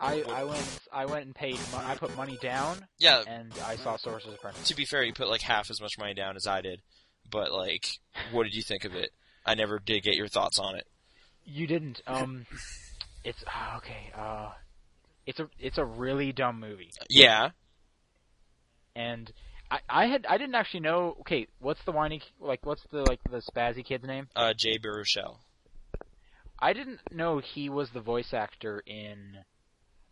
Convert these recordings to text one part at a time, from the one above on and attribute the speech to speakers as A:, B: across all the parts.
A: I went. I went and paid. Mon- I put money down,
B: Yeah,
A: and I saw Sorcerer's Apprentice.
B: to be fair, you put like half as much money down as I did, but like, what did you think of it? I never did get your thoughts on it.
A: You didn't. Um, it's ah, okay. Uh, it's a it's a really dumb movie,
B: Yeah,
A: and I I had I didn't actually know. Okay, what's the whiny like? What's the like the spazzy kid's name?
B: uh, Jay Baruchel.
A: I didn't know he was the voice actor in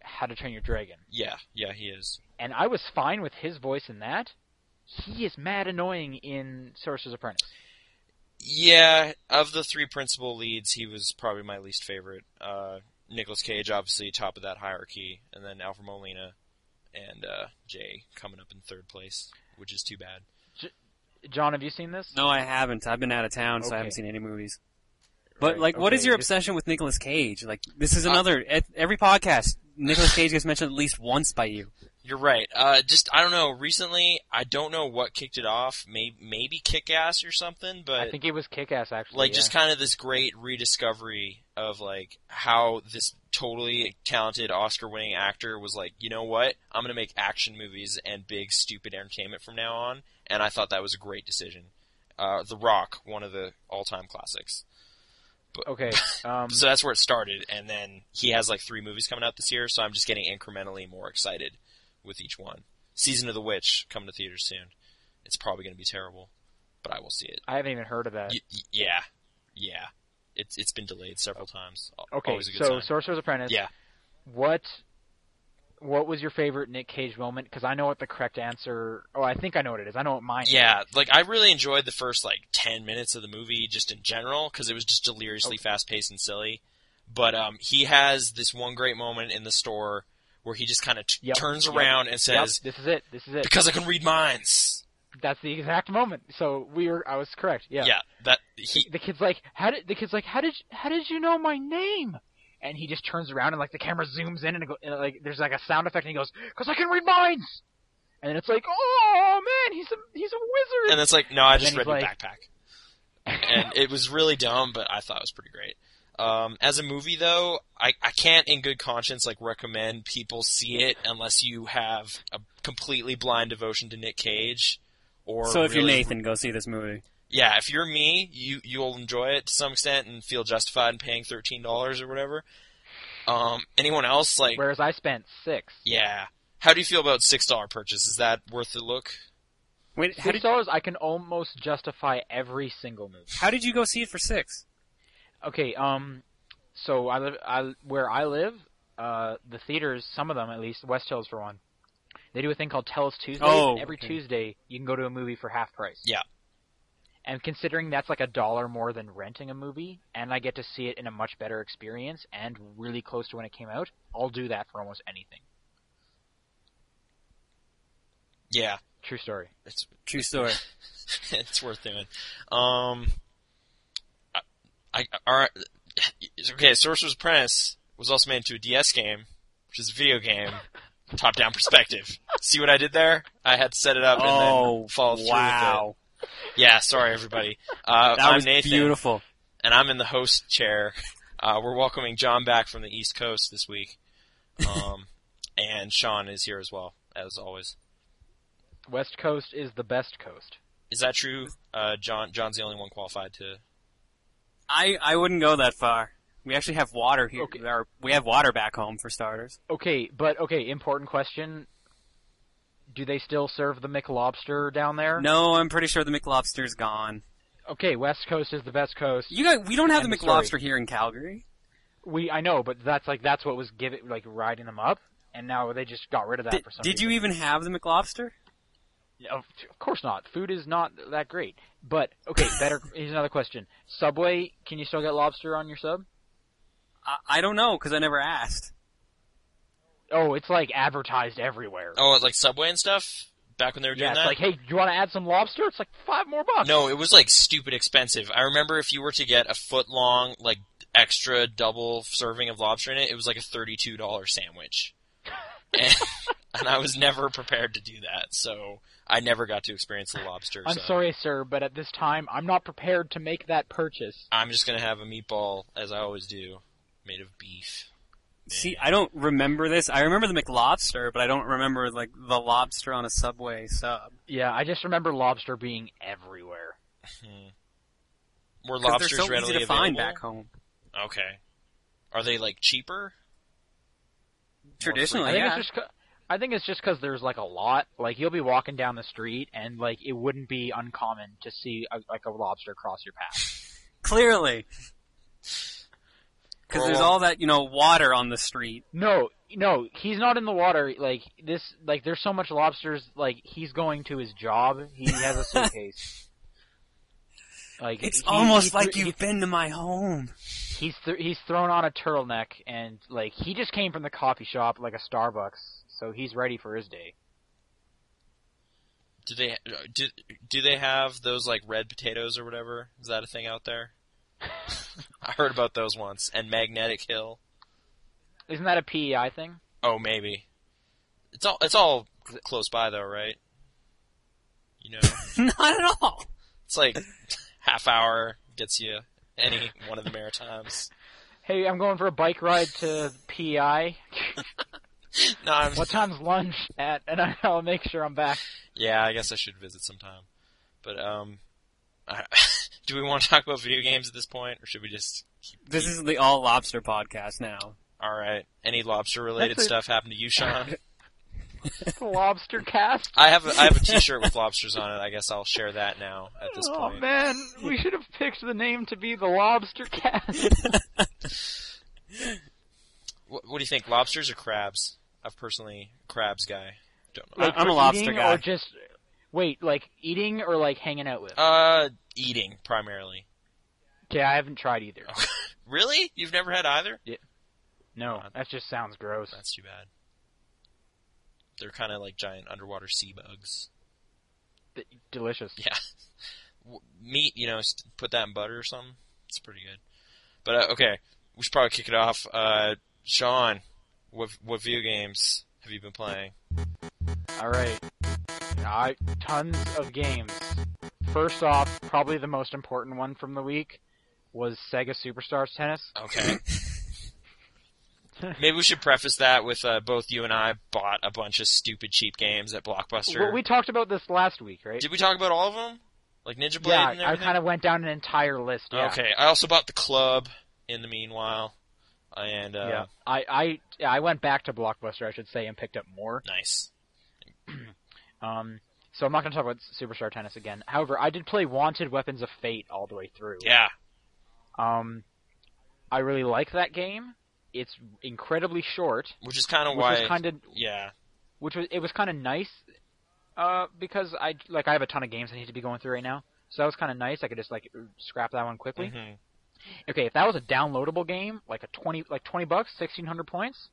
A: How to Train Your Dragon,
B: Yeah, yeah, he is.
A: and I was fine with his voice in that. He is mad annoying in Sorcerer's Apprentice.
B: Yeah, of the three principal leads, he was probably my least favorite. Uh, Nicholas Cage, obviously top of that hierarchy, and then Alfred Molina and uh, Jay coming up in third place, which is too bad.
A: John, have you seen this?
C: No, I haven't. I've been out of town, so I haven't
A: Okay.
C: seen any movies. But
A: Right,
C: like, what is
A: okay,
C: your
A: just-
C: obsession with Nicolas Cage? Like, this is
B: Uh,
C: another e- every podcast. Nicolas Cage gets mentioned at least once by you.
B: You're right. Uh, just I don't know. Recently, I don't know what kicked it off. Maybe maybe Kick Ass or something, but
A: I think it was Kick Ass actually.
B: like
A: yeah.
B: just kind of this great rediscovery of like how this totally talented oscar-winning actor was like you know what i'm gonna make action movies and big stupid entertainment from now on and i thought that was a great decision uh, the rock one of the all-time classics
A: okay. Um,
B: so that's where it started and then he has like three movies coming out this year so i'm just getting incrementally more excited with each one season of the witch coming to theaters soon it's probably gonna be terrible but i will see it
A: I haven't even heard of that.
B: Y- y- yeah, yeah. It's it's been delayed several times. Al-
A: Okay,
B: always a good
A: so
B: sign.
A: Sorcerer's Apprentice.
B: Yeah.
A: What what was your favorite Nick Cage moment? Because I know what the correct answer. Oh, I think I know what it is. I know what mine. is.
B: Yeah, like I really enjoyed the first like ten minutes of the movie just in general because it was just deliriously fast paced and silly. But um, he has this one great moment in the store where he just kind of t-
A: Yep,
B: turns
A: yep,
B: around and
A: Yep,
B: says,
A: this is it. This is it.
B: "Because I can read minds."
A: That's the exact moment. So we were. I was correct. Yeah.
B: that he
A: The kid's like, how did the kid's like, how did how did you know my name? And he just turns around and like the camera zooms in and, it go, and like there's like a sound effect and he goes, "Cause I can read minds." And it's like, oh man, he's a he's a
B: and
A: wizard.
B: it's like, "No, I
A: And
B: just
A: then
B: read
A: he's
B: your
A: like-
B: backpack." and it was really dumb, but I thought it was pretty great. Um, as a movie, though, I, I can't in good conscience like recommend people see it unless you have a completely blind devotion to Nick Cage. Or
C: so if you're
B: really-
C: Nathan, go see this movie.
B: yeah, if you're me, you you'll enjoy it to some extent and feel justified in paying thirteen dollars or whatever. Um, anyone else like
A: Whereas I spent six.
B: yeah? How do you feel about six dollar purchase? Is that worth the look?
C: Wait, how
A: Six
C: did
A: dollars, I can almost justify every single movie.
C: how did you go see it for six?
A: Okay, um, so I live, I where I live, uh, the theaters, some of them at least, West Hills for one, they do a thing called Tell Us Tuesdays.
C: Oh,
A: and every
C: okay.
A: Tuesday you can go to a movie for half price.
B: Yeah.
A: And considering that's like a dollar more than renting a movie, and I get to see it in a much better experience and really close to when it came out, I'll do that for almost anything.
B: Yeah,
A: True story.
B: it's
C: True story.
B: it's worth doing. Um, I, I all right. Okay, Sorcerer's Apprentice was also made into a DS game, which is a video game, top-down perspective. See what I did there? I had to set it up and
C: oh
B: then follow through
C: wow,
B: with it. Yeah, sorry everybody. Uh,
C: that
B: I'm
C: was
B: Nathan,
C: beautiful.
B: and I'm in the host chair. Uh, we're welcoming John back from the East Coast this week, um, and Sean is here as well as always.
A: West Coast is the best coast.
B: Is that true? Uh, John John's the only one qualified to
C: I I wouldn't go that far. We actually have water here.
A: Okay.
C: Or we have water back home for starters.
A: Okay, but okay, important question. Do they still serve the McLobster down there?
C: No, I'm pretty sure the McLobster's gone.
A: Okay, West Coast is the best coast.
C: You got, we don't have
A: End
C: the
A: of story.
C: McLobster here in Calgary.
A: We I know, but that's like that's what was giving like riding them up, and now they just got rid of that
C: Did,
A: for some.
C: did you even have the McLobster?
A: you? Of, of course not. Food is not that great. But okay, better. here's another question. Subway, can you still get lobster on your sub?
C: I, I don't know because I never asked.
A: Oh, it's like advertised everywhere.
B: Oh, like Subway and stuff? Back when they were doing
A: yeah, it's
B: that?
A: like hey, do you want to add some lobster? It's like five more bucks.
B: no, it was like stupid expensive. I remember if you were to get a foot long, like extra double serving of lobster in it, it was like a thirty-two dollar sandwich, and, and I was never prepared to do that, so I never got to experience the lobster.
A: I'm
B: so
A: sorry, sir, but at this time, I'm not prepared to make that purchase.
B: I'm just gonna have a meatball as I always do, made of beef.
C: See, I don't remember this. I remember the McLobster, but I don't remember like the lobster on a Subway sub.
A: Yeah, I just remember lobster being everywhere.
B: Hmm. Were
C: 'Cause
B: lobsters
C: they're so
B: readily
C: easy to find
B: available?
C: back home.
B: Okay. Are they like cheaper? More
C: Traditionally,
A: I
B: frequent?
A: think
C: yeah.
A: it's just. c I think it's just because there's like a lot. Like you'll be walking down the street, and like it wouldn't be uncommon to see a, like a lobster cross your path.
C: Clearly. Because
B: Or
C: there's
B: we'll-
C: all that, you know, water on the street.
A: No, no, he's not in the water. Like this, like there's so much lobsters. Like he's going to his job. He has a suitcase. like
C: It's
A: he-
C: almost
A: he-
C: like
A: he-
C: you've been to my home.
A: He's th- he's thrown on a turtleneck and like he just came from the coffee shop like a Starbucks, so he's ready for his day.
B: Do they uh, do, do they have those like red potatoes or whatever? Is that a thing out there? I heard about those once. And Magnetic Hill.
A: Isn't that a PEI thing?
B: Oh, maybe. It's all it's all cl- close by though, right? You know,
C: Not at all.
B: it's like half hour gets you any one of the Maritimes.
A: Hey, I'm going for a bike ride to PEI.
B: No, I'm,
A: what time's lunch at? And I- I'll make sure I'm back.
B: yeah, I guess I should visit sometime. But um, I, do we want to talk about video games at this point, or should we just?
C: This is the all lobster podcast now.
B: All right, any lobster related
A: That's a-
B: stuff happen to you, Sean?
A: Lobster cast.
B: I have a, I have a T-shirt with lobsters on it. I guess I'll share that now at this
A: Oh
B: point.
A: man, we should have picked the name to be the Lobster Cast.
B: What, what do you think, lobsters or crabs? I've personally crabs guy. Don't know.
A: Like,
C: I'm a
A: for
C: lobster
A: eating
C: guy.
A: Or just wait, like eating or like hanging out with.
B: Uh, eating primarily.
A: Okay, I haven't tried either.
C: oh,
B: Really? You've never had either?
A: No, that just sounds gross.
B: That's too bad. They're kind of like giant underwater sea bugs.
A: D- delicious.
B: Yeah. W- Meat, you know, st- put that in butter or something. It's pretty good. But uh, okay, we should probably kick it off. Uh, Sean, what what video games have you been playing?
A: All right. I tons of games. First off, probably the most important one from the week was Sega Superstars Tennis.
B: Okay. Maybe we should preface that with uh, both you and I bought a bunch of stupid cheap games at Blockbuster.
A: Well, we talked about this last week, right?
B: Did we talk about all of them? Like Ninja Blade
A: yeah,
B: and
A: I
B: everything?
A: kind of went down an entire list. Yeah.
B: Okay. I also bought the club in the meanwhile, and uh,
A: yeah. I I yeah, I went back to Blockbuster, I should say, and picked up more.
B: nice.
A: Um, so I'm not going to talk about Superstar Tennis again. However, I did play Wanted Weapons of Fate all the way through.
B: Yeah.
A: Um, I really like that game. It's incredibly short,
B: Which is kind of
A: which
B: why.
A: was kind of
B: yeah.
A: which was it was kind of nice uh because i like i have a ton of games i need to be going through right now so that was kind of nice i could just like scrap that one quickly
B: Mhm.
A: okay if that was a downloadable game like a 20 like 20 bucks 1600 points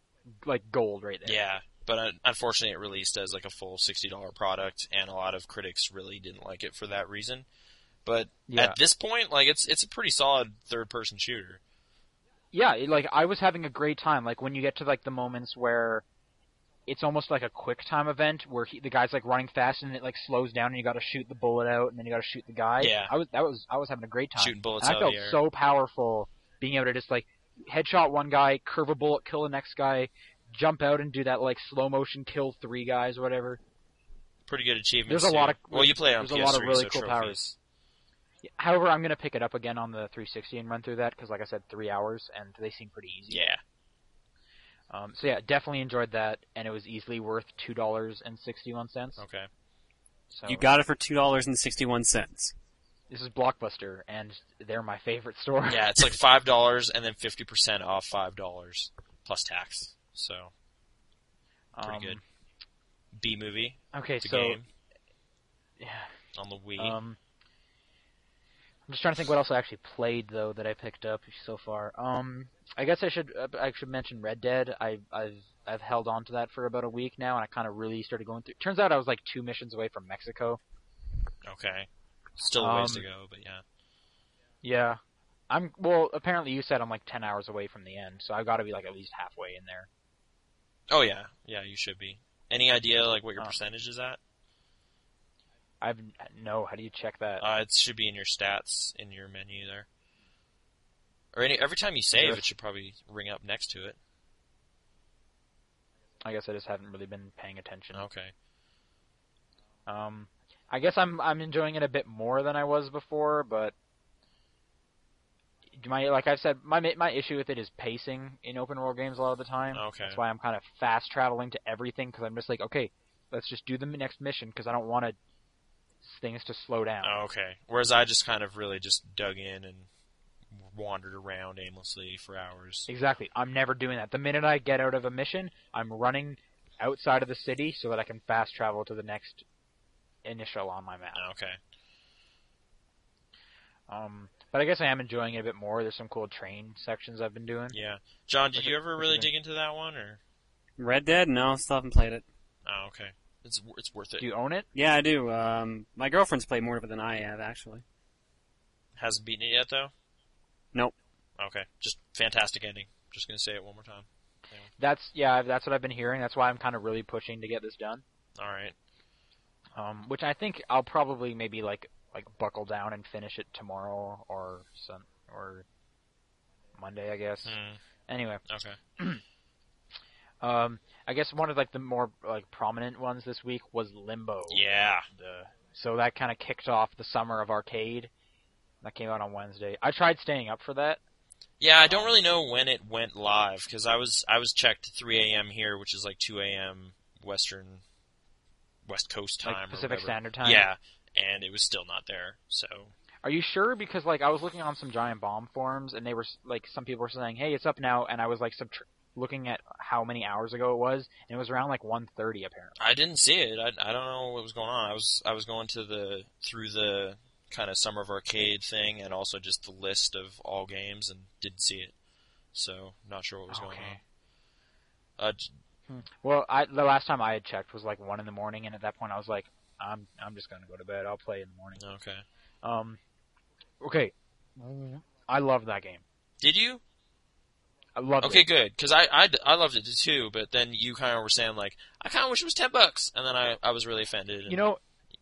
A: like gold right there
B: Yeah. But un- unfortunately, it released as like a full sixty dollar product, and a lot of critics really didn't like it for that reason. But
A: yeah
B: at this point, like it's it's a pretty solid third person shooter.
A: yeah it- like i was having a great time like when you get to like the moments where it's almost like a quick time event where he, the guy's like running fast and it like slows down and you got to shoot the bullet out and then you got to shoot the guy
B: Yeah.
A: i was that was i was having a great time
B: Shooting bullets
A: And
B: out of
A: I felt
B: the air.
A: so powerful being able to just like headshot one guy, curve a bullet, kill the next guy, jump out and do that like slow motion kill three guys, whatever.
B: pretty good achievements.
A: There's a
B: too.
A: lot of-
B: well, you play on
A: there's a lot of
B: PS3,
A: really
B: so
A: cool
B: trophies.
A: powers. However, I'm gonna pick it up again on the 360 and run through that because, like I said, three hours and they seem pretty easy.
B: Yeah.
A: Um, so yeah, definitely enjoyed that, and it was easily worth two dollars and sixty-one cents.
B: Okay.
A: So
C: You got it for $2.61.
A: this is Blockbuster, and they're my favorite store.
B: Yeah, it's like five dollars and then fifty percent off five dollars plus tax. So pretty
A: Um,
B: good. B movie,
A: Okay,
B: the
A: so
B: game
A: yeah.
B: on the Wii.
A: Um, I'm just trying to think what else I actually played though that I picked up so far. Um, I guess I should uh, I should mention Red Dead. I, I've I've held on to that for about a week now, and I kind of really started going through. Turns out I was like two missions away from Mexico.
B: okay, still a ways to
A: um,
B: go, but yeah.
A: Yeah, I'm well. Apparently, you said I'm like ten hours away from the end, so I've got to be like at least halfway in there.
B: Oh yeah, yeah, you should be. Any idea like what your
A: Oh.
B: percentage is at?
A: I've no. How do you check that?
B: Uh, it should be in your stats in your menu there. Or any every time you
A: Sure.
B: save, it should probably ring up next to it.
A: I guess I just haven't really been paying attention.
B: Okay.
A: Um, I guess I'm I'm enjoying it a bit more than I was before, but my like I've said, my my issue with it is pacing in open world games a lot of the time.
B: Okay.
A: That's why I'm kind of fast traveling to everything because I'm just like, okay, let's just do the next mission because I don't want to things to slow down.
B: Oh, okay. Whereas I just kind of really just dug in and wandered around aimlessly for hours.
A: Exactly. I'm never doing that. The minute I get out of a mission, I'm running outside of the city so that I can fast travel to the next initial on my map.
B: Oh, Okay.
A: Um, but I guess I am enjoying it a bit more. There's some cool train sections I've been doing.
B: Yeah. John, did
A: Okay,
B: you ever
A: what
B: really
A: you think?
B: dig into that one or?
C: Red Dead? No, still haven't played it.
B: Oh, okay. It's it's worth it.
A: Do you own it?
C: Yeah, I do. Um, my girlfriend's played more of it than I have, actually.
B: Hasn't beaten it yet though.
C: Nope.
B: Okay. Just fantastic ending. Just gonna say it one more time.
A: That's yeah. That's what I've been hearing. That's why I'm kind of really pushing to get this done.
B: All right.
A: Um, which I think I'll probably maybe like like buckle down and finish it tomorrow or sun or Monday, I guess.
B: Mm,
A: Anyway,
B: okay.
A: um, I guess one of like the more like prominent ones this week was Limbo.
B: Yeah.
A: The, uh, so that kind of kicked off the summer of arcade. That came out on Wednesday. I tried staying up for that.
B: Yeah, I don't
A: Um,
B: really know when it went live because I was I was checked 3 a.m. here, which is like 2 a.m. Western, West Coast time,
A: like
B: or
A: Pacific
B: whatever.
A: Standard Time.
B: Yeah, and it was still not there. So
A: Are you sure? Because like I was looking on some giant bomb forums, and they were s- like some people were saying, "Hey, it's up now," and I was like subtr- looking at how many hours ago it was, and it was around like 1:30 apparently.
B: I didn't see it. I, I don't know what was going on. I was I was going to the through the kind of summer of arcade thing, and also just the list of all games, and didn't see it. So not sure what was going
A: Okay.
B: on. Uh, j-
A: Well, I the last time I had checked was like one in the morning, and at that point I was like, "I'm I'm just gonna go to bed. I'll play in the morning."
B: okay.
A: Um, okay, I love that game.
B: Did you?
A: I love
B: Okay,
A: it.
B: good. Because I, I, I loved it too, but then you kind of were saying, like, I kind of wish it was 10 bucks. And then I, I was really offended. and-
A: You know,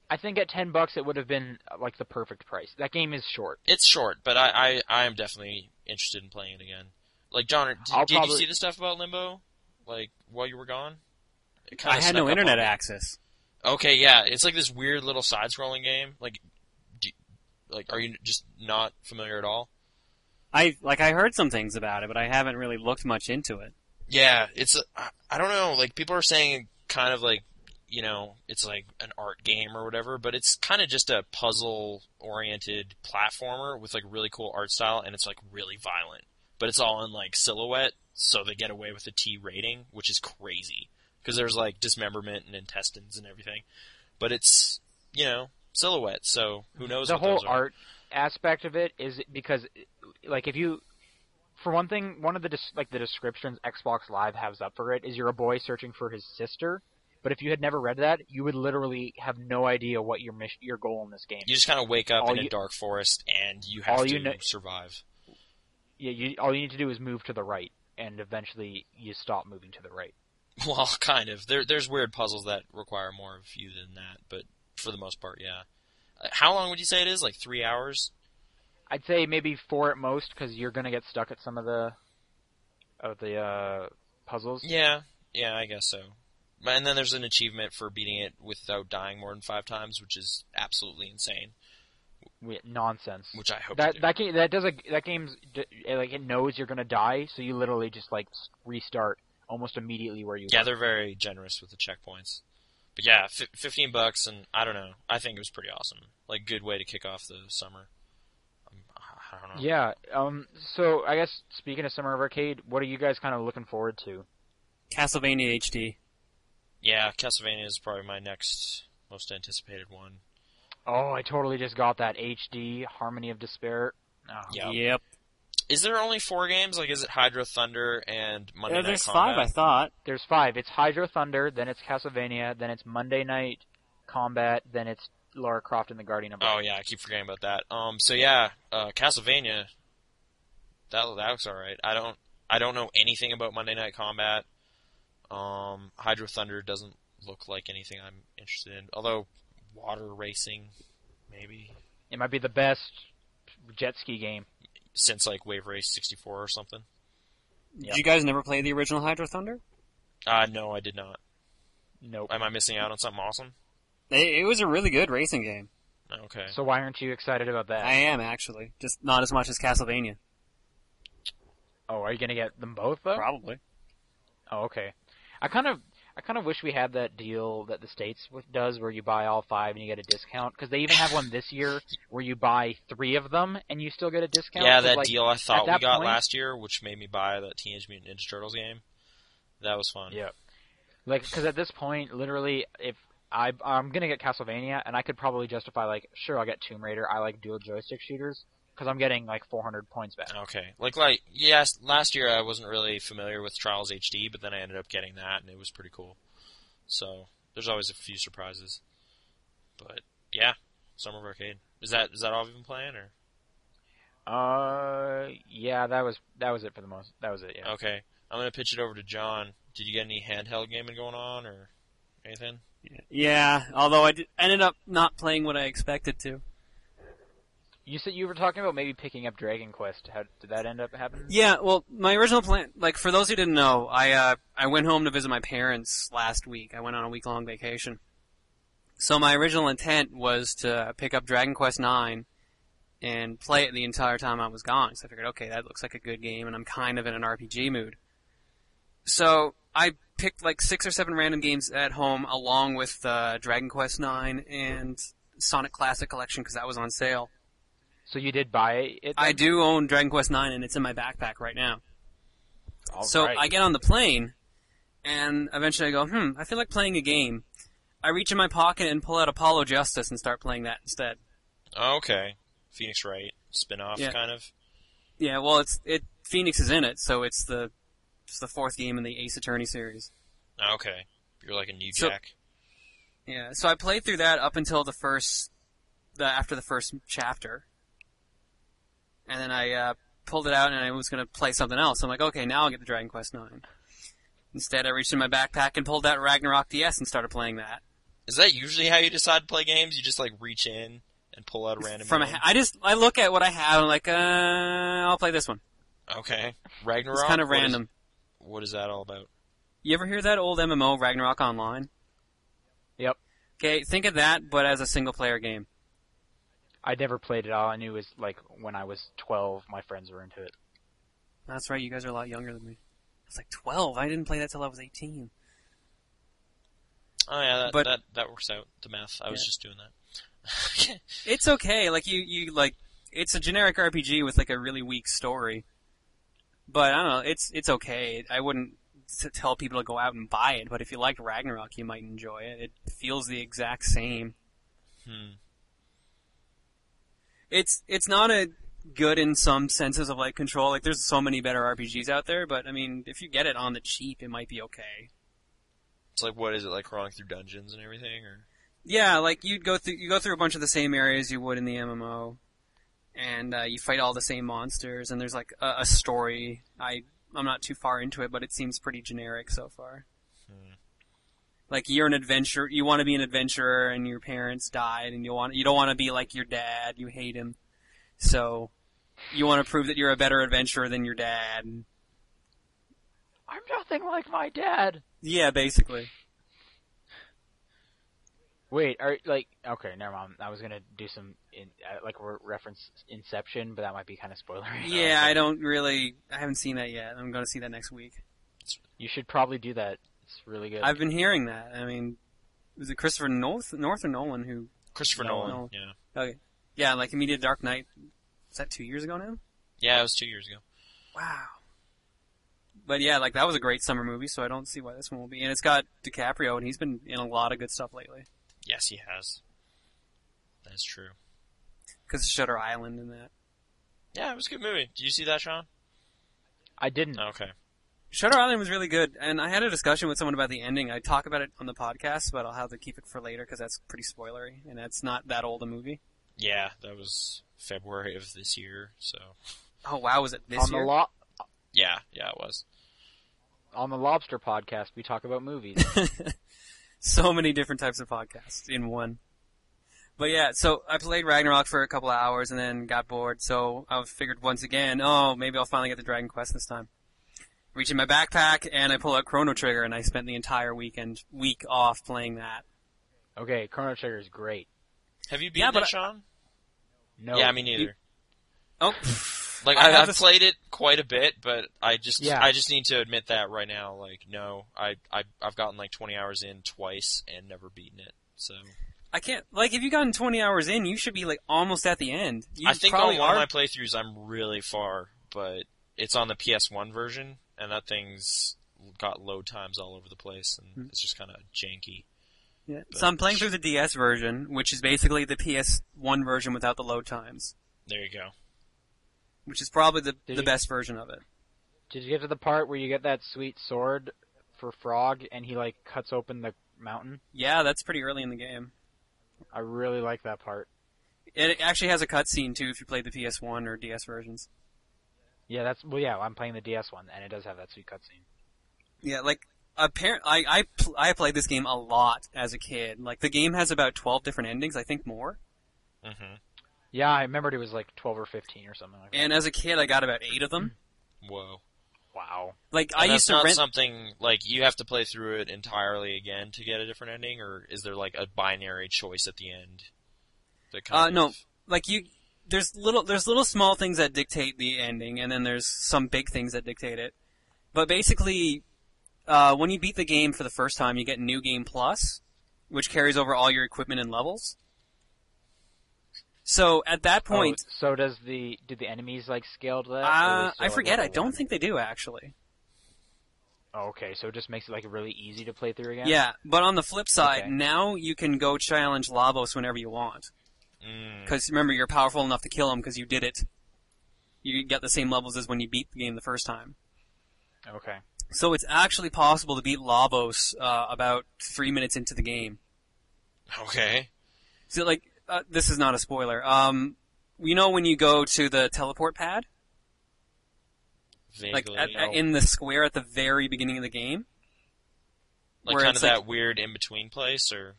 A: I think at ten bucks it would have been uh, like the perfect price. That game is short.
B: it's short, but I, I, I am definitely interested in playing it again. Like, John, did,
A: I'll
B: did you
A: probably-
B: see the stuff about Limbo? Like, while you were gone? It kinda
C: I had
B: snuck up
C: no
B: on
C: internet
B: me.
C: access.
B: Okay, yeah. It's like this weird little side scrolling game. Like, do, like, are you just not familiar at all?
C: I like I heard some things about it, but I haven't really looked much into it.
B: Yeah, it's a, I- I don't know, like people are saying kind of like, you know, it's like an art game or whatever, but it's kind of just a puzzle oriented platformer with like really cool art style and it's like really violent. But it's all in like silhouette, so they get away with a T rating, which is crazy because there's like dismemberment and intestines and everything. But it's, you know, silhouette, so who knows
A: the
B: what
A: whole
B: those are.
A: art aspect of it is because like if you for one thing one of the des- like the descriptions xbox live has up for it is you're a boy searching for his sister but if you had never read that you would literally have no idea what your mission your goal in this game
B: You just kind of wake up
A: all
B: in a
A: you-
B: dark forest and you have
A: all
B: to
A: you kno-
B: survive.
A: yeah, you, all you need to do is move to the right and eventually you stop moving to the right
B: Well, kind of. There, there's weird puzzles that require more of you than that, but for the most part, yeah. Uh, How long would you say it is? Like three hours?
A: i'd say maybe four at most because you're going to get stuck at some of the of the uh puzzles
B: Yeah, yeah, I guess so. But- And then there's an achievement for beating it without dying more than five times, which is absolutely insane.
A: Wi- nonsense
B: Which I hope to
A: that
B: do.
A: that game that does a that game's d- it, like it knows you're gonna die, so you literally just like s- restart almost immediately where you
B: yeah,
A: were.
B: they're very generous with the checkpoints. But yeah, f- fifteen bucks, and I don't know. I think it was pretty awesome. Like, good way to kick off the summer. Um, I I don't know.
A: Yeah. Um. So I guess speaking of Summer of Arcade, what are you guys kind of looking forward to?
C: Castlevania HD.
B: yeah, Castlevania is probably my next most anticipated one.
A: Oh, I totally just got that HD Harmony of Despair. Oh.
B: Yeah.
C: Yep.
B: Is there only four games? Like, is it Hydra Thunder and Monday
C: Yeah,
B: Night
C: there's
B: Combat?
C: five, I thought.
A: There's five. It's Hydro Thunder, then it's Castlevania, then it's Monday Night Combat, then it's Lara Croft and the Guardian of
B: Oh
A: Light.
B: yeah, I keep forgetting about that. Um, so yeah, uh, Castlevania. That that looks all right. I don't I don't know anything about Monday Night Combat. Um, Hydro Thunder doesn't look like anything I'm interested in. Although water racing, maybe
A: It might be the best jet ski game.
B: since like Wave Race '64 or something.
A: Yep.
C: Did you guys never play the original Hydro Thunder?
B: Uh, no, I did not.
A: Nope.
B: Am I missing out on something awesome?
C: It, it was a really good racing game.
B: Okay.
A: So why aren't you excited about that?
C: I am actually, just not as much as Castlevania.
A: oh, are you gonna get them both though?
C: Probably.
A: Oh, okay. I kind of, I kind of wish we had that deal that the states w- does, where you buy all five and you get a discount. Because they even have one this year where you buy three of them and you still get a discount.
B: Yeah,
A: 'Cause,
B: that
A: like,
B: deal I thought we
A: that
B: got
A: point-
B: last year, which made me buy that Teenage Mutant Ninja Turtles game. That was fun.
A: Yeah. Like, because at this point, literally, if I I'm gonna get Castlevania, and I could probably justify like, sure, I'll get Tomb Raider. I like dual joystick shooters because I'm getting like 400 points back.
B: Okay. Like, like, yes, last year I wasn't really familiar with Trials HD, but then I ended up getting that, and it was pretty cool. So there's always a few surprises. But yeah, Summer of Arcade. Is that is that all you've been playing, or
A: Uh, yeah, that was that was it for the most. That was it. Yeah.
B: okay? I'm gonna pitch it over to John. Did you get any handheld gaming going on, or anything?
C: Yeah, although I did, ended up not playing what I expected to.
A: You said you were talking about maybe picking up Dragon Quest. How did that end up happening?
C: Yeah, well, my original plan, like for those who didn't know, I uh, I went home to visit my parents last week. I went on a week long vacation. So my original intent was to pick up Dragon Quest Nine and play it the entire time I was gone. So I figured, okay, that looks like a good game, and I'm kind of in an RPG mood. So I picked like six or seven random games at home, along with uh, Dragon Quest Nine and Sonic Classic Collection because that was on sale.
A: So you did buy it?
C: I
A: then?
C: do own Dragon Quest Nine, and it's in my backpack right now.
A: All
C: So
A: right.
C: I get on the plane, and eventually I go, hmm, I feel like playing a game. I reach in my pocket and pull out Apollo Justice and start playing that instead.
B: Okay. Phoenix Wright spin-off
C: Yeah.
B: kind of.
C: Yeah, well, it's it Phoenix is in it, so it's the it's the fourth game in the Ace Attorney series.
B: Okay. You're like a new
C: So-
B: Jack.
C: Yeah, so I played through that up until the first, the after the first chapter, and then I uh, pulled it out and I was gonna play something else. I'm like, okay, now I'll get the Dragon Quest Nine. Instead, I reached in my backpack and pulled out Ragnarok DS and started playing that.
B: Is that usually how you decide to play games? You just like reach in and pull out a random
C: from a,
B: game?
C: I just I look at what I have and I'm like uh I'll play this one.
B: Okay. Ragnarok.
C: It's kind of
B: What is-
C: random.
B: what is that all about?
C: You ever hear that old MMO Ragnarok Online?
A: Yep.
C: Okay, think of that but as a single player game.
A: I never played it. All I knew was like when I was 12, my friends were into it.
C: That's right, you guys are a lot younger than me. I was like 12. I didn't play that till I was 18.
B: Oh yeah, that
C: But-
B: that, that works out. The math. I was
C: Yeah.
B: just doing that.
C: It's okay. Like you you like it's a generic RPG with like a really weak story. But I don't know, it's it's okay. I wouldn't s- tell people to go out and buy it, but if you liked Ragnarok, you might enjoy it. It feels the exact same.
B: hmm.
C: it's it's not a good in some senses of like control. Like there's so many better RPGs out there, but I mean, if you get it on the cheap, it might be okay.
B: It's like what is it like crawling through dungeons and everything, or
C: Yeah, like you'd go through you go through a bunch of the same areas you would in the MMO, and uh, you fight all the same monsters. And there's like a, a story. I I'm not too far into it, but it seems pretty generic so far.
B: Hmm.
C: Like you're an adventurer, you want to be an adventurer, and your parents died, and you want you don't want to be like your dad. You hate him, so you want to prove that you're a better adventurer than your dad.
A: I'm nothing like my dad.
C: Yeah, basically.
A: Wait, are like okay, never mind. I was gonna do some in, uh, like re- reference Inception, but that might be kind of spoilery.
C: Yeah, I don't really. I haven't seen that yet. I'm going to see that next week.
A: you should probably do that. It's really good.
C: I've been hearing that. I mean, was it Christopher North, North or Nolan who?
B: Christopher
A: No,
B: Nolan?
C: no.
B: Yeah,
C: Okay, yeah, like he did Dark Knight. Is that two years ago now?
B: yeah, it was two years ago.
C: Wow. But yeah, like that was a great summer movie, so I don't see why this one will be. And it's got DiCaprio, and he's been in a lot of good stuff lately.
B: Yes, he has. That's true.
C: Because of Shutter Island and that.
B: Yeah, it was a good movie. Did you see that, Sean? Oh,
A: I
C: Mm.
A: didn't.
C: Oh,
B: Okay.
C: Shutter Island was really good, and I had a discussion with someone about the ending. I talk about it on the podcast, but I'll have to keep it for later because that's pretty spoilery, and that's not that old a movie.
B: Yeah, that was February of this year. So
C: Oh wow, was it this
A: on
C: year?
A: the lo-
B: yeah, yeah, it was.
A: on the Lobster podcast, we talk about movies.
C: so many different types of podcasts in one. But yeah, so I played Ragnarok for a couple of hours and then got bored, so I figured once again, oh, maybe I'll finally get the Dragon Quest this time. reach in my backpack, and I pull out Chrono Trigger, and I spent the entire weekend week off playing that.
A: Okay, Chrono Trigger is great.
B: Have you
C: Yeah,
B: beaten
C: but
B: it,
C: I-
B: Sean?
A: No.
B: Yeah, me neither.
C: Oh,
B: Like
C: I
B: I,
C: have
B: I've
C: this-
B: played it quite a bit, but I just
A: Yeah.
B: I just need to admit that right now. Like, no, I, I I've gotten like 20 hours in twice and never beaten it. So
C: I can't. Like, if you've gotten 20 hours in, you should be like almost at the end. You
B: I think on
C: probably
B: one
C: are.
B: of my playthroughs I'm really far, but it's on the PS1 version, and that thing's got load times all over the place, and
C: Hmm.
B: it's just kind of janky.
C: Yeah. So I'm playing through the DS version, which is basically the PS1 version without the load times,
B: There you go.
C: which is probably the,
A: Did
C: the
A: you-
C: best version of it.
A: Did you get to the part where you get that sweet sword for Frog and he like cuts open the mountain?
C: Yeah, that's pretty early in the game.
A: I really like that part.
C: It actually has a cutscene too if you played the PS1 or DS versions.
A: Yeah, that's well. Yeah, I'm playing the DS one, and it does have that sweet cutscene.
C: Yeah, like apparent I I pl- I played this game a lot as a kid. Like the game has about 12 different endings, I think more.
B: hmm
A: Yeah, I remembered it was like 12 or 15 or something like that.
C: And as a kid, I got about 8 of them.
B: Whoa.
A: wow.
C: Like I
B: And
C: used
B: that's
C: to
B: not
C: rent
B: something like you have to play through it entirely again to get a different ending, or is there like a binary choice at the end? That
C: Uh,
B: kind
C: no,
B: of-
C: like you, there's little, there's little small things that dictate the ending, and then there's some big things that dictate it. But basically, uh, when you beat the game for the first time, you get New Game Plus, which carries over all your equipment and levels. So at that point,
A: Oh, so does the do the enemies like scale to that? or are they
C: uh,
A: still,
C: I
A: like,
C: forget. I
A: level
C: don't
A: one?
C: think they do actually.
A: Oh, okay, so it just makes it like really easy to play through again.
C: Yeah, but on the flip side,
A: Okay.
C: now you can go challenge Labos whenever you want.
B: Mm.
C: Because remember, you're powerful enough to kill him because you did it. You got the same levels as when you beat the game the first time.
A: Okay.
C: So it's actually possible to beat Labos uh, about three minutes into the game.
B: Okay.
C: So like, uh, this is not a spoiler. Um, you know when you go to the teleport pad, like
B: Vaguely.
C: at, at- in the square at the very beginning of the game.
B: like
C: where
B: kind of
C: it's
B: that weird in between place, or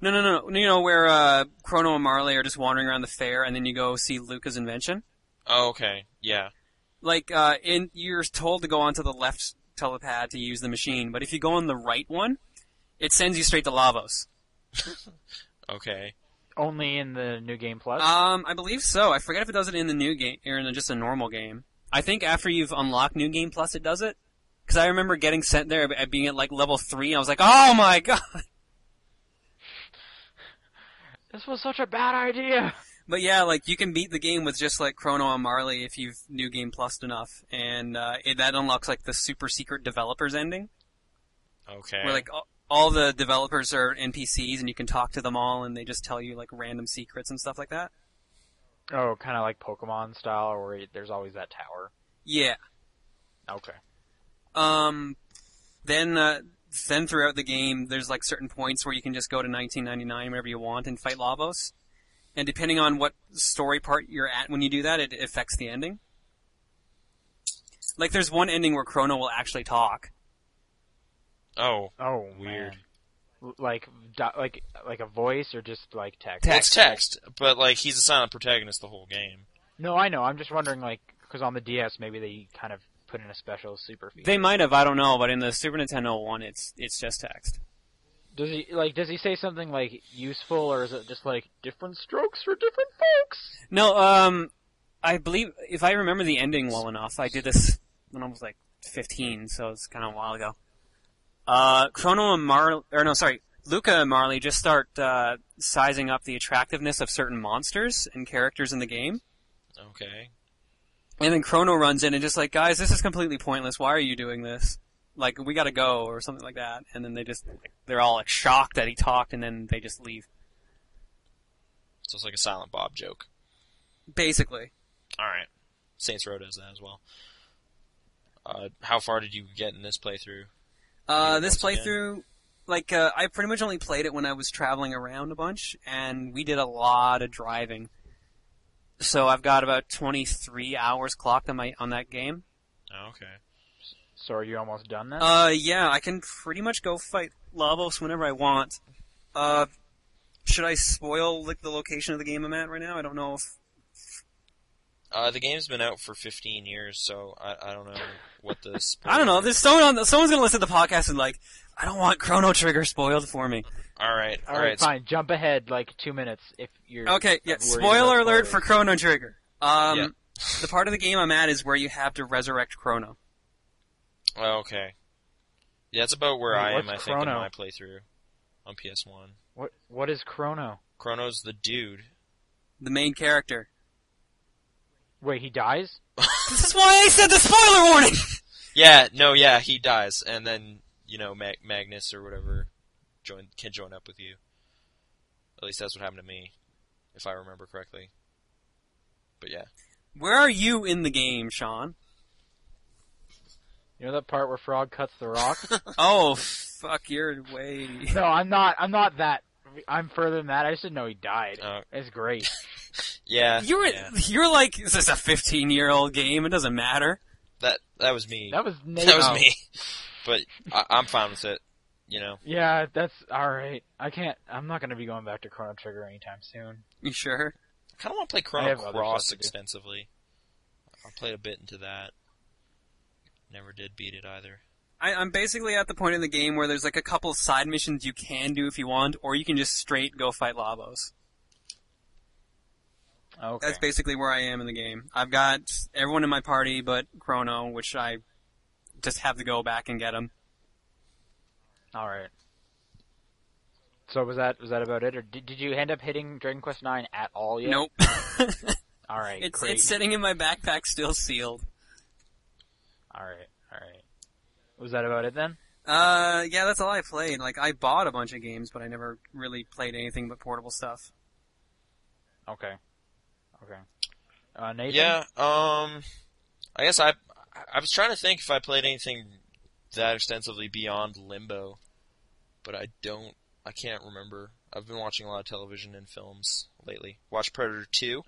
C: No, no, no, no. You know where uh, Chrono and Marley are just wandering around the fair, and then you go see Luca's invention.
B: oh, okay, yeah.
C: Like, uh, in you're told to go onto the left telepad to use the machine, but if you go on the right one, it sends you straight to Lavos.
B: Okay.
A: Only in the new game plus.
C: Um, I believe so. I forget if it does it in the new game or in just a normal game. I think after you've unlocked New Game Plus, it does it. Because I remember getting sent there at being at like level three, and I was like, "Oh my god!"
A: this was such a bad idea.
C: But yeah, like you can beat the game with just like Chrono and Marley if you've New Game Plus enough, and uh, it, that unlocks like the super secret developers ending,
B: Okay.
C: where like all, all the developers are NPCs, and you can talk to them all, and they just tell you like random secrets and stuff like that.
A: Oh, kind of like Pokemon style, where it- there's always that tower.
C: Yeah,
A: Okay.
C: Um, then uh, then throughout the game, there's like certain points where you can just go to 1999 whenever you want and fight Lavos, and depending on what story part you're at when you do that, it affects the ending. Like there's one ending where Chrono will actually talk.
B: oh,
A: Oh,
B: Weird.
A: man. L- Like do, like like a voice or just like text?
B: it's text, but like he's a silent protagonist the whole game.
A: No, I know. I'm just wondering, like, because on the DS, maybe they kind of put in a special super feature.
C: They might have, I don't know, but in the Super Nintendo one, it's it's just text.
A: Does he like? Does he say something like useful, or is it just like different strokes for different folks?
C: No, um, I believe if I remember the ending well enough, I did this when I was like 15, so it's kind of a while ago. Uh, Chrono and Marley, or no, sorry, Luca and Marley just start uh, sizing up the attractiveness of certain monsters and characters in the game,
B: Okay.
C: and then Chrono runs in and just like, guys, this is completely pointless. Why are you doing this? Like, we gotta go or something like that. And then they just, they're all like shocked that he talked, and then they just leave.
B: So it's like a silent Bob joke.
C: Basically,
B: All right. Saints Row does that as well. Uh, how far did you get in this playthrough?
C: Uh,
B: Yeah,
C: this
B: once again.
C: playthrough, like, uh, I pretty much only played it when I was traveling around a bunch, and we did a lot of driving. So I've got about 23 hours clocked on my on that game.
B: Oh, okay.
A: So are you almost done then?
C: Uh, yeah, I can pretty much go fight Lavos whenever I want. Uh, should I spoil like the location of the game I'm at right now? I don't know if
B: Uh, the game's been out for 15 years, so I, I don't know what the.
C: I don't know. There's someone on. Someone's gonna listen to the podcast and like, I don't want Chrono Trigger spoiled for me.
B: All right, all
A: All
B: right.
A: right, fine. Jump ahead like two minutes if you're.
C: Okay, yeah.
A: worried
C: Spoiler
A: about
C: alert
A: spoilers.
C: for Chrono Trigger. Um,
B: Yeah.
C: the part of the game I'm at is where you have to resurrect Chrono.
B: Oh, okay. Yeah, that's about where
A: Wait,
B: I am. I
A: what's
B: think in
A: Chrono?
B: my playthrough on PS One.
A: What what is Chrono?
B: Chrono's the dude.
C: The main character.
A: Wait, he dies?
C: This is why I said the spoiler warning.
B: Yeah, no, yeah, he dies, and then you know Mag- Magnus or whatever join can join up with you. At least that's what happened to me, if I remember correctly. But yeah,
C: Where are you in the game, Sean?
A: You know that part where Frog cuts the rock?
C: Oh, fuck, you're way.
A: no, I'm not. I'm not that. I'm further than that. I just didn't know he died.
B: uh,
A: It's great.
B: yeah,
C: You're
B: yeah.
C: you're like this is a 15 year old game. It doesn't matter.
B: that that was me.
A: That was Nate.
B: That was
A: oh.
B: me. But I, I'm fine with it. You know,
A: Yeah, that's all right. I can't. I'm not going to be going back to Chrono Trigger anytime soon.
C: You sure?
B: I kind of want to play
A: I
B: Chrono
A: have other
B: Cross
A: stuff to do.
B: extensively. I played a bit into that. Never did beat it either.
C: I, I'm basically at the point in the game where there's like a couple of side missions you can do if you want, or you can just straight go fight Labos.
A: Okay.
C: That's basically where I am in the game. I've got everyone in my party but Chrono, which I just have to go back and get him.
A: all right. So was that was that about it, or did, did you end up hitting Dragon Quest Nine at all yet?
C: Nope.
A: All right.
C: it's,
A: great.
C: it's sitting in my backpack still sealed.
A: All right. All right. Was that about it then?
C: Uh, yeah, that's all I played. Like, I bought a bunch of games, but I never really played anything but portable stuff.
A: Okay. Okay. Uh, Nathan.
B: Yeah, um, I guess I I was trying to think if I played anything that extensively beyond Limbo, but I don't. I can't remember. I've been watching a lot of television and films lately. Watched Predator Two,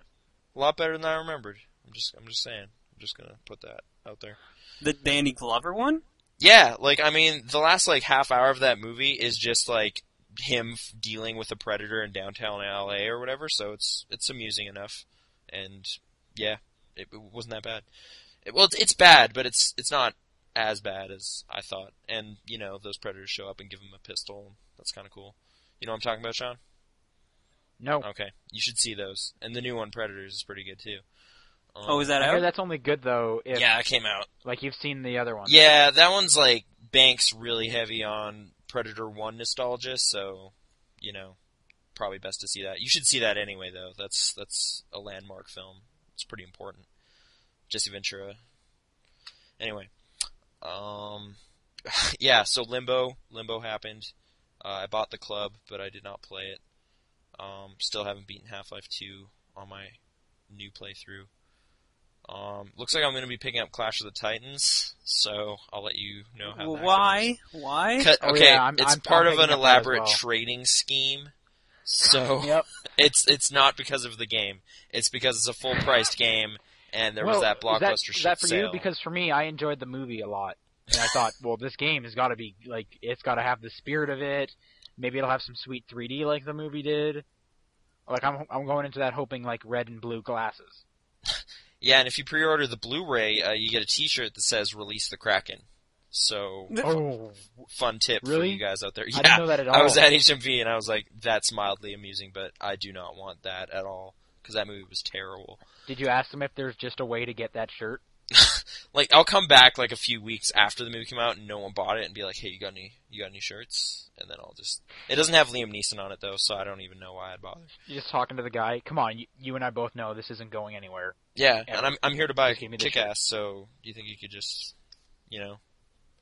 B: a lot better than I remembered. I'm just I'm just saying. I'm just gonna put that out there.
C: The Danny Glover one?
B: Yeah, like I mean, the last like half hour of that movie is just like him f- dealing with a predator in downtown LA or whatever. So it's it's amusing enough, and yeah, it, it wasn't that bad. It, well, it's, it's bad, but it's it's not as bad as I thought. And you know, those predators show up and give him a pistol. That's kind of cool. You know what I'm talking about, Sean?
A: No.
C: Uh,
B: Okay, you should see those. And the new one, Predators, is pretty good too. Um,
C: Oh, is that
A: I hear
C: out?
A: that's only good though if
B: yeah, it came out.
A: like you've seen the other one.
B: Yeah, that one's like banks really heavy on Predator One nostalgia, so you know, probably best to see that. You should see that anyway, though. That's that's a landmark film. It's pretty important. Jesse Ventura. Anyway, um, yeah. So Limbo, Limbo happened. Uh, I bought the club, but I did not play it. Um, still haven't beaten Half Life Two on my new playthrough. Um, looks like I'm going to be picking up Clash of the Titans, so I'll let you know how. that goes.
C: Why? Why?
B: Cut-
A: Oh,
B: okay,
A: yeah, I'm-
B: it's
A: I'm-
B: part
A: I'm
B: of an
A: picking up that as
B: elaborate
A: well.
B: trading scheme. So
A: Yep.
B: it's it's not because of the game. It's because it's a full priced game, and there
A: well,
B: was that blockbuster
A: is that,
B: shit
A: is that for
B: sale.
A: you? Because for me, I enjoyed the movie a lot, and I thought, well, this game has got to be like it's got to have the spirit of it. Maybe it'll have some sweet 3D like the movie did. Like I'm I'm going into that hoping like red and blue glasses.
B: yeah, and if you pre-order the Blu-ray, uh, you get a T-shirt that says "Release the Kraken." So
A: Oh,
B: fun tip
A: Really?
B: for you guys out there.
A: I didn't
B: Yeah,
A: know that at all.
B: I was at HMV and I was like, "That's mildly amusing, but I do not want that at all." Because that movie was terrible.
A: Did you ask them if there's just a way to get that shirt?
B: Like, I'll come back like a few weeks after the movie came out and no one bought it, and be like, "Hey, you got any? You got any shirts?" And then I'll just. It doesn't have Liam Neeson on it though, so I don't even know why I'd bother.
A: You're just talking to the guy. Come on, you, you and I both know this isn't going anywhere.
B: Yeah,
A: Yeah.
B: and I'm I'm here to buy
A: Just give me the
B: kick ass, so do you think you could just you know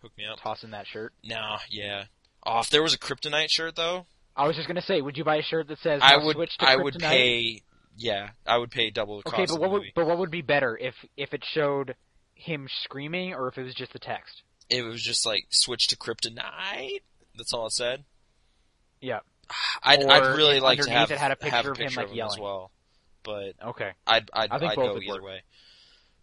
B: hook me up?
A: Tossing that shirt.
B: Nah, yeah. Oh, if there was a kryptonite shirt though,
A: I was just gonna say, would you buy a shirt that says
B: I
A: "Now
B: would
A: switch to
B: I would
A: Kryptonite"?
B: pay yeah, I would pay double the
A: Okay,
B: cost of
A: but
B: the
A: what would
B: movie.
A: but what would be better if if it showed him screaming or if it was just the text?
B: It was just like switch to kryptonite. That's all it said.
A: Yeah.
B: I'd I'd
A: Or
B: really
A: if
B: like to
A: underneath
B: have
A: it had a
B: have
A: picture of him, like,
B: him as
A: yelling.
B: well. But
A: Okay.
B: I'd I'd,
A: I think
B: I'd
A: both
B: go
A: would
B: either
A: work.
B: way.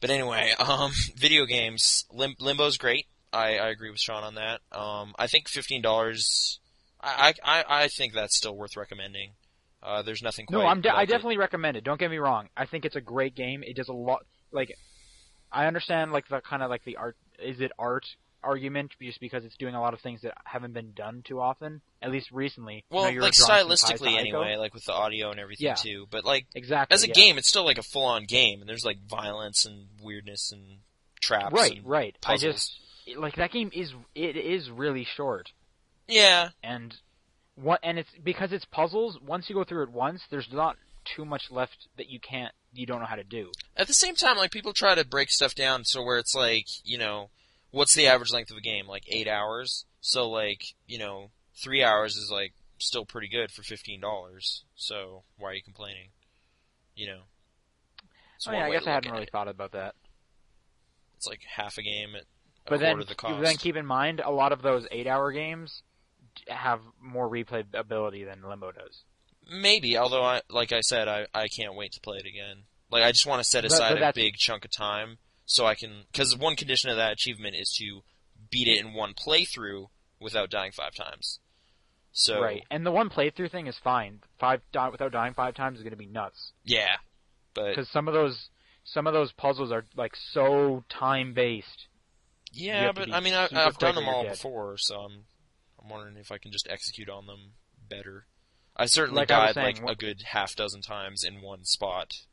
B: But anyway, um, video games. Lim- Limbo's great. I, I agree with Sean on that. Um, I think fifteen dollars. I, I I I think that's still worth recommending. Uh, there's nothing quite.
A: No, I'm de-
B: like
A: I
B: it.
A: definitely recommend it. Don't get me wrong. I think it's a great game. It does a lot. Like, I understand like the kind of like the art is it art argument just because it's doing a lot of things that haven't been done too often, at least recently. I know
B: Well,
A: you were
B: like
A: drawing some ties to
B: stylistically,
A: Ico.
B: anyway, like with the audio and everything
A: Yeah.
B: too. But like
A: Exactly.
B: as a
A: yeah.
B: game, it's still like a full-on game, and there's like violence and weirdness and traps.
A: Right.
B: and-
A: Right. I
B: puzzles.
A: just it- like that game is it is really short
B: Yeah.
A: and what and it's because it's puzzles. Once you go through it once, there's not too much left that you can't you don't know how to do.
B: At the same time, like people try to break stuff down so where it's like, you know, what's the average length of a game? Like eight hours. So like, you know, three hours is like still pretty good for fifteen dollars. So why are you complaining? You know. It's
A: oh
B: one
A: yeah, I
B: way to
A: guess I
B: look
A: hadn't
B: at
A: really
B: it.
A: thought about that.
B: It's like half a game at a
A: but
B: quarter
A: then,
B: of the cost.
A: then keep in mind, a lot of those eight-hour games d- have more replayability than Limbo does.
B: Maybe, although I like I said, I, I can't wait to play it again. Like I just want to set
A: But-
B: aside
A: but
B: a
A: that's-
B: big chunk of time so I can because one condition of that achievement is to beat it in one playthrough without dying five times. So
A: Right, and the one playthrough thing is fine. Five di- without dying five times is going to be nuts
B: yeah, but
A: because some of those some of those puzzles are like so time-based. you
B: yeah,
A: have to
B: but
A: be
B: I mean I,
A: super
B: I've
A: quick
B: done
A: or
B: them
A: you're
B: all
A: dead.
B: before, so I'm I'm wondering if I can just execute on them better. I certainly
A: Like I was
B: died
A: saying,
B: like
A: wha-
B: a good half dozen times in one spot,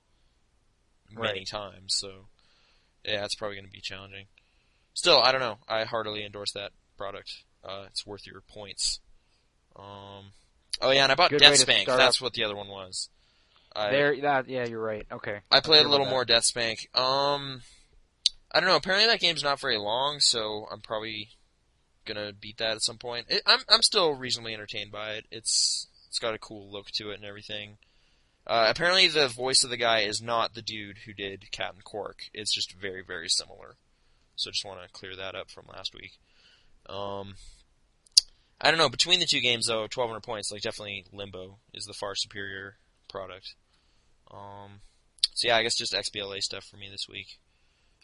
B: many
A: Right.
B: times. So yeah, it's probably going to be challenging. Still, I don't know. I heartily endorse that product. Uh, it's worth your points. Um, oh yeah, and I bought
A: Good way to
B: Deathspank.
A: start
B: That's what the other one was. I,
A: there, that yeah, you're right. Okay,
B: I played a
A: about
B: little
A: that.
B: more Deathspank. Um, I don't know. Apparently that game's not very long, so I'm probably gonna beat that at some point. It, I'm I'm still reasonably entertained by it. It's it's got a cool look to it and everything. Uh, apparently the voice of the guy is not the dude who did Captain Cork. It's just very very similar. So just want to clear that up from last week. Um, I don't know. Between the two games though, 1200 points. Like definitely Limbo is the far superior product. Um, so yeah, I guess just XBLA stuff for me this week.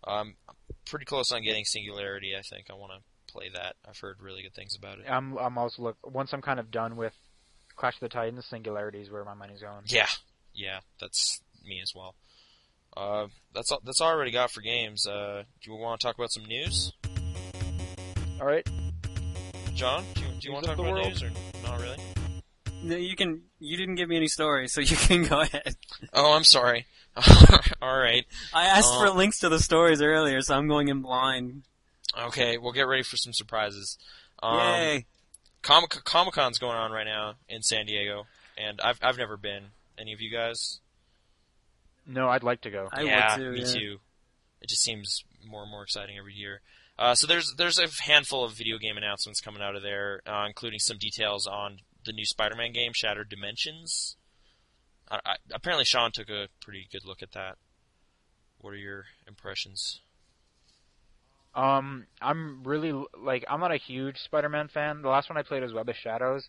B: Um, I'm pretty close on getting Singularity. I think I want to play that. I've heard really good things about it.
A: I'm I'm also look once I'm kind of done with Clash of the Titans, Singularities, where my money's going.
B: Yeah, yeah, that's me as well. Uh, that's all. That's all I already got for games. Uh, do you want to talk about some news,
A: All right,
B: John? Do you, do you
A: News
B: want to talk
A: of the
B: about
A: world.
B: news or not really?
C: No, you can. You didn't give me any stories, so you can go ahead.
B: Oh, I'm sorry. all right.
C: I asked for
B: Um,
C: links to the stories earlier, so I'm going in blind.
B: Okay. We'll get ready for some surprises. Um,
C: Yay!
B: Comic Comic Con's going on right now in San Diego, and I've I've never been. Any of you guys?
A: no, I'd like to go.
C: I
B: yeah,
C: would too.
B: me
C: yeah.
B: too. It just seems more and more exciting every year. Uh, so there's there's a handful of video game announcements coming out of there, uh, including some details on the new Spider-Man game, Shattered Dimensions. I, I, apparently, Sean took a pretty good look at that. What are your impressions?
A: Um, I'm really like I'm not a huge Spider-Man fan. The last one I played was Web of Shadows,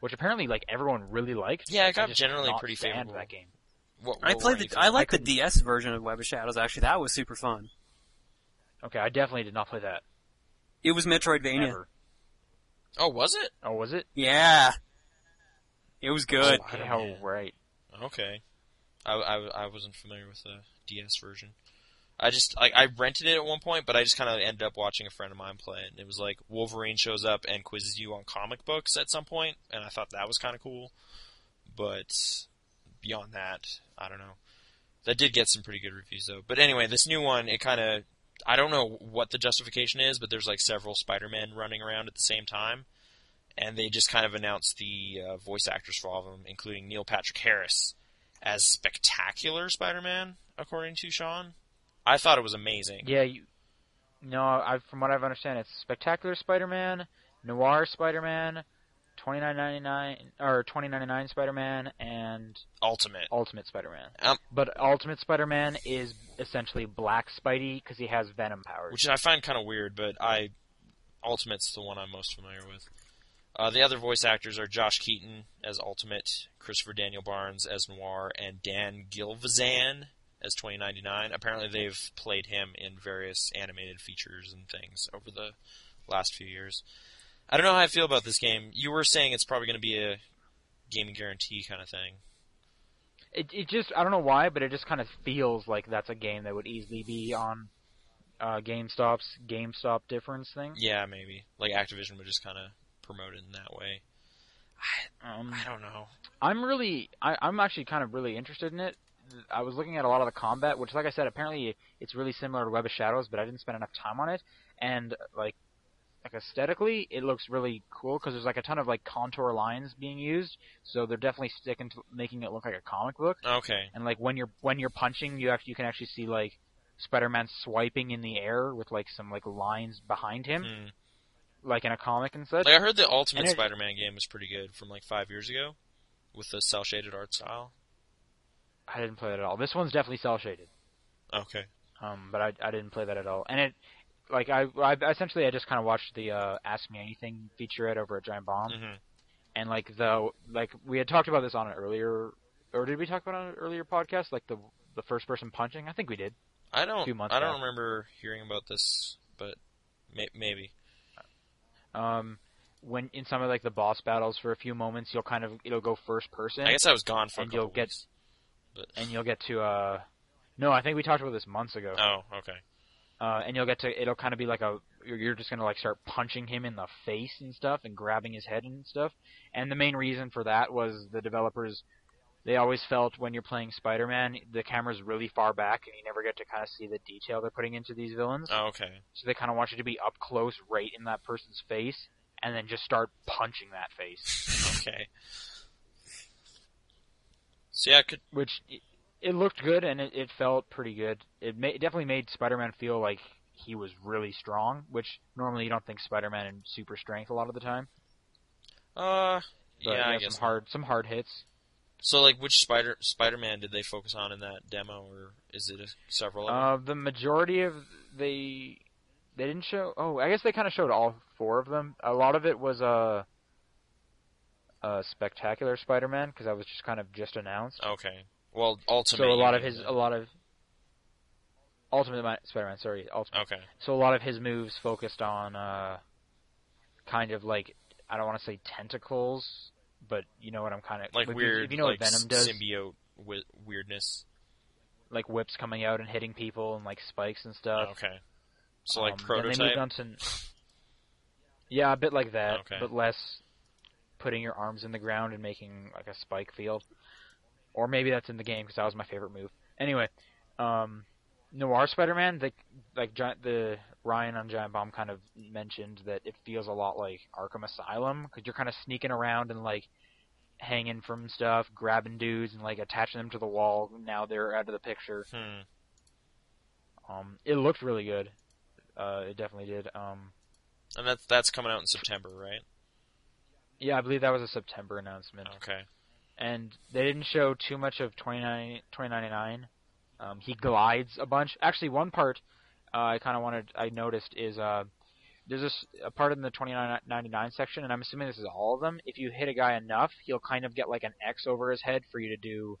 A: which apparently like everyone really liked.
B: Yeah, it
A: I
B: got
A: just
B: generally
A: cannot
B: pretty
A: stand
B: favorable.
A: That game.
B: What,
C: I
B: what
C: played
B: were you
C: the. I
B: thinking?
C: like the DS version of Web of Shadows. Actually, that was super fun.
A: Okay, I definitely did not play that
C: It was Metroidvania.
A: ever.
B: Oh, was it?
A: Oh, was it?
C: Yeah. It was good.
B: Oh, I don't
A: Yeah,
B: know.
A: right.
B: Okay. I, I, I wasn't familiar with the DS version. I just like I rented it at one point, but I just kind of ended up watching a friend of mine play it, and it was like Wolverine shows up and quizzes you on comic books at some point, and I thought that was kind of cool. But beyond that, I don't know. That did get some pretty good reviews though. But anyway, this new one, it kind of I don't know what the justification is, but there's like several Spider-Men running around at the same time, and they just kind of announced the uh, voice actors for all of them, including Neil Patrick Harris as spectacular Spider-Man, according to Sean. I thought it was amazing.
A: Yeah, you. No, I from what I've understand, it's Spectacular Spider-Man, Noir Spider-Man, 29.99 or 20.99 Spider-Man, and
B: Ultimate.
A: Ultimate Spider-Man.
B: Um,
A: but Ultimate Spider-Man is essentially Black Spidey because he has Venom powers.
B: Which I find kind of weird, but I Ultimate's the one I'm most familiar with. Uh, the other voice actors are Josh Keaton as Ultimate, Christopher Daniel Barnes as Noir, and Dan Gilvezan as 2099. Apparently, they've played him in various animated features and things over the last few years. I don't know how I feel about this game. You were saying it's probably going to be a gaming guarantee kind of thing.
A: It it just I don't know why, but it just kind of feels like that's a game that would easily be on uh, GameStop's GameStop difference thing.
B: Yeah, maybe like Activision would just kind of promote it in that way. I
A: Um,
B: I don't know.
A: I'm really I, I'm actually kind of really interested in it. I was looking at a lot of the combat, which, like I said, apparently it's really similar to Web of Shadows, but I didn't spend enough time on it. And like, like aesthetically, it looks really cool because there's like a ton of like contour lines being used, so they're definitely sticking to making it look like a comic book.
B: Okay,
A: And like when you're when you're punching, you actually you can actually see like Spider-Man swiping in the air with like some like lines behind him,
B: Hmm.
A: like in a comic and such.
B: like I heard the Ultimate
A: And it-
B: Spider-Man game was pretty good from like five years ago, with the cell shaded art style.
A: I didn't play that at all. This one's definitely cel shaded.
B: Okay,
A: um, but I, I didn't play that at all. And it, like, I, I essentially I just kind of watched the uh, Ask Me Anything featurette over at Giant Bomb,
B: hmm
A: and like the like we had talked about this on an earlier, or did we talk about it on an earlier podcast? Like the the first person punching, I think we did.
B: I don't
A: Few months
B: I don't
A: back.
B: remember hearing about this, but may- maybe.
A: Um, when in some of like the boss battles, for a few moments, you'll kind of it'll go first person,
B: I guess I was gone for a
A: and
B: couple
A: you'll get-
B: weeks. But,
A: and you'll get to uh, no, I think we talked about this months ago.
B: oh, okay.
A: uh, and you'll get to it'll kind of be like a you're you're just gonna like start punching him in the face and stuff and grabbing his head and stuff and the main reason for that was the developers they always felt when you're playing spider-man the camera's really far back and you never get to kind of see the detail they're putting into these villains
B: Oh, okay.
A: so they kind of want you to be up close right in that person's face and then just start punching that face
B: okay. So yeah, I could
A: which it, it looked good and it, it felt pretty good it, ma- it definitely made spider-man feel like he was really strong which normally you don't think spider-man and super strength a lot of the time
B: uh
A: But
B: yeah, I
A: yeah,
B: guess
A: some hard some hard hits.
B: So like which Spider Spider-Man did they focus on in that demo or is it a, several of them?
A: Uh, the majority of they they didn't show. Oh, I guess they kind of showed all four of them. A lot of it was uh, uh spectacular Spider-Man because that was just kind of just announced.
B: Okay. Well, ultimate.
A: so a
B: you
A: lot of
B: mean,
A: his
B: then.
A: a lot of Ultimate Mi- Spider-Man, sorry, Ultimate.
B: Okay.
A: So a lot of his moves focused on uh, kind of like I don't want to say tentacles, but you know what I'm kind of
B: Like
A: if you-
B: weird
A: If you know
B: like
A: what Venom does,
B: symbiote wi- weirdness.
A: like whips coming out and hitting people and like spikes and stuff.
B: okay. So like
A: Uh, Um, then They
B: prototype.
A: moved on to, yeah, a bit like that,
B: Okay.
A: but less putting your arms in the ground and making like a spike field. Or maybe that's in the game because that was my favorite move. Anyway, um, Noir Spider-Man, the, like Gi- the Ryan on Giant Bomb kind of mentioned that it feels a lot like Arkham Asylum because you're kind of sneaking around and like hanging from stuff, grabbing dudes, and like attaching them to the wall. Now they're out of the picture.
B: Hmm.
A: Um, it looked really good. Uh, it definitely did. Um,
B: And that's that's coming out in September, right?
A: yeah, I believe that was a September announcement,
B: Okay.
A: and they didn't show too much of 29 2099. Um, he glides a bunch. Actually, one part uh, I kind of wanted I noticed is uh, there's this a part in the 2999 section, and I'm assuming this is all of them. If you hit a guy enough, he'll kind of get like an X over his head for you to do,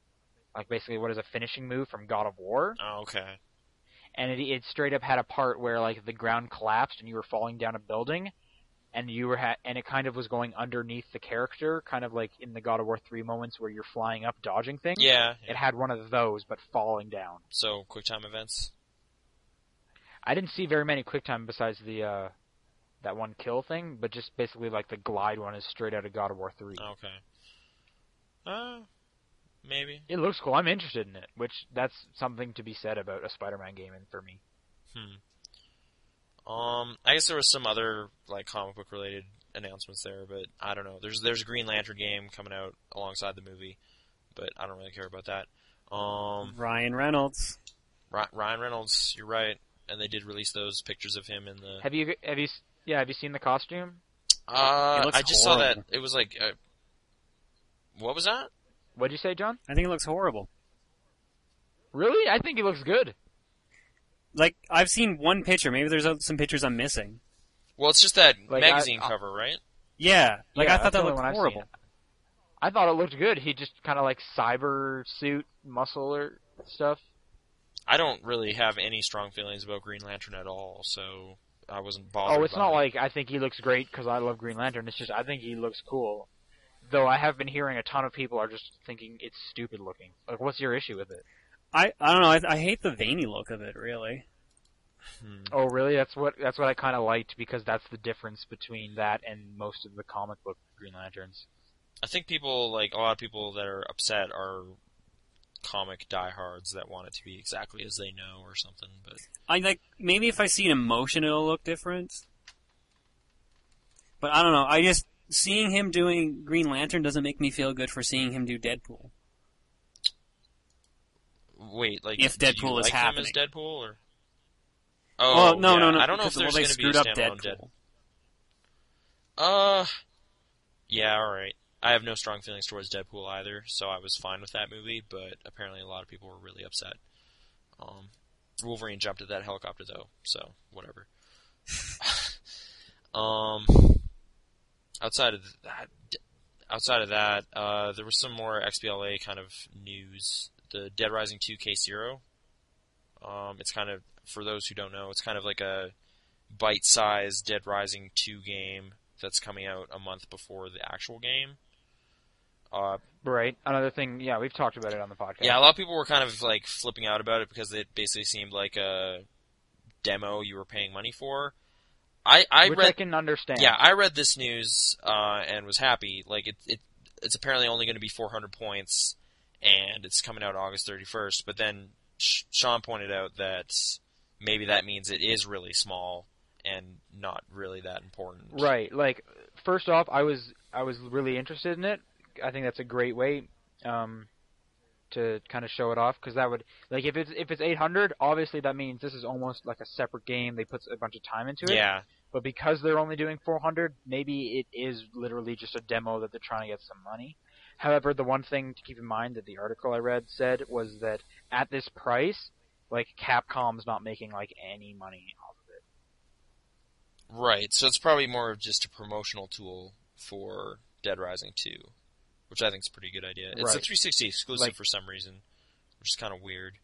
A: like basically what is a finishing move from God of War.
B: Oh, okay.
A: and it, it straight up had a part where like the ground collapsed and you were falling down a building and you were ha- and it kind of was going underneath the character kind of like in the God of War 3 moments where you're flying up dodging things
B: Yeah. yeah.
A: it had one of those but falling down
B: So QuickTime events.
A: i didn't see very many quick time besides the uh that one kill thing but just basically like the glide one is straight out of God of War 3
B: Okay. Uh, maybe.
A: it looks cool i'm interested in it which that's something to be said about a Spider-Man game and for me
B: Hmm. Um, I guess there was some other like comic book related announcements there, but I don't know. There's there's a Green Lantern game coming out alongside the movie, but I don't really care about that.
A: Oh,
B: Um,
C: Ryan Reynolds.
B: Ry- Ryan Reynolds, you're right, and they did release those pictures of him in the.
A: have you have you s- yeah have you seen the costume
B: Uh,
C: It looks
B: I just saw that
C: horrible.
B: it was like, uh, what was that?
A: what'd you say john
C: I think it looks horrible.
A: really i think it looks good
C: Like I've seen one picture. Maybe there's uh, some pictures I'm missing.
B: Well, it's just that
A: Like, I-
B: magazine
A: I-
B: cover, right?
C: Yeah. Like
A: Yeah,
C: I thought
A: that's the
C: that
A: only
C: looked
A: one I've seen.
C: horrible.
A: I thought it looked good. He just kind of like cyber suit, muscle or stuff.
B: I don't really have any strong feelings about Green Lantern at all, so I wasn't bothered.
A: Oh, it's
B: by
A: not
B: it.
A: like I think he looks great because I love Green Lantern. It's just I think he looks cool. though I have been hearing a ton of people are just thinking it's stupid looking. Like, what's your issue with it?
D: I I don't know. I, I hate the veiny look of it. Really.
B: Hmm.
A: Oh, really? That's what that's what I kind of liked because that's the difference between that and most of the comic book Green Lanterns.
B: I think people like a lot of people that are upset are comic diehards that want it to be exactly as they know or something. But
D: I like maybe if I see an emotion, it'll look different. But I don't know. I just seeing him doing Green Lantern doesn't make me feel good for seeing him do Deadpool.
B: wait, like
D: If
B: do you
D: Deadpool is
B: like
D: happening.
B: him as Deadpool or oh
D: well, no,
B: yeah.
D: no, no.
B: I don't know if
D: because, well,
B: there's
D: they
B: going to be a
D: screwed up
B: standalone
D: Deadpool.
B: Deadpool. Uh, yeah, all right. I have no strong feelings towards Deadpool either, so I was fine with that movie. But apparently, a lot of people were really upset. Um, Wolverine jumped at that helicopter though, so whatever. um, outside of that, outside of that, uh, there was some more XBLA kind of news. The Dead Rising Two K Zero. Um, it's kind of for those who don't know, it's kind of like a bite-sized Dead Rising Two game that's coming out a month before the actual game. Uh,
A: Right. Another thing, yeah, we've talked about it on the podcast.
B: yeah, a lot of people were kind of like flipping out about it because it basically seemed like a demo you were paying money for. I I
A: which I
B: read
A: can understand.
B: yeah I read this news uh, and was happy. Like it, it it's apparently only going to be 400 points and it's coming out August 31st. But then Sh- Sean pointed out that maybe that means it is really small and not really that important.
A: Right. Like first off, I was I was really interested in it. I think that's a great way um, to kind of show it off because that would like if it's if it's 800, obviously that means this is almost like a separate game. They put a bunch of time into it.
B: Yeah.
A: But because they're only doing 400, maybe it is literally just a demo that they're trying to get some money. However, the one thing to keep in mind that the article I read said was that at this price, like Capcom's not making like any money off of it.
B: Right. So it's probably more of just a promotional tool for Dead Rising 2, which I think is a pretty good idea. It's a
A: Right.
B: 360 exclusive
A: Like-
B: for some reason, which is kind of weird.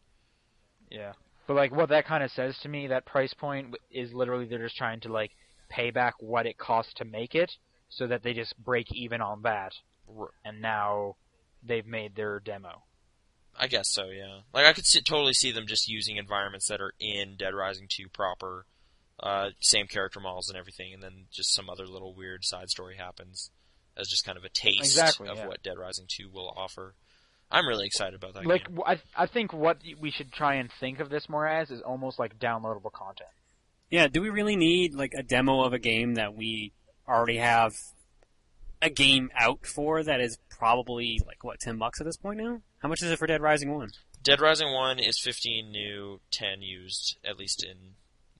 A: Yeah. But like what that kind of says to me, that price point w- is literally they're just trying to like pay back what it costs to make it, so that they just break even on that,
B: R-
A: and now they've made their demo.
B: I guess so, yeah. Like I could see, totally see them just using environments that are in Dead Rising 2 proper, uh, same character models and everything, and then just some other little weird side story happens as just kind of a taste
A: Exactly,
B: of
A: yeah.
B: what Dead Rising 2 will offer. I'm really excited about that
A: Like
B: game.
A: wh- I, I think what y- we should try and think of this more as is almost like downloadable content.
D: Yeah, do we really need like a demo of a game that we already have a game out for that is probably like what ten bucks at this point now? How much is it for Dead Rising One?
B: Dead Rising 1 is 15 new, 10 used, at least in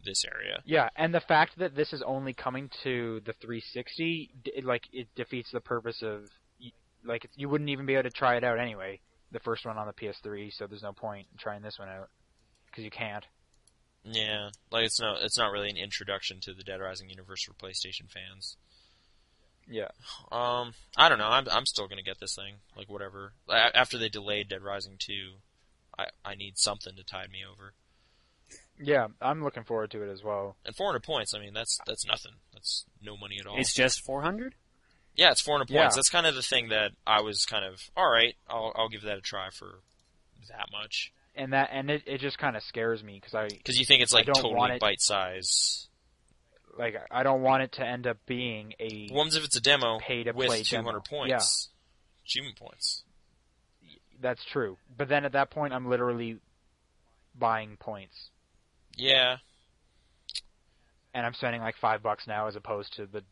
B: this area.
A: Yeah, and the fact that this is only coming to the 360, d- it, like it defeats the purpose of y- like you wouldn't even be able to try it out anyway. The first one on the PS3, so there's no point in trying this one out because you can't.
B: Yeah, like it's not it's not really an introduction to the Dead Rising universe for PlayStation fans.
A: Yeah.
B: Um, I don't know. I'm I'm still gonna get this thing. Like whatever. A- After they delayed Dead Rising two, I I need something to tide me over.
A: Yeah, I'm looking forward to it as well.
B: And 400 points. I mean, that's that's nothing. That's no money at all.
D: It's just four hundred.
B: yeah, it's 400
A: Yeah.
B: points. That's kind of the thing that I was kind of all right. I'll I'll give that a try for that much
A: And that and it, it just kind of scares me because I
B: because you think it's
A: I
B: like
A: don't want
B: totally
A: it-
B: bite size.
A: like I don't want it to end up being a
B: Ones if it's a demo
A: Pay to play
B: with 200
A: demo.
B: points, achievement points.
A: that's true. But then at that point, I'm literally buying points.
B: Yeah.
A: and I'm spending like five bucks now as opposed to the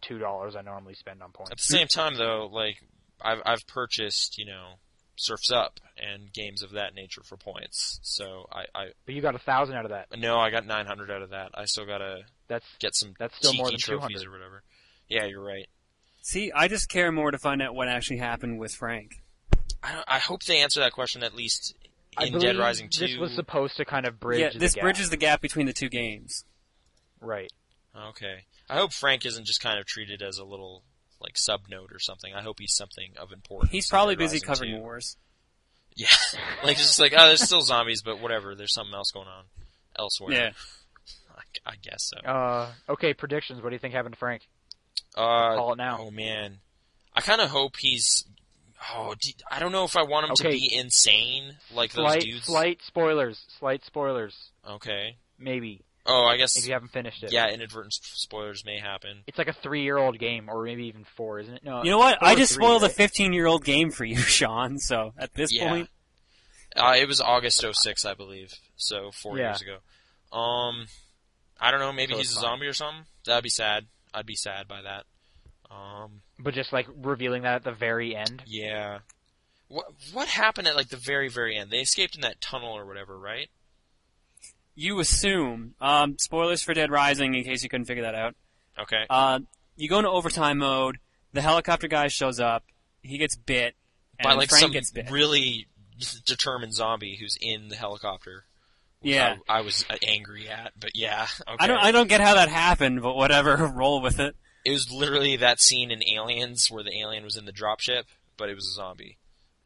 A: two dollars I normally spend on
B: At the
A: points.
B: same time, though, like I've I've purchased you know Surfs Up and games of that nature for points. So I, I
A: But you got a thousand out of that.
B: no, I got 900 out of that. I still gotta
A: That's
B: get some
A: that's still
B: tiki
A: more than two
B: trophies
A: hundred.
B: or whatever. Yeah, you're right.
D: See, I just care more to find out what actually happened with Frank.
B: I don't- I hope they answer that question at least
A: I
B: in
A: believe
B: Dead Rising 2.
A: This was supposed to kind of bridge.
D: yeah,
A: the
D: this
A: gap.
D: bridges the gap between the two games.
A: right.
B: okay. I hope Frank isn't just kind of treated as a little like sub note or something. I hope he's something of importance.
D: He's
B: in
D: probably
B: Dead
D: busy
B: Rising
D: covering
B: 2.
D: wars.
B: Yeah, like just like oh, there's still zombies, but whatever. There's something else going on elsewhere.
D: Yeah.
B: I, I guess so.
A: Uh, okay, predictions. What do you think happened to Frank?
B: Uh,
A: Call it now.
B: Oh man, I kind of hope he's. Oh, do, I don't know if I want him to
A: Okay.
B: be insane like
A: slight,
B: those dudes.
A: slight spoilers, slight spoilers,
B: Okay.
A: maybe
B: Oh, I guess.
A: if you haven't finished it.
B: yeah, inadvertent s- spoilers may happen.
A: it's like a three-year-old game, or maybe even four, isn't it?
B: Uh,
A: No,
D: You know what? I
A: four or
D: just
A: three,
D: spoiled a
A: right?
D: 15 year old game for you, Sean. So at this
B: Yeah.
D: point,
B: Uh, it was August 06, I believe, so four
A: Yeah.
B: years ago. Um, I don't know. Maybe
A: So
B: he's a
A: it's fine.
B: zombie or something. That'd be sad. I'd be sad by that. Um,
A: but just like revealing that at the very end.
B: yeah. What what happened at like the very very end? They escaped in that tunnel or whatever, right?
D: you assume.
C: Um, spoilers for Dead Rising, in case you couldn't figure that out.
B: Okay.
C: Uh, you go into overtime mode. The helicopter guy shows up. He gets bit. And
B: by like
C: Frank
B: some
C: gets bit.
B: really determined zombie who's in the helicopter. which
C: yeah.
B: I, I was uh, angry at, but yeah. Okay.
C: I don't. I don't get how that happened, but whatever. Roll with it.
B: It was literally that scene in Aliens where the alien was in the dropship, but it was a zombie,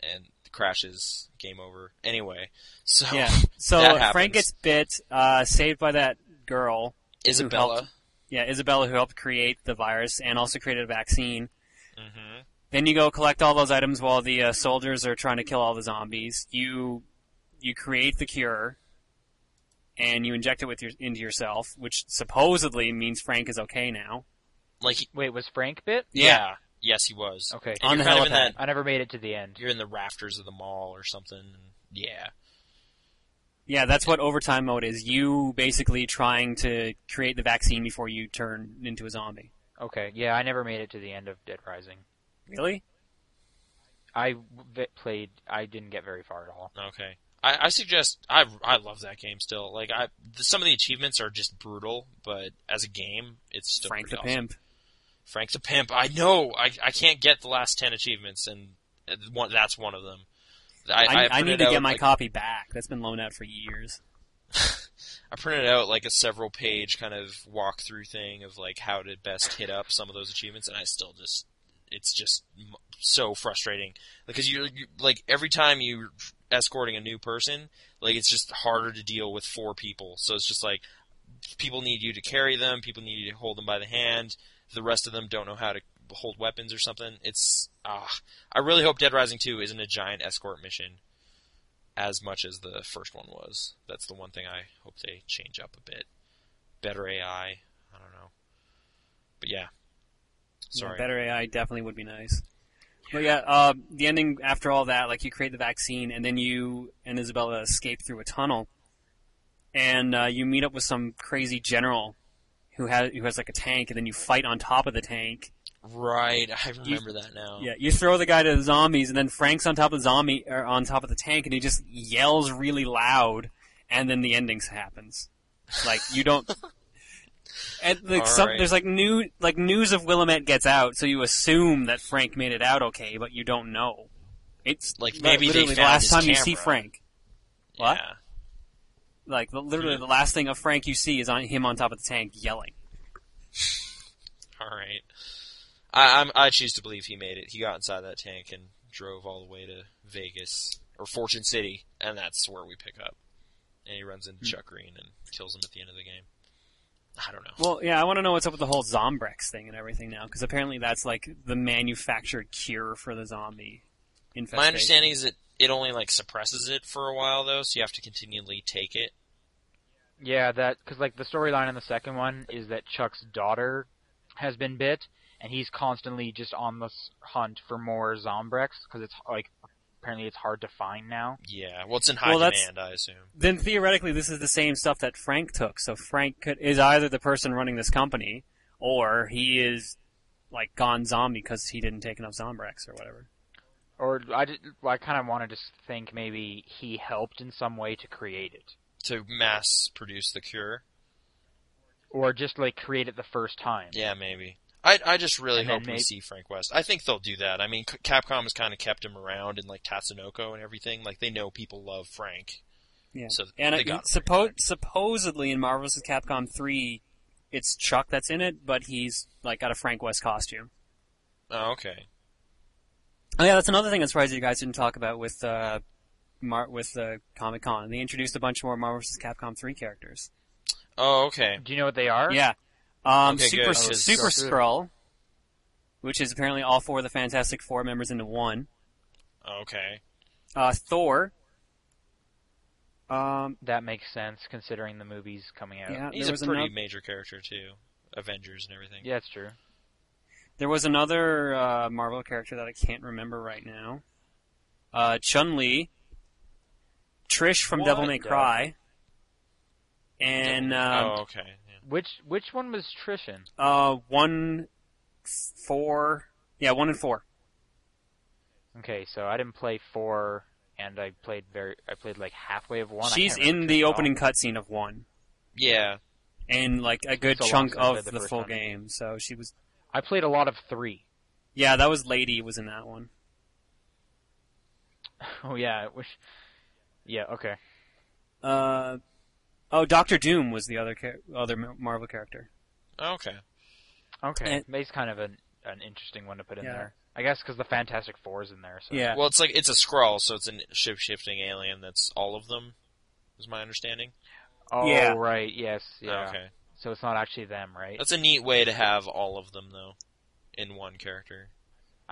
B: and crashes. Game over. Anyway, so
C: Yeah. So
B: Oh, That
C: uh, Frank
B: happens.
C: gets bit. Uh, saved by that girl.
B: Isabella.
C: Yeah, Isabella, who helped create the virus and also created a vaccine.
B: hmm
C: Then you go collect all those items while the uh, soldiers are trying to kill all the zombies. You you create the cure, and you inject it with your into yourself, which supposedly means Frank is okay now.
B: Like he,
A: Wait, was Frank bit?
B: yeah.
C: Yeah.
B: yes, he was.
A: Okay,
B: And
C: On
B: you're
C: the
B: kind of in
C: helipad.
B: that.
A: I never made it to the end.
B: You're in the rafters of the mall or something. and- Yeah.
C: Yeah, that's what overtime mode is. You basically trying to create the vaccine before you turn into a zombie.
A: Okay, yeah, I never made it to the end of Dead Rising.
C: Really?
A: I v- played. I didn't get very far at all.
B: Okay. I, I suggest I I love that game still. Like I the, some of the achievements are just brutal, but as a game, it's still
C: Frank the
B: pretty awesome.
C: pimp.
B: Frank the Pimp. I know. I I can't get the last ten achievements, and uh, one, that's one of them. I,
C: I, I
B: printed
C: need to
B: out,
C: get my
B: like,
C: copy back. That's been loaned out for years.
B: I printed out like a several page kind of walkthrough thing of like how to best hit up some of those achievements, and I still just it's just m- so frustrating because you, you like every time you escorting a new person, like it's just harder to deal with four people. So it's just like people need you to carry them, people need you to hold them by the hand. The rest of them don't know how to hold weapons or something. It's ah, I really hope Dead Rising Two isn't a giant escort mission as much as the first one was. That's the one thing I hope they change up a bit. Better AI, I don't know. But yeah.
C: Yeah,
B: Sorry.
C: better AI definitely would be nice. But yeah, uh, the ending after all that, like you create the vaccine, and then you and Isabella escape through a tunnel, and uh, you meet up with some crazy general who has who has like a tank, and then you fight on top of the tank,
B: Right, I remember that now.
C: Yeah, you throw the guy to the zombies, and then Frank's on top of the zombie or on top of the tank, and he just yells really loud, and then the endings happens. Like you don't. And like
B: All
C: some,
B: right.
C: there's like new like news of Willamette gets out, so you assume that Frank made it out okay, but you don't know. It's
B: Like,
C: li-
B: maybe they
C: literally the
B: found
C: last
B: his
C: time you see
B: camera.
C: Frank. What?
B: Yeah.
C: Like the- literally
B: Hmm.
C: the last thing of Frank you see is on him on top of the tank yelling.
B: All right. I, I'm, I choose to believe he made it. He got inside that tank and drove all the way to Vegas or Fortune City, and that's where we pick up. And he runs
C: Hmm.
B: into Chuck Green and kills him at the end of the game. I don't know.
C: Well, yeah, I want to know what's up with the whole Zombrex thing and everything now, because apparently that's like the manufactured cure for the zombie infestation.
B: My understanding is that it only like suppresses it for a while though, so you have to continually take it.
A: Yeah, that because like the storyline in the second one is that Chuck's daughter has been bit, and he's constantly just on this hunt for more Zombrex because it's like apparently it's hard to find now.
B: Yeah. Well, it's in high
C: Well, that's-
B: demand, I assume.
C: Then theoretically, this is the same stuff that Frank took. So Frank could, is either the person running this company, or he is like gone zombie because he didn't take enough Zombrex or whatever.
A: Or I did, I kind of wanted to s- think maybe he helped in some way to create it,
B: To mass produce the cure.
A: or just like create it the first time.
B: Yeah, maybe. I I just really
A: And then
B: hope we
A: may-
B: see Frank West. I think they'll do that. I mean, C- Capcom has kind of kept him around in like Tatsunoko and everything. Like they know people love Frank.
C: Yeah.
B: So
C: and
B: they
C: it,
B: got him.
C: suppo- supposedly in Marvel's Capcom three, it's Chuck that's in it, but he's like got a Frank West costume.
B: Oh, okay.
C: Oh yeah, that's another thing I'm surprised you guys didn't talk about with uh, Mar- with uh, Comic Con. They introduced a bunch more Marvel vs. Capcom three characters.
B: Oh, okay.
A: Do you know what they are?
C: Yeah, um,
B: Okay,
C: Super
B: good, 'cause-
C: Super Skrull, which is apparently all four of the Fantastic Four members into one.
B: Okay.
C: Uh, Thor. Um,
A: That makes sense considering the movies coming out.
C: yeah,
B: He's
C: Uh,
B: a
C: there was
B: pretty
C: another-
B: major character too. Avengers and everything.
A: Yeah, it's true.
C: There was another uh, Marvel character that I can't remember right now. Uh, Chun Li, Trish from
B: What
C: Devil May
B: the-
C: Cry, and um,
B: oh, okay. Yeah.
A: Which which one was Trish in?
C: uh, one, four, yeah, one and four.
A: Okay, so I didn't play four, and I played very. I played like halfway of one. I
C: She's
A: can't remember
C: in the
A: Trish at all.
C: opening cutscene of one,
B: Yeah.
C: and like a good
A: So long
C: chunk
A: since I
C: of
A: played
C: the,
A: the first
C: full
A: one.
C: game. So she was,
A: I played a lot of three.
C: yeah, that was Lady was in that one.
A: Oh yeah, which. Yeah. Okay.
C: Uh, oh, Doctor Doom was the other char- other Mar- Marvel character.
B: Okay.
A: Okay.
C: And-
A: May's kind of an an interesting one to put in
C: Yeah.
A: there. I guess because the Fantastic Four's in there. So.
C: Yeah.
B: Well, it's like it's a scroll, so it's a ship shifting alien. That's all of them. Is my understanding?
A: Oh
C: Yeah.
A: right. Yes. Yeah.
B: Okay.
A: So it's not actually them, right?
B: That's a neat way to have all of them though, in one character.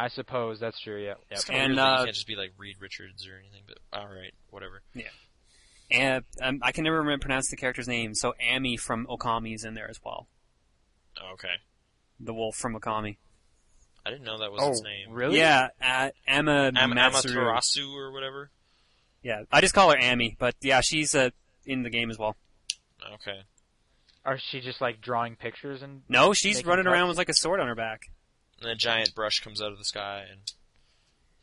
A: I suppose that's true. Yeah. Yep.
B: It's kind of
C: And,
B: weird that
C: uh,
B: you can't just be like Reed Richards or anything. But all right, whatever.
C: And um, I can never remember pronounce the character's name. So Amy from Okami is in there as well.
B: Okay.
C: The wolf from Okami.
B: I didn't know that was
A: Oh
B: his name.
A: really?
C: Yeah, uh, Emma
B: Am-
C: Matsuru.
B: Amaterasu or whatever.
C: Yeah, I just call her Amy, but yeah, she's uh, in the game as well.
B: Okay.
A: Or she just like drawing pictures and
C: No, she's
A: Making
C: running around
A: cuts.
C: with like a sword on her back.
B: And a giant brush comes out of the sky and.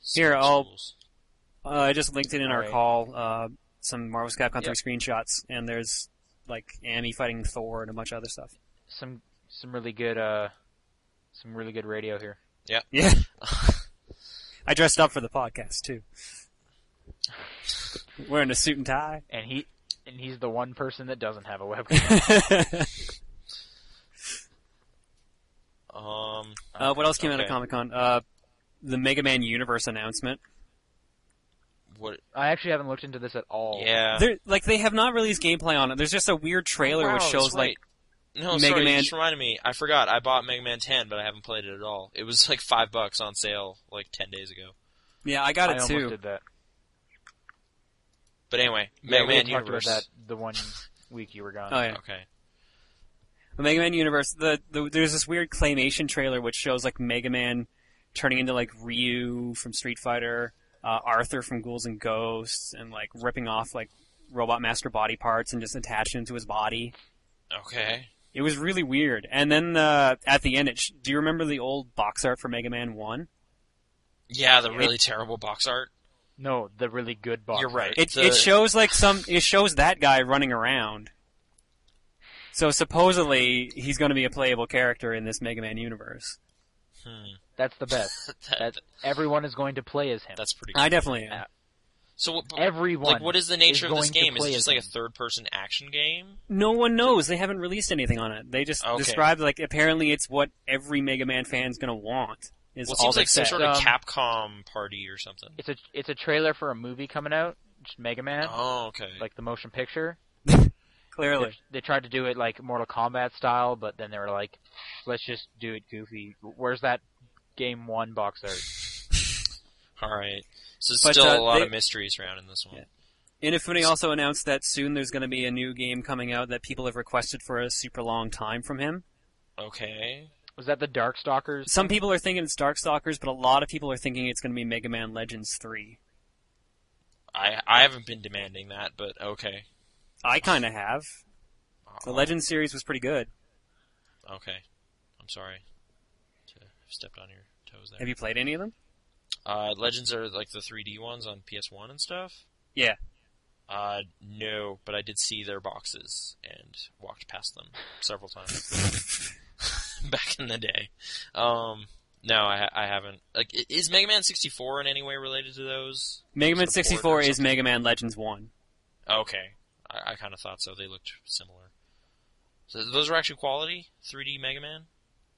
C: Here, I'll-
B: Tools.
C: Uh, I just linked it in our
A: Alright.
C: call. Uh, some Marvel vs. Capcom
A: Yeah.
C: 3 screenshots, and there's like Amy fighting Thor and a bunch of other stuff.
A: some some really good uh some really good radio here.
C: Yeah, I dressed up for the podcast too. Wearing a suit and tie.
A: And he and he's the one person that doesn't have a webcam.
B: um.
C: Uh, what else came out of
B: Okay.
C: Comic Con? Uh, the Mega Man universe announcement.
B: What?
A: I actually haven't looked into this at all.
B: Yeah. Oh,
C: They're, like they have not released gameplay on it. There's just a weird trailer
B: Wow,
C: which
B: that's
C: shows
B: right.
C: like
B: No,
C: Mega
B: sorry,
C: Man-
B: you just reminded me. I forgot. I bought Mega Man 10, but I haven't played it at all. It was like five bucks on sale like ten days ago.
C: yeah, I got
A: I
C: it
A: almost
C: too.
A: did that.
B: But anyway,
A: Yeah,
B: Mega
A: we
B: Man
A: had talked
B: Universe.
A: about that the one week you were gone.
C: Oh yeah,
B: Okay.
C: the Mega Man universe. The, the there's this weird claymation trailer which shows like Mega Man turning into like Ryu from Street Fighter, uh, Arthur from Ghouls and Ghosts, and like ripping off like Robot Master body parts and just attaching them to his body.
B: Okay.
C: It was really weird. And then uh, at the end, it sh- do you remember the old box art for Mega Man One?
B: Yeah, the really terrible box art.
A: No, the really good box.
B: You're right.
A: art.
C: It
B: The-
C: it shows like some it shows that guy running around. So supposedly he's going to be a playable character in this Mega Man universe.
B: Hmm.
A: That's the best.
B: That,
A: That everyone is going to play as him.
B: that's pretty. Cool.
C: I definitely am.
B: So what? but,
A: everyone.
B: Like, what is the nature of
A: going
B: this
A: to
B: game? Is
A: play
B: it just
A: as
B: like a
A: him.
B: third-person action game?
C: No one knows. They haven't released anything on it. They just
B: Okay.
C: described like apparently it's what every Mega Man fan's going to want. Is
B: Well, it
C: all
B: seems
C: they
B: like some
C: said.
B: sort of
A: Um,
B: Capcom party or something.
A: It's a it's a trailer for a movie coming out, just Mega Man,
B: Oh, okay.
A: like the motion picture.
C: Clearly,
A: They tried to do it like Mortal Kombat style, but then they were like, let's just do it goofy. Where's that game one box art?
B: All right. So
C: But,
B: still a
C: uh,
B: lot
C: they-
B: of mystery surrounding this one.
C: Yeah. Inafune also announced that soon there's going to be a new game coming out that people have requested for a super long time from him.
B: Okay.
A: Was that the Darkstalkers?
C: Some people are thinking it's Darkstalkers, but a lot of people are thinking it's going to be Mega Man Legends 3.
B: I I haven't been demanding that, but okay.
C: I kind of have. The
B: Oh,
C: Legends series was pretty good.
B: Uh, Okay. I'm sorry to have stepped on your toes there.
C: Have you played any of them?
B: Uh, Legends are like the 3D ones on PS1 and stuff.
C: Yeah.
B: Uh, no, but I did see their boxes and walked past them several times back in the day. Um, no, I ha- I haven't. Like, i- is Mega Man 64 in any way related to those?
C: Mega Man
B: Support or
C: 64 is
B: something.
C: Mega Man Legends 1.
B: Okay, I, I kind of thought so. They looked similar. So those are actually quality 3D Mega Man.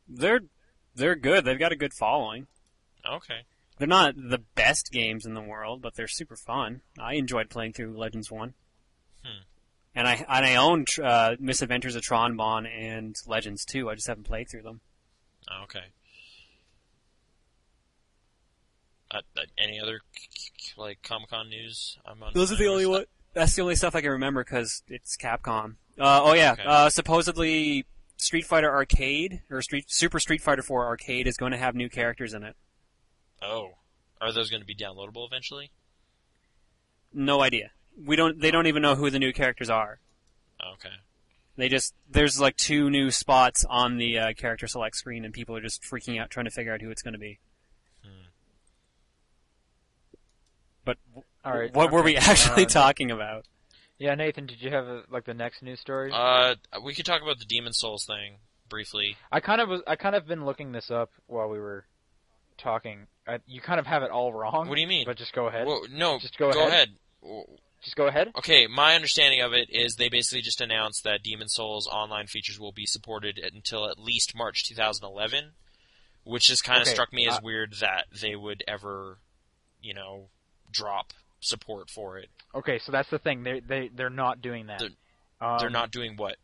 C: They're they're good. They've got a good following.
B: Okay.
C: They're not the best games in the world, but they're super fun. I enjoyed playing through Legends 1.
B: Hmm.
C: And I and I own tr- uh, Misadventures
B: Oh,
C: of Tron Bon and Legends 2. I just haven't played through them.
B: Okay. Uh, uh, any other like Comic Con news? I'm on.
C: Those are the only one. That's the only stuff I can remember because it's Capcom. Uh, oh yeah,
B: Okay.
C: uh, supposedly Street Fighter Arcade or Street Super Street Fighter 4 Arcade is going to have new characters in it.
B: Oh, are those going to be downloadable eventually?
C: No idea. We don't. They don't even know who the new characters are.
B: Oh, Okay.
C: They just there's like two new spots on the uh, character select screen, and people are just freaking out trying to figure out who it's going to be.
B: Hmm.
C: But
A: All right.
C: what were
A: okay.
C: we actually
A: Uh,
C: talking about?
A: Yeah, Nathan, did you have uh like the next news story?
B: Uh, we could talk about the Demon Souls thing briefly.
A: I kind of was. I kind of been looking this up while we were talking. I, you kind of have it all wrong.
B: What do you mean?
A: But just go ahead.
B: Whoa, no,
A: Just go
B: Go
A: ahead.
B: ahead. W-
A: Just go ahead.
B: Okay, my understanding of it is they basically just announced that Demon Souls online features will be supported until at least March 2011, which just kind of
A: Okay,
B: struck me as
A: uh,
B: weird that they would ever, you know, drop support for it.
A: Okay, so that's the thing. They they they're not doing that. um,
B: They're not doing what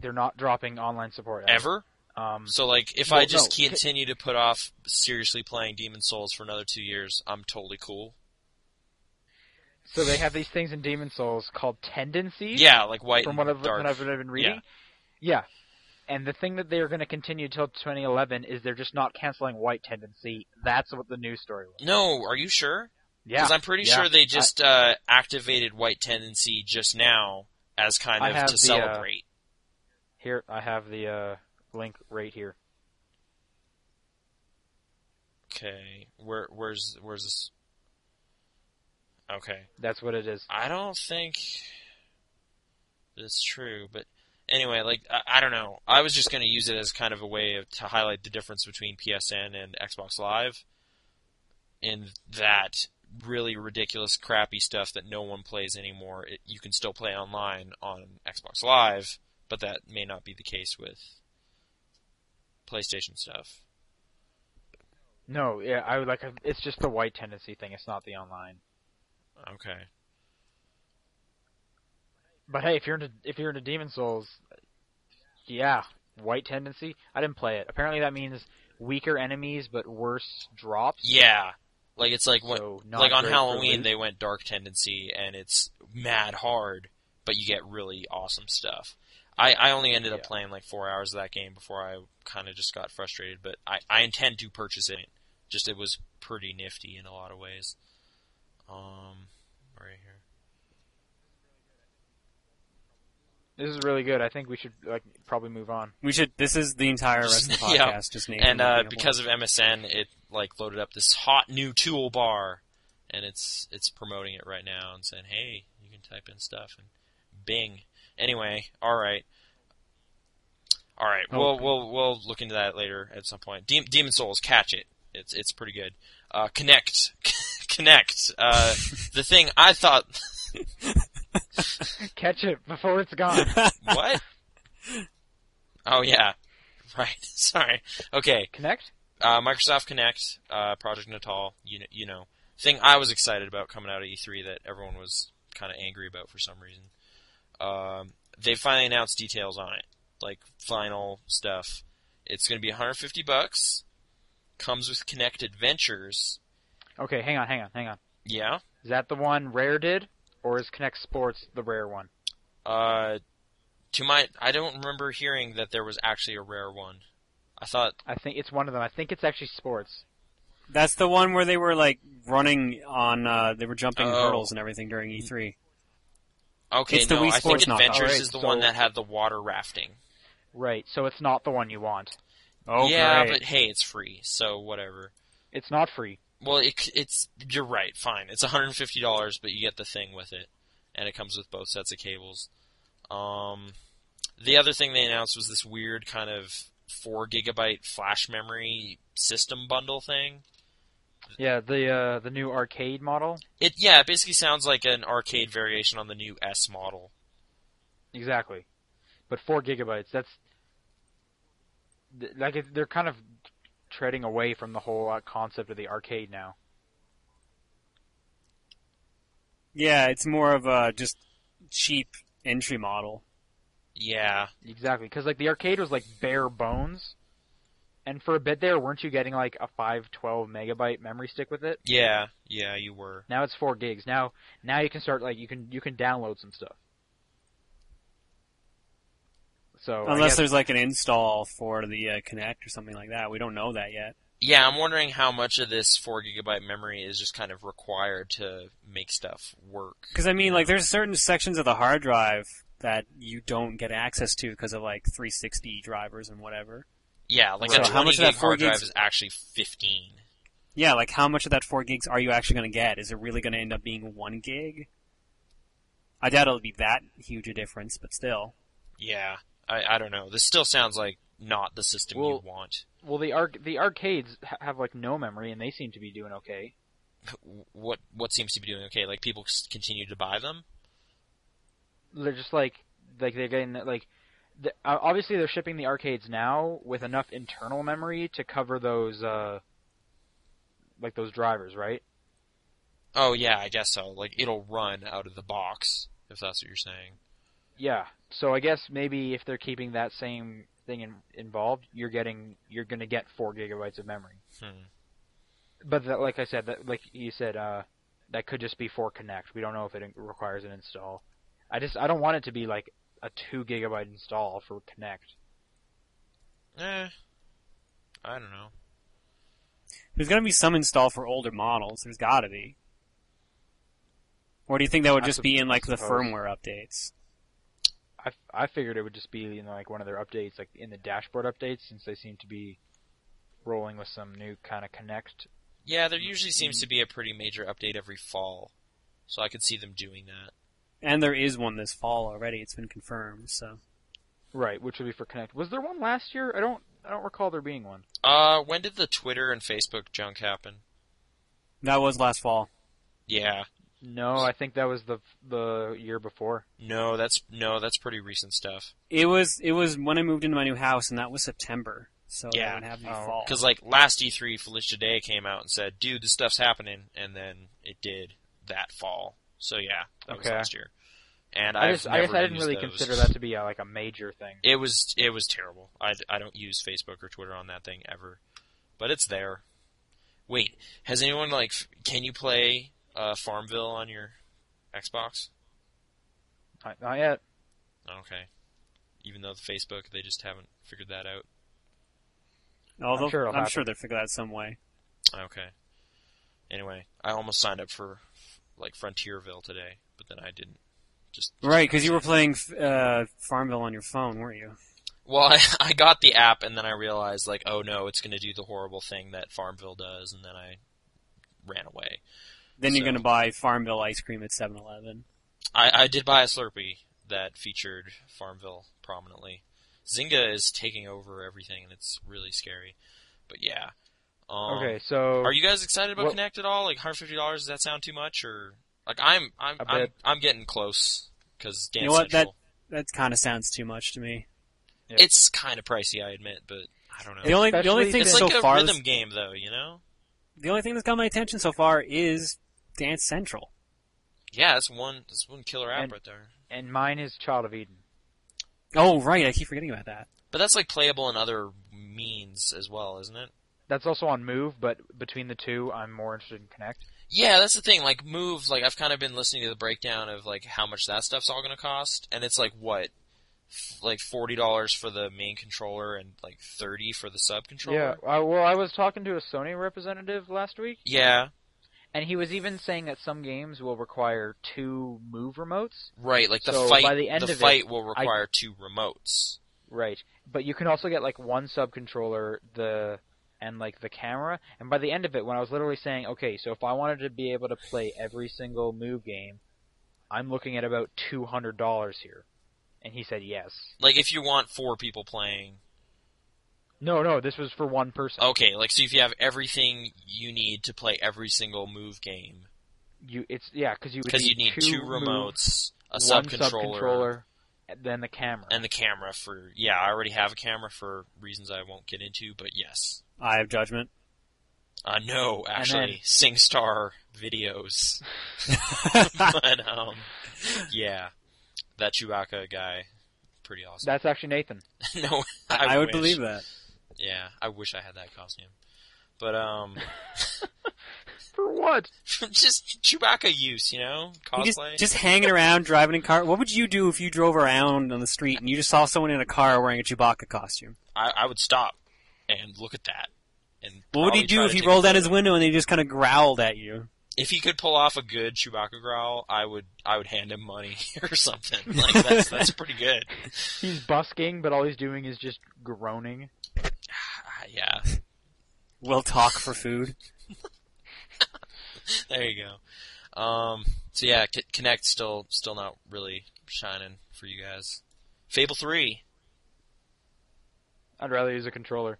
A: They're not dropping online support
B: ever.
A: Um.
B: So like, if
A: Well,
B: I just
A: no, ca-
B: continue to put off seriously playing Demon Souls for another two years, I'm totally cool.
A: So they have these things in Demon Souls called tendencies.
B: Yeah, like white
A: Hmm? From
B: and
A: what I've,
B: dark.
A: what I've been reading. Yeah. And the thing that they are going to continue till 2011 is they're just not canceling White Tendency. That's what the news story was.
B: No, are you sure?
A: Yeah.
B: I'm pretty
A: yeah,
B: sure they just uh, activated White Tendency just now as kind
A: I
B: of
A: have
B: to
A: the, uh,
B: celebrate.
A: Here, I have the uh, link right here.
B: Okay, where where's where's this? Okay,
A: That's what it is.
B: I don't think that's true, but anyway, like I, I don't know. I was just gonna use it as kind of a way of, to highlight the difference between PSN and Xbox Live, in that really ridiculous, crappy stuff that no one plays anymore. It, you can still play online on Xbox Live, but that may not be the case with PlayStation stuff.
A: No, yeah, I would like. A, it's just the White Tendency thing. It's not the online.
B: Okay.
A: But hey, if you're into if you're into Demon Souls, yeah, White Tendency. I didn't play it. Apparently, that means weaker enemies but worse drops.
B: Yeah. Like it's like what
A: So not
B: like on
A: great for
B: Halloween
A: loot.
B: they went dark tendency and it's mad hard, but you get really awesome stuff. I, I only ended up
A: Yeah.
B: playing like four hours of that game before I kind of just got frustrated, but I, I intend to purchase it. Just it was pretty nifty in a lot of ways. Um, right here.
A: This is really good. I think we should like probably move on.
C: We should. This is the entire rest of the podcast.
B: Yeah.
C: Just Nathan
B: and uh,
C: looking up
B: because of MSN, it like loaded up this hot new toolbar, and it's it's promoting it right now and saying, "Hey, you can type in stuff." And Bing. Anyway, all right, all right. We'll we'll we'll look into that later at some point. Dem- Demon Souls, catch it. It's it's pretty good. Uh, connect, connect. Uh, the thing I thought,
A: Catch it before it's gone.
B: what? oh yeah, right. Sorry. Okay.
A: Connect.
B: uh, Microsoft Connect, uh, Project Natal, you know, you know, thing I was excited about coming out of E3 that everyone was kind of angry about for some reason. Um, they finally announced details on it, like final stuff. It's going to be 150 bucks. Comes with Connect Adventures.
A: Okay, hang on, hang on, hang on.
B: Yeah.
A: Is that the one Rare did, or is Connect Sports the Rare one?
B: Uh, to my, I don't remember hearing that there was actually a rare one. I thought,
A: I think it's one of them. I think it's actually Sports.
C: That's the one where they were like running on, uh, they were jumping
B: Oh.
C: hurdles and everything during E E3.
B: okay,
C: It's the
B: no,
C: Wii
B: I think
C: Sports knockoff.
B: Adventures
A: Alright,
B: is the
A: so-
B: one that had the water rafting.
A: Right, so it's not the one you want.
C: Oh,
B: Mm-hmm. yeah,
C: great.
B: but hey, it's free, so whatever.
A: It's not free.
B: Well, it, c- it's you're right. Fine, it's 150 dollars, but you get the thing with it, and it comes with both sets of cables. Um, the other thing they announced was this weird kind of four gigabyte flash memory system bundle thing.
A: Yeah, the uh, the new arcade model.
B: It yeah, it basically sounds like an arcade variation on the new S model.
A: Exactly, but four gigabytes. That's th- like it, they're kind of treading away from the whole uh, concept of the arcade now.
C: yeah, it's more of a just cheap entry model.
B: Yeah,
A: Exactly, because like the arcade was like bare bones, And for a bit there, weren't you getting like a 512 megabyte memory stick with it?
B: Yeah, yeah, you were.
A: Now it's four gigs. Now, now you can start like you can you can download some stuff.
B: Oh,
A: So I
C: Unless
A: guess-
C: there's like an install for the uh, Connect or something like that. We don't know that yet.
B: Yeah, I'm wondering how much of this four gigabyte memory is just kind of required to make stuff work.
C: Because I mean, like, there's certain sections of the hard drive that you don't get access to because of like 360 drivers and whatever.
B: Yeah, like a
C: So how
B: 20
C: much of
B: gig
C: that four
B: hard drive
C: gigs-
B: is actually 15.
C: Yeah, like how much of that four gigs are you actually going to get? Is it really going to end up being one gig? I doubt it'll be that huge a difference, but still.
B: Yeah, I, I don't know. This still sounds like not the system
A: Well-
B: you want.
A: well the arc the arcades ha- have like no memory and they seem to be doing okay.
B: What what seems to be doing okay? Like people s- continue to buy them.
A: they're just like like they're getting like the, uh, obviously they're shipping the arcades now with enough internal memory to cover those uh like those drivers, right?
B: Oh yeah, I guess so. Like it'll run out of the box if that's what you're saying.
A: Yeah. So I guess maybe if they're keeping that same thing in, involved, you're getting you're going to get 4 gigabytes of memory.
B: Hmm.
A: But that, like I said, that like you said uh that could just be for connect. We don't know if it in- requires an install. I just I don't want it to be like a 2 gigabyte install for connect.
B: Eh, I don't know.
C: There's going to be some install for older models. There's got to be. Or do you think that would
A: I
C: just be
A: sup-
C: in like the
A: suppose.
C: firmware updates?
A: I, I figured it would just be you know, like one of their updates, like in the dashboard updates, since they seem to be rolling with some new kind of connect.
B: Yeah, there usually seems to be a pretty major update every fall, so I could see them doing that.
C: And there is one this fall already. It's been confirmed. So
A: Right, which would be for connect. Was there one last year? I don't I don't recall there being one.
B: Uh, when did the Twitter and Facebook junk happen?
C: that was last fall.
B: Yeah,
A: No, I think that was the the year before.
B: no, that's no, that's pretty recent stuff.
C: It was it was when I moved into my new house, and that was September. So
B: Yeah.
C: that would have to be
A: Oh.
C: fall.
B: Because like last E3, Felicia Day came out and said, "Dude, this stuff's happening," and then it did that fall. So yeah, that was
A: Okay.
B: last year. And
A: I
B: I've
A: just I guess
B: never
A: I didn't
B: used
A: really
B: those.
A: consider that to be a, like a major thing.
B: It was it was terrible. I, I don't use Facebook or Twitter on that thing ever, but it's there. Wait, has anyone like? f- Can you play uh, Farmville on your Xbox?
A: Not, not yet.
B: Okay. Even though the Facebook, they just haven't figured that out.
C: Although
A: I'm sure it'll
C: I'm
A: happen.
C: sure they'll figure that out some way.
B: Okay. Anyway, I almost signed up for like Frontierville today, but then I didn't. Just
C: Right, because you were playing f- uh, Farmville on your phone, weren't you?
B: well, I, I got the app and then I realized like, oh no, it's going to do the horrible thing that Farmville does, and then I ran away.
C: Then you're
B: So-
C: going to buy Farmville ice cream at 7-Eleven.
B: I, I did buy a Slurpee that featured Farmville prominently. Zynga is taking over everything, and it's really scary. But yeah. Um,
A: okay, so
B: Are you guys excited about
A: Well-
B: Connect at all? Like 150 dollars? Does that sound too much? Or like I'm I'm
A: A
B: I'm,
A: bit.
B: I'm getting close because Dance
C: know what, that-
B: Central.
C: That kind of sounds too much to me.
A: Yep.
B: It's kind of pricey, I admit, but I don't know.
C: The only the only
A: Especially
C: thing
B: it's
A: since-
C: so
B: like a
C: far
B: rhythm game, though. You know?
C: the only thing that's got my attention so far is Dance Central.
B: Yeah, that's one that's one killer app
A: And-
B: right there.
A: and mine is Child of Eden.
C: Oh right, I keep forgetting about that.
B: But that's like playable in other means as well, isn't it?
A: That's also on Move, but between the two, I'm more interested in Connect.
B: Yeah, that's the thing. Like Move, like I've kind of been listening to the breakdown of like how much that stuff's all going to cost, and it's like what, F- like forty dollars for the main controller and like thirty for the sub controller.
A: Yeah. Uh, well, I was talking to a Sony representative last week,
B: Yeah.
A: And he was even saying that some games will require two move remotes.
B: Right, like the
A: So
B: fight.
A: by the end of it,
B: fight will
A: I-
B: require two remotes.
A: Right. But you can also get like one sub controller, the and like the camera. And by the end of it, when I was literally saying, okay, so if I wanted to be able to play every single move game, I'm looking at about two hundred dollars here. And he said yes.
B: Like if you want four people playing,
A: No, no, this was for one person.
B: okay. Like so, if you have everything you need to play every single move game,
A: You, it's yeah, because you would
B: because you need two
A: move,
B: remotes, a
A: one
B: sub controller,
A: controller, and then the camera.
B: and the camera. For yeah, I already have a camera for reasons I won't get into, but yes,
C: I have judgment.
B: uh, no, actually, SingStar videos, but um, yeah, that Chewbacca guy, pretty awesome.
A: That's actually Nathan.
B: no, I,
C: I, would
B: wish.
C: believe that.
B: Yeah, I wish I had that costume. But um,
A: For what?
B: just Chewbacca use, you know,
D: You just,
B: cosplay.
D: just hanging around, driving in car. What would you do if you drove around on the street and you just saw someone in a car wearing a Chewbacca costume?
B: I, I would stop and look at that. And
D: What would he
B: probably try
D: do if
B: to
D: he
B: take a
D: rolled out
B: photo.
D: his window and they just kind of growled at you?
B: If he could pull off a good Chewbacca growl, I would I would hand him money or something. Like that's that's pretty good.
A: He's busking, but all he's doing is just groaning.
B: Ah, yeah,
D: We'll talk for food.
B: there you go. Um, so yeah, C- Connect still still not really shining for you guys. Fable three,
A: I'd rather use a controller.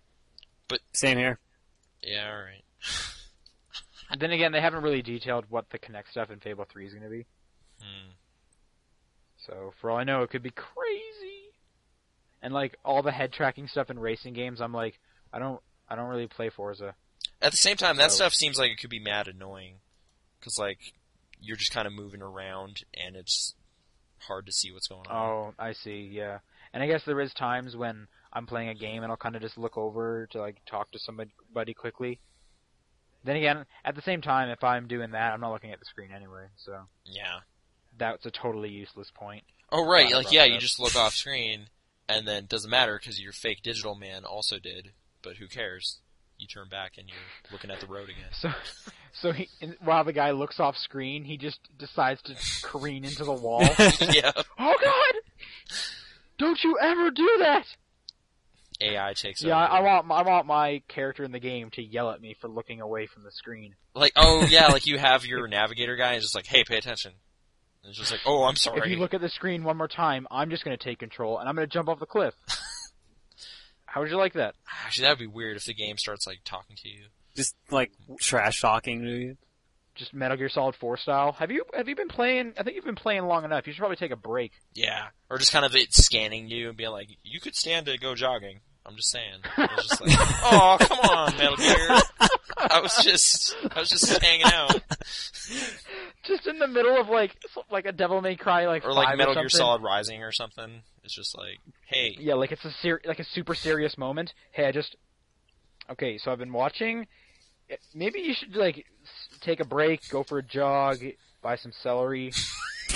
D: Same here.
B: yeah, all right.
A: And then again, they haven't really detailed what the Connect stuff in Fable 3 is going to be.
B: Hmm.
A: So for all I know, it could be crazy. And like all the head tracking stuff in racing games, I'm like, I don't, I don't really play Forza.
B: At the same time, that
A: So-
B: stuff seems like it could be mad annoying, because like you're just kind of moving around and it's hard to see what's going on.
A: Oh, I see. Yeah. And I guess there is times when I'm playing a game and I'll kind of just look over to like talk to somebody quickly. Then again, at the same time, if I'm doing that, I'm not looking at the screen anyway, so
B: Yeah.
A: that's a totally useless point.
B: Oh right,
A: Glad I
B: like
A: brought
B: yeah,
A: that
B: you
A: up.
B: just look off screen, and then it doesn't matter because your fake digital man also did. But who cares? You turn back and you're looking at the road again.
A: So, so he, and while the guy looks off screen, he just decides to careen into the wall.
B: yeah,
A: Oh God! Don't you ever do that!
B: AI takes
A: yeah,
B: over.
A: I, I want I want my character in the game to yell at me for looking away from the screen.
B: like oh yeah, like you have your navigator guy and just like hey, pay attention. And it's just like oh, I'm
A: If
B: sorry.
A: you look at the screen one more time, I'm just going to take control and I'm going to jump off the cliff. How would you like that?
B: Actually, that would be weird if the game starts like talking to you.
D: Just like trash talking to you.
A: Just Metal Gear Solid 4 style. Have you have you been playing? I think you've been playing long enough. You should probably take a break.
B: Yeah, or just kind of it scanning you and being like, you could stand to go jogging. I'm just saying. It's just like, oh come on, Metal Gear. I was just, I was just hanging out.
A: Just in the middle of like so- like a Devil May Cry like
B: or like
A: five
B: Metal Gear
A: something.
B: Solid Rising or something. It's just like, hey,
A: Yeah, like it's a ser- like a super serious moment. Hey, I just okay. So I've been watching. Eh, Maybe you should like s- take a break, go for a jog, buy some celery.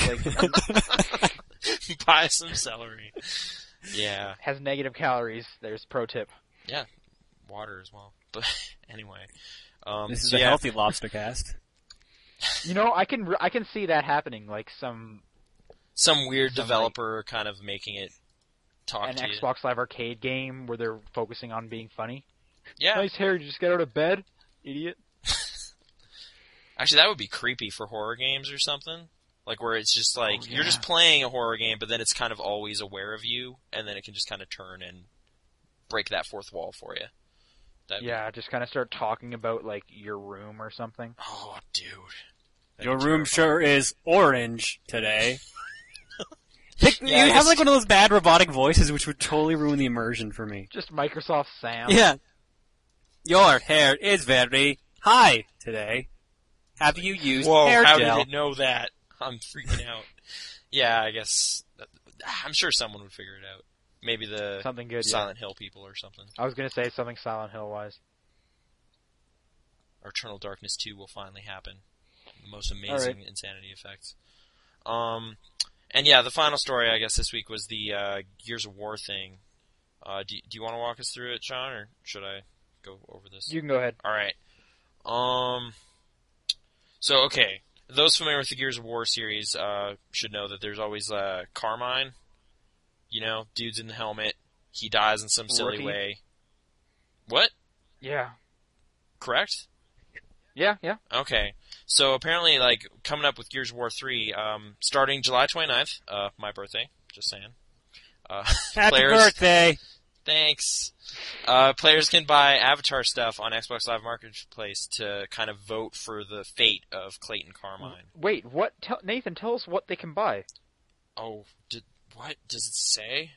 A: like
B: buy some celery. Yeah,
A: has negative calories. There's pro tip.
B: water as well. But anyway, um,
D: This is
B: so
D: a
B: yeah,
D: healthy lobster cast.
A: You know, I can re- I can see that happening. Like some
B: some weird
A: some, like-
B: developer kind of making it talk
A: an
B: to you.
A: Xbox Live Arcade game where they're focusing on being funny.
B: Yeah,
A: Nice hair. Did you just get out of bed, idiot.
B: actually, that would be creepy for horror games or something. Like where it's just like
A: Oh,
B: you're just
A: yeah.
B: playing a horror game, but then it's kind of always aware of you, and then it can just kind of turn and break that fourth wall for you. That'd be-
A: Yeah, just kind of start talking about like your room or something.
B: oh, dude. That'd
D: Your
B: be
D: room
B: terrifying.
D: sure is orange today. Like,
B: Yeah,
D: you have
B: it's-
D: like one of those bad robotic voices, which would totally ruin the immersion for me.
A: Just Microsoft Sam.
D: Yeah. Your hair is very high today. Have you used
B: Whoa,
D: hair
B: how
D: gel?
B: did it know that? I'm freaking out. yeah, I guess. I'm sure someone would figure it out. Maybe the
A: Something good. Yeah.
B: Silent Hill people or something.
A: I was gonna say something Silent Hill wise.
B: Or Eternal Darkness 2 will finally happen. The most amazing insanity effects. Um, and yeah, the final story, I guess, this week was the uh, Gears of War thing. Uh, do, do you want to walk us through it, Sean, or should I go over this?
A: You can go ahead.
B: All right. Um. So okay, those familiar with the Gears of War series uh, should know that there's always uh, Carmine. You know, dude's in the helmet. He dies in some silly
A: Rookie.
B: way. What?
A: Yeah.
B: Correct?
A: Yeah, yeah.
B: Okay. So apparently, like coming up with Gears of War three, um, starting July 29th, uh, my birthday. Just saying. Uh,
D: Happy
B: players-
D: birthday!
B: Thanks. Uh, players can buy Avatar stuff on Xbox Live Marketplace to kind of vote for the fate of Clayton Carmine.
A: Wait, what? Tell, Nathan, tell us what they can buy.
B: Oh, did what does it say?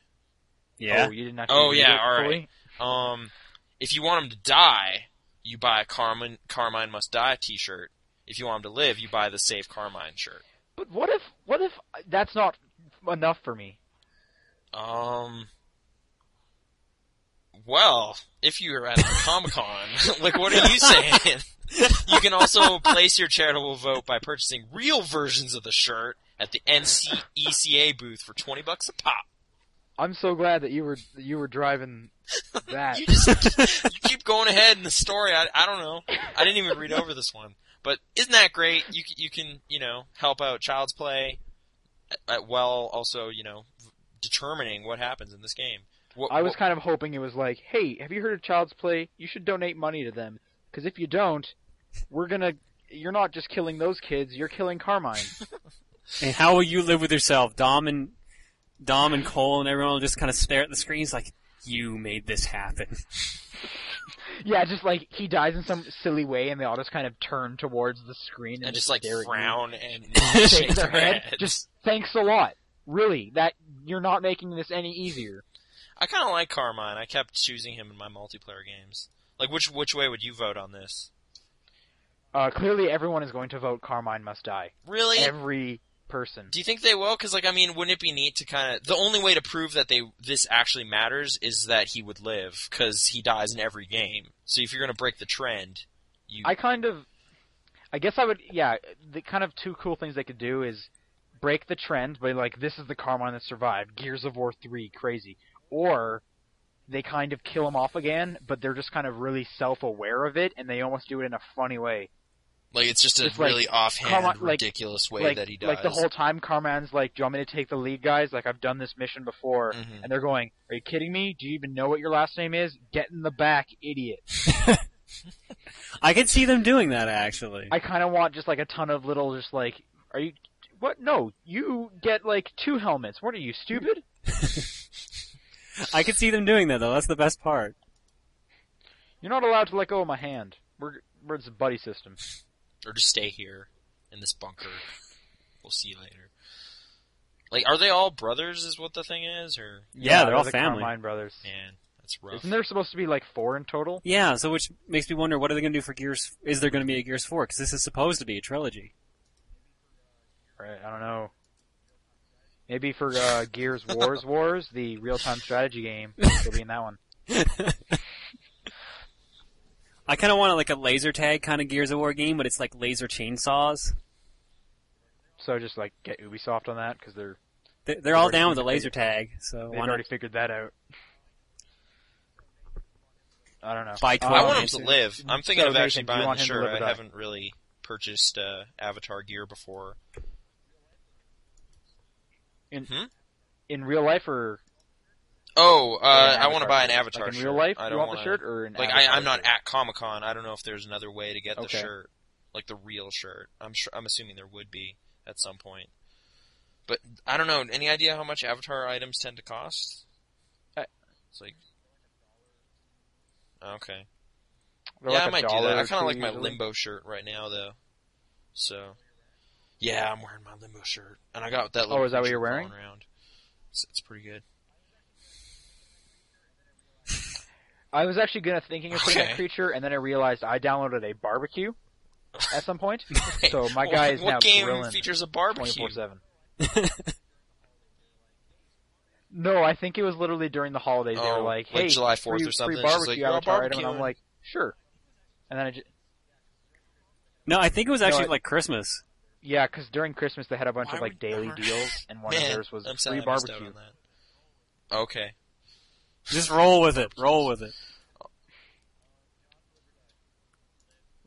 D: Yeah.
A: Oh, you didn't actually.
B: Oh,
A: read
B: yeah,
A: it
B: all
A: fully?
B: right. Um, if you want him to die, you buy a Carmine Carmine must die T-shirt. If you want him to live, you buy the Save Carmine shirt.
A: But what if? What if uh, that's not enough for me?
B: Um, Well, if you were at Comic Con, like, what are you saying? you can also place your charitable vote by purchasing real versions of the shirt at the NCECA booth for twenty bucks a pop.
A: I'm so glad that you were you were driving that.
B: You just you keep going ahead in the story. I, I don't know. I didn't even read over this one, but isn't that great? You c- you can you know help out Child's Play, uh, while also you know determining what happens in this game. What,
A: I was
B: what-
A: kind of hoping it was like, hey, have you heard of Child's Play? You should donate money to them because if you don't, we're gonna. You're not just killing those kids; you're killing Carmine.
C: And how will you live with yourself? Dom and Dom and Cole and everyone will just kind of stare at the screens like, "You made this happen."
A: yeah, just like he dies in some silly way, and they all just kind of turn towards the screen and,
B: and just like
A: stare at you.
B: frown and
A: shake their head.
B: heads.
A: Just thanks a lot. Really, that you're not making this any easier.
B: I kind of like Carmine. I kept choosing him in my multiplayer games. Like, which which way would you vote on this?
A: Uh, clearly, everyone is going to vote Carmine must die.
B: Really?
A: Every person.
B: Do you think they will? Because, like, I mean, wouldn't it be neat to kind of the only way to prove that they this actually matters is that he would live because he dies in every game. So if you're gonna break the trend, you
A: I kind of, I guess I would, yeah. The kind of two cool things they could do is break the trend, but like this is the Carmine that survived Gears of War three, crazy, or they kind of kill him off again, but they're just kind of really self-aware of it, and they almost do it in a funny way.
B: like it's just a
A: Just, like,
B: really offhand,
A: Carmine- like-
B: ridiculous way
A: like,
B: that he dies.
A: like the whole time, Carmine's like, "Do you want me to take the lead, guys? Like I've done this mission before."
B: Mhm.
A: And they're going, "Are you kidding me? Do you even know what your last name is? Get in the back, idiot!"
C: I could see them doing that actually.
A: I kind of want just like a ton of little, just like, are you? What? No, you get like two helmets. What are you stupid?
C: I could see them doing that though. That's the best part.
A: You're not allowed to let go of my hand. We're we're it's a buddy system.
B: or just stay here in this bunker. We'll see you later. Like, are they all brothers? Is what the thing is, or
C: Yeah, they're all
A: the
C: family.
A: Carmine brothers.
B: man, that's rough.
A: Isn't there supposed to be like four in total?
C: Yeah, so which makes me wonder, what are they going to do for Gears? Is there going to be a Gears Four? Because this is supposed to be a trilogy.
A: Right. I don't know. Maybe for uh, Gears Wars Wars, the real-time strategy game, they'll be in that one.
C: I kind of want like a laser tag kind of Gears of War game, but it's like laser chainsaws.
A: So just like get Ubisoft on that because they're
C: They- They're all
A: Already
C: down with the
A: figured
C: laser tag, so
A: they've
C: why not
A: already figured that out. I don't know.
C: buy
A: Uh,
C: twelve?
B: I want him
C: and-
B: to live. I'm thinking
A: So,
B: of actually
A: Nathan, do you
B: buying the
A: want him to
B: shirt.
A: live or
B: I
A: die?
B: haven't really purchased uh, Avatar gear before.
A: in real life or
B: Oh, uh,
A: Yeah,
B: I want to buy an
A: like
B: Avatar
A: in
B: shirt.
A: real life?
B: I
A: you
B: don't
A: want
B: wanna,
A: the shirt or an
B: Like I,
A: avatar
B: I'm not
A: shirt?
B: at Comic Con. I don't know if there's another way to get the
A: Okay.
B: shirt, like the real shirt. I'm sure. I'm assuming there would be at some point. But I don't know. Any idea how much Avatar items tend to cost?
A: I-
B: It's like. Okay.
A: They're
B: yeah,
A: like
B: I
A: a
B: might do
A: dollar
B: that. I
A: or
B: kind of
A: two
B: like my
A: usually.
B: limbo shirt right now, though. So, yeah, I'm wearing my limbo shirt, and I got that.
A: Oh,
B: little
A: is that what
B: creature
A: you're wearing?
B: crawling Around. It's, it's pretty good.
A: I was actually gonna thinking of putting
B: Okay.
A: that creature, and then I realized I downloaded a barbecue at some point. so my
B: What-
A: guy is
B: what
A: now
B: game
A: grilling
B: features a
A: twenty
B: barbecue?
A: four seven. No, I think it was literally during the holidays. they
B: Oh,
A: were like,
B: like
A: "Hey,
B: July 4th
A: free,
B: or something." She's
A: Free
B: like,
A: barbecue
B: "You're
A: avatar item," and
B: barbecuing.
A: I'm like, "Sure." And then I just,
C: No, I think it was actually
A: No, I-
C: like Christmas.
A: yeah, because during Christmas they had a bunch
B: Why
A: of like
B: would-
A: daily deals, and one of
B: Man,
A: theirs was
B: I'm
A: free
B: sorry, I missed out
A: barbecue.
B: on that. Okay.
C: Just roll with it. Roll with it.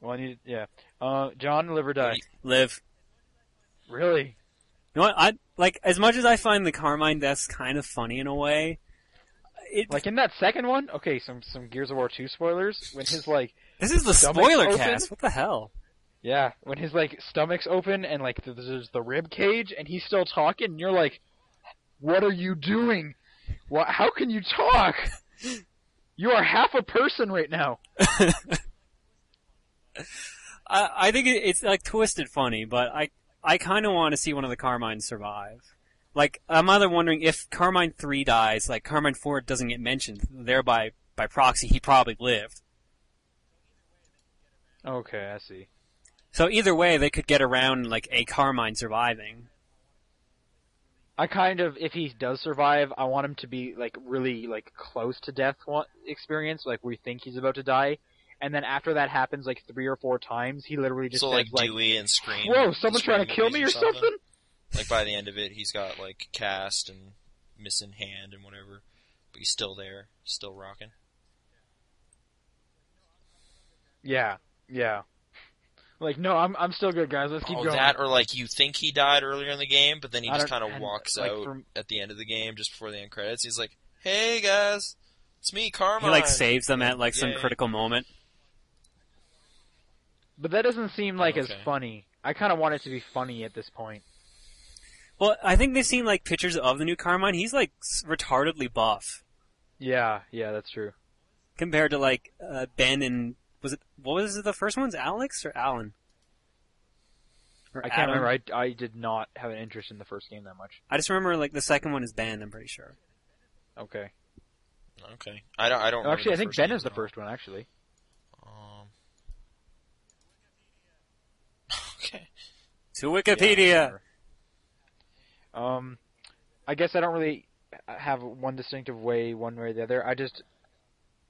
A: Well, I need, yeah. Uh, John, live or die.
C: Live.
A: Really?
C: You know what? I like as much as I find the Carmine deaths kind of funny in a way. It,
A: Like in that second one, okay, some some Gears of War two spoilers. When his like,
C: this is the
A: stomach
C: spoiler
A: open?
C: cast. What the hell?
A: yeah, when his like stomach's open and like th- there's the rib cage and he's still talking, and you're like, what are you doing? What? How can you talk? You are half a person right now.
C: I, I think it, it's like twisted funny, but I I kind of want to see one of the Carmines survive. Like I'm either wondering if Carmine three dies, like Carmine four doesn't get mentioned, thereby by proxy he probably lived.
A: Okay, I see.
C: So either way, they could get around like a Carmine surviving.
A: I kind of, if he does survive, I want him to be like really like close to death wa- experience, like we think he's about to die, and then after that happens like three or four times, he literally just
B: so
A: says,
B: like Dewey and Scream.
A: "Whoa, someone's
B: Scream
A: trying to kill me or
B: movies
A: something."
B: Like by the end of it, he's got like cast and missing hand and whatever, but he's still there, still rocking.
A: Yeah, yeah. Like no, I'm I'm still good, guys. Let's keep
B: oh,
A: going.
B: that or like you think he died earlier in the game, but then he
A: I
B: just
A: don't-
B: kind of
A: and,
B: walks
A: like,
B: out
A: from-
B: at the end of the game, just before the end credits. He's like, "Hey guys, it's me, Carmine."
C: He like saves them at like some
B: Yay.
C: critical moment.
A: But that doesn't seem like as
B: Oh, Okay.
A: funny. I kind of want it to be funny at this point.
C: Well, I think they've seen like pictures of the new Carmine. He's like s- retardedly buff
A: Yeah, yeah, that's true.
C: compared to like uh, Ben and was it what was the first one's Alex or Alan? Or
A: I can't
C: Adam?
A: remember. I, I did not have an interest in the first game that much.
C: I just remember like the second one is Ben. I'm pretty sure.
A: Okay.
B: Okay, I don't. I don't.
A: Oh,
B: remember
A: actually, I
B: the
A: think
B: first
A: Ben
B: name
A: is the
B: at all.
A: first one. Actually.
B: Um, okay.
C: To Wikipedia.
A: Um, I guess I don't really have one distinctive way, one way or the other. I just,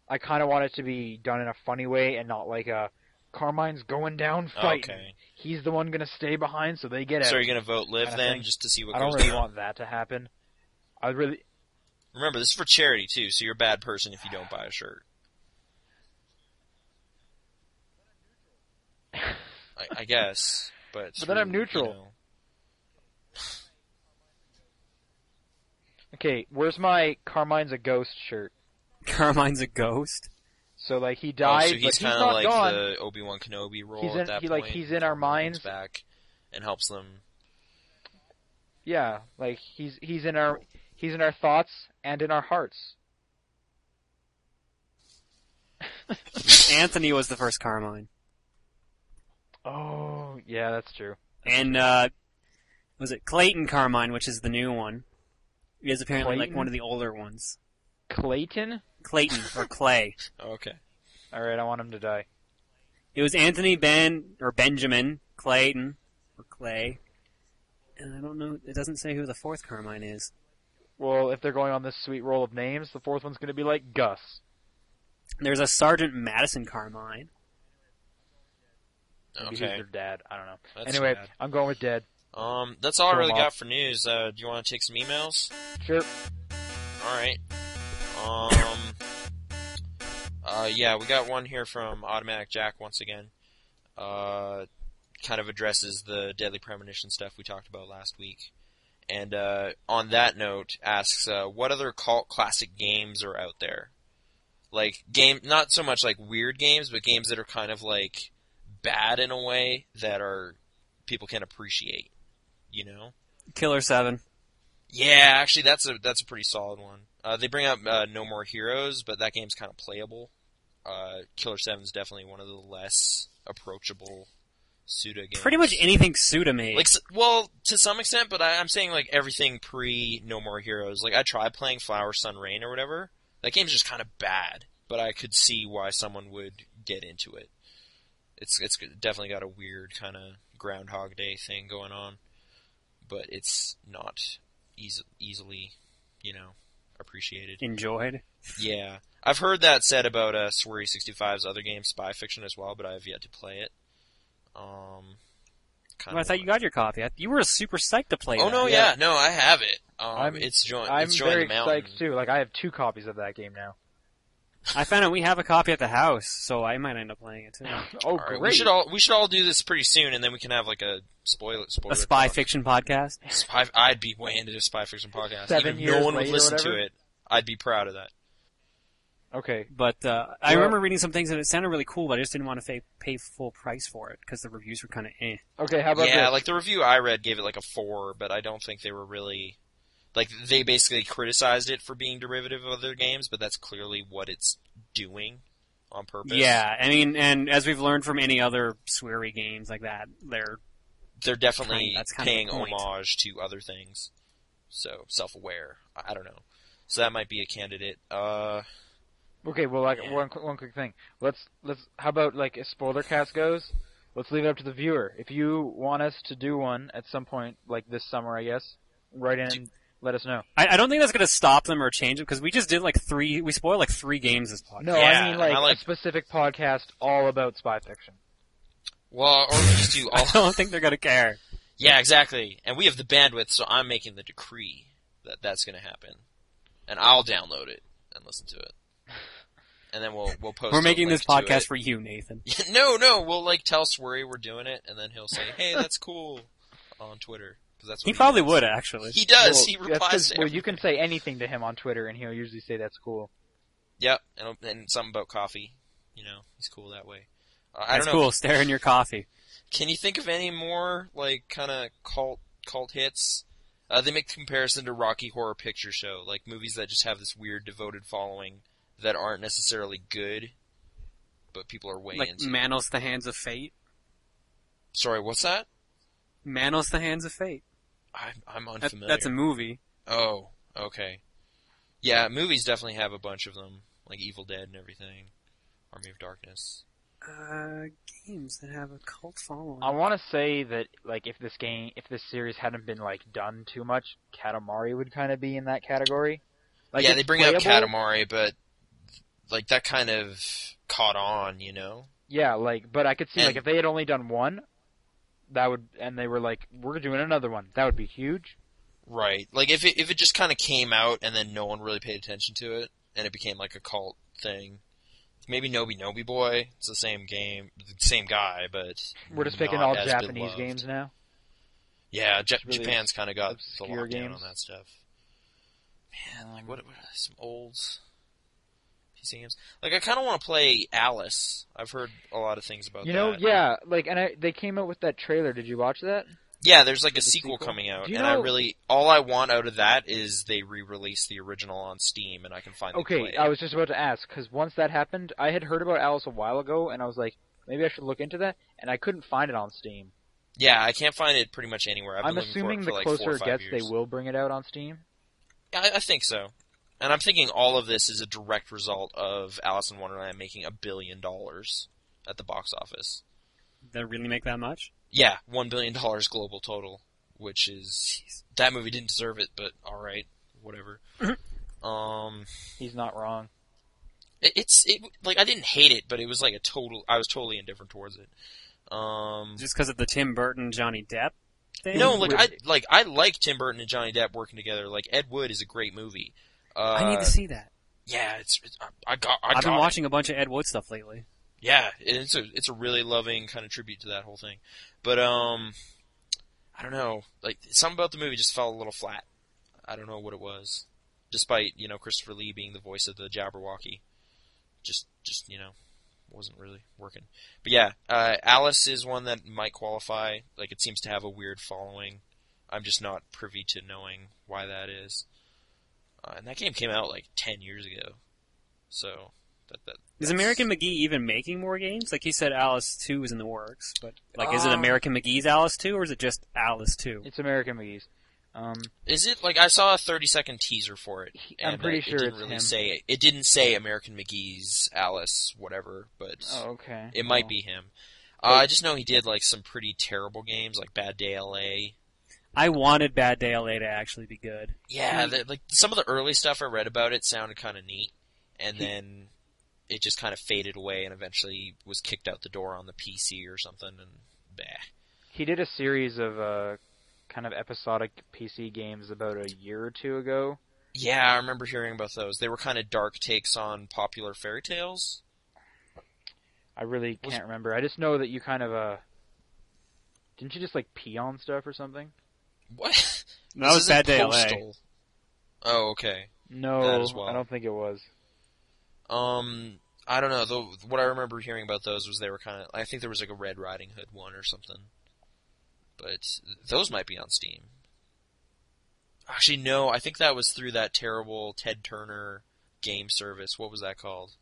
A: I kind of want it to be done in a funny way and not like a Carmine's going down fight.
B: Okay.
A: He's the one gonna stay behind, so they get it.
B: So you're gonna vote live
A: Kinda
B: then,
A: thing.
B: just to see what
A: I don't
B: goes
A: really
B: down.
A: want that to happen. I really,
B: Remember, this is for charity too, so you're a bad person if you don't buy a shirt. I, I guess, but
A: But then I'm
B: through, you
A: neutral.
B: know- Oh,
A: okay. Where's my Carmine's a ghost shirt?
C: Carmine's a ghost.
A: So like he
B: Oh,
A: died,
B: so he's
A: but he's
B: kind
A: not
B: of like
A: gone.
B: the Obi Wan Kenobi role
A: He's in-
B: at that
A: he, like,
B: point.
A: he's in our minds.
B: Comes back and helps them.
A: Yeah, like he's he's in our he's in our thoughts and in our hearts.
C: Anthony was the first Carmine,
A: Oh, yeah, that's true.
C: and uh, was it Clayton Carmine, which is the new one? He is apparently like
A: Clayton?
C: one of the older ones.
A: Clayton?
C: Clayton or Clay.
A: Oh,
B: okay.
A: All right, I want him to die.
C: It was Anthony Ben or Benjamin Clayton or Clay, and I don't know. It doesn't say who the fourth Carmine is.
A: Well, if they're going on this sweet roll of names, the fourth one's going to be like Gus.
C: There's a Sergeant Madison Carmine.
A: Maybe
B: Okay.
A: Who's their dad? I don't know.
B: That's
A: anyway,
B: bad.
A: I'm going with dead.
B: Um, that's all I
A: Throw
B: really
A: him
B: got
A: off.
B: for news. Uh, do you want to take some emails?
A: Sure.
B: All right. Um. Uh, yeah, we got one here from Automatic Jack once again. Uh, kind of addresses the deadly premonition stuff we talked about last week. And uh, on that note, asks uh, what other cult classic games are out there? Like game, not so much like weird games, but games that are kind of like bad in a way that are people can appreciate. You know.
C: Killer Seven.
B: Yeah, actually, that's a that's a pretty solid one. Uh, they bring up uh, No More Heroes, but that game's kind of playable. Uh, Killer Seven's definitely one of the less approachable Suda games.
C: Pretty much anything Suda made.
B: Like, s- well, to some extent, but I, I'm saying like everything pre No More Heroes. Like, I tried playing Flower Sun Rain or whatever. That game's just kind of bad, but I could see why someone would get into it. It's it's definitely got a weird kind of Groundhog Day thing going on, but it's not eas- easily, you know, appreciated.
C: enjoyed.
B: Yeah, I've heard that said about uh, Swery 65's other game, Spy Fiction, as well, but I've yet to play it. Um,
C: Well, I thought you got your copy. I- You were super psyched to play.
B: Oh
C: that.
B: no, yeah. no, I have it. Um,
A: I'm-
B: it's joined.
A: I'm
B: it's joined
A: very
B: the mountain.
A: psyched too. Like I have two copies of that game now.
C: I found out we have a copy at the house, so I might end up playing it too.
A: Oh,
B: All right,
A: great.
B: we should all we should all do this pretty soon, and then we can have like a spoiler spoiler.
C: a spy
B: talk.
C: fiction podcast.
B: Spy. I'd be way into the spy fiction podcast.
A: Seven
B: Even if
A: years
B: no one would
A: later or
B: listen to
A: whatever?
B: it. I'd be proud of that.
A: okay.
C: But uh, I
A: Well-
C: remember reading some things and it sounded really cool, but I just didn't want to pay, pay full price for it because the reviews were kind of eh.
A: Okay. How about
B: yeah,
A: this?
B: like the review I read gave it like a four, but I don't think they were really like they basically criticized it for being derivative of other games, but that's clearly what it's doing on purpose.
C: Yeah, I mean, and as we've learned from any other sweary games like that, they're
B: they're definitely
C: Kind- that's kind of
B: paying
C: the point.
B: homage to other things. So self-aware. I I don't know. So that might be a candidate. Uh,
A: Okay, well, like
B: Yeah.
A: one qu- one quick thing. Let's let's. How about like as spoiler cast goes? Let's leave it up to the viewer. If you want us to do one at some point, like this summer, I guess, Write in and let us know.
D: I, I don't think that's going to stop them or change them because we just did like three. We spoiled like three games this podcast.
A: No,
B: Yeah,
A: I mean like,
B: I like-
A: a specific podcast all about spy fiction.
B: Well, or we just do
D: I
B: all.
D: don't think they're going to care.
B: yeah, exactly. And we have the bandwidth, so I'm making the decree that that's going to happen, and I'll download it and listen to it, and then we'll we'll post.
D: We're
B: a
D: making this
B: link Oh, to
D: podcast
B: it.
D: for you, Nathan.
B: no, no, we'll like tell Swery we're doing it, and then he'll say, "Hey, that's cool," on Twitter because that's what
D: He probably
B: does.
D: would actually.
B: He does.
A: Well,
B: he
A: that's 'cause-
B: replies to
A: well, you can
B: everything.
A: say anything to him on Twitter, and he'll usually say that's cool.
B: Yep, and, and something about coffee. You know, he's cool that way. Uh, I
D: That's
B: don't know.
D: cool. Stare in your coffee.
B: Can you think of any more like kind of cult cult hits? Uh, they make the comparison to Rocky Horror Picture Show, like movies that just have this weird devoted following that aren't necessarily good, but people are way
C: Like
B: into.
C: Manos the Hands of Fate.
B: Sorry, what's that?
C: Manos the Hands of Fate.
B: I'm I'm
C: That,
B: unfamiliar.
C: that's a movie.
B: Oh, okay. Yeah, movies definitely have a bunch of them, like Evil Dead and everything, Army of Darkness.
C: Uh, games that have a cult following.
A: I want to say that like if this game, if this series hadn't been like done too much, Katamari would kind of be in that category. Like,
B: yeah,
A: it's
B: they bring up
A: playable.
B: Katamari, but like that kind of caught on, you know?
A: Yeah, like, but I could see like
B: And-
A: if they had only done one, that would, and they were like, we're doing another one. That would be huge.
B: Right. Like if it if it just kind of came out and then no one really paid attention to it and it became like a cult thing. Maybe Nobi Nobi Boy. It's the same game, the same guy, but
A: We're just
B: not
A: picking all
B: as
A: Japanese
B: beloved.
A: games now.
B: Yeah, Ja-
A: really
B: Japan's kind of got the
A: obscure
B: lockdown
A: games.
B: on that stuff. Man, like what, what are some old PC games? Like I kind of want to play Alice. I've heard a lot of things about
A: You
B: that.
A: know, yeah, like, and I, they came out with that trailer. Did you watch that?
B: Yeah, there's like a
A: There's a
B: sequel,
A: sequel?
B: coming out,
A: Do you
B: and I
A: know-
B: really all I want out of that is they re-release the original on Steam, and I can finally play
A: Okay, uh,
B: it.
A: I was just about to ask because once that happened, I had heard about Alice a while ago, and I was like, maybe I should look into that, and I couldn't find it on Steam.
B: yeah, I can't find it pretty much anywhere. I've
A: I'm
B: been looking
A: assuming
B: for it
A: the
B: for like four
A: closer
B: or
A: it
B: five
A: gets,
B: years.
A: they will bring it out on Steam.
B: Yeah, I, I think so, and I'm thinking all of this is a direct result of Alice in Wonderland making a billion dollars at the box office.
D: They really make that much?
B: Yeah, one billion dollars global total, which is that movie didn't deserve it, but all right, whatever. um,
A: He's not wrong.
B: it, it's it like I didn't hate it, but it was like a total. I was totally indifferent towards it. Um,
D: Just because of the Tim Burton Johnny Depp thing?
B: no, like
A: Wood.
B: I like I like Tim Burton and Johnny Depp working together. Like Ed Wood is a great movie. Uh,
D: I need to see that.
B: yeah, it's, it's I, I got. I
D: I've
B: got
D: been
B: it.
D: watching a bunch of Ed Wood stuff lately.
B: yeah, it's a it's a really loving kind of tribute to that whole thing. But um, I don't know, like something about the movie just fell a little flat. I don't know what it was, despite you know Christopher Lee being the voice of the Jabberwocky, just just you know wasn't really working. But yeah, uh, Alice is one that might qualify. Like it seems to have a weird following. I'm just not privy to knowing why that is. Uh, and that game came out like ten years ago, so that that
D: Is American McGee even making more games? Like he said, Alice Two is in the works, but like, is it
B: Uh,
A: Um,
D: American McGee's Alice Two, or is it just Alice Two?
A: It's American McGee's. Um,
B: Is it like I saw a thirty second teaser for it?
A: He-
B: And uh,
A: I'm pretty
B: it,
A: sure
B: it didn't
A: it's
B: really
A: him.
B: say it didn't say American McGee's Alice whatever, but
A: oh, okay.
B: it might
A: Oh.
B: be him. Uh, I just know he did like some pretty terrible games like Bad Day LA.
D: I wanted Bad Day LA to actually be good.
A: Hmm.
B: Yeah, the, like some of the early stuff I read about it sounded kind of neat, and
A: Hmm.
B: then it just kind of faded away and eventually was kicked out the door on the PC or something. And bah.
A: He did a series of uh, kind of episodic PC games about a year or two ago.
B: yeah, I remember hearing about those. They were kind of dark takes on popular fairy tales.
A: I really
B: Was-
A: can't remember. I just know that you kind of uh, didn't you just like pee on stuff or something?
B: What?
D: That
B: This
D: was
B: isn't
D: Bad Day LA.
B: Postal. Oh, okay. That
A: No,
B: as well.
A: I don't think it was.
B: Um, I don't know. Though what I remember hearing about those was they were kind of. I think there was like a Red Riding Hood one or something. But those might be on Steam. Actually, no. I think that was through that terrible Ted Turner game service. What was that called?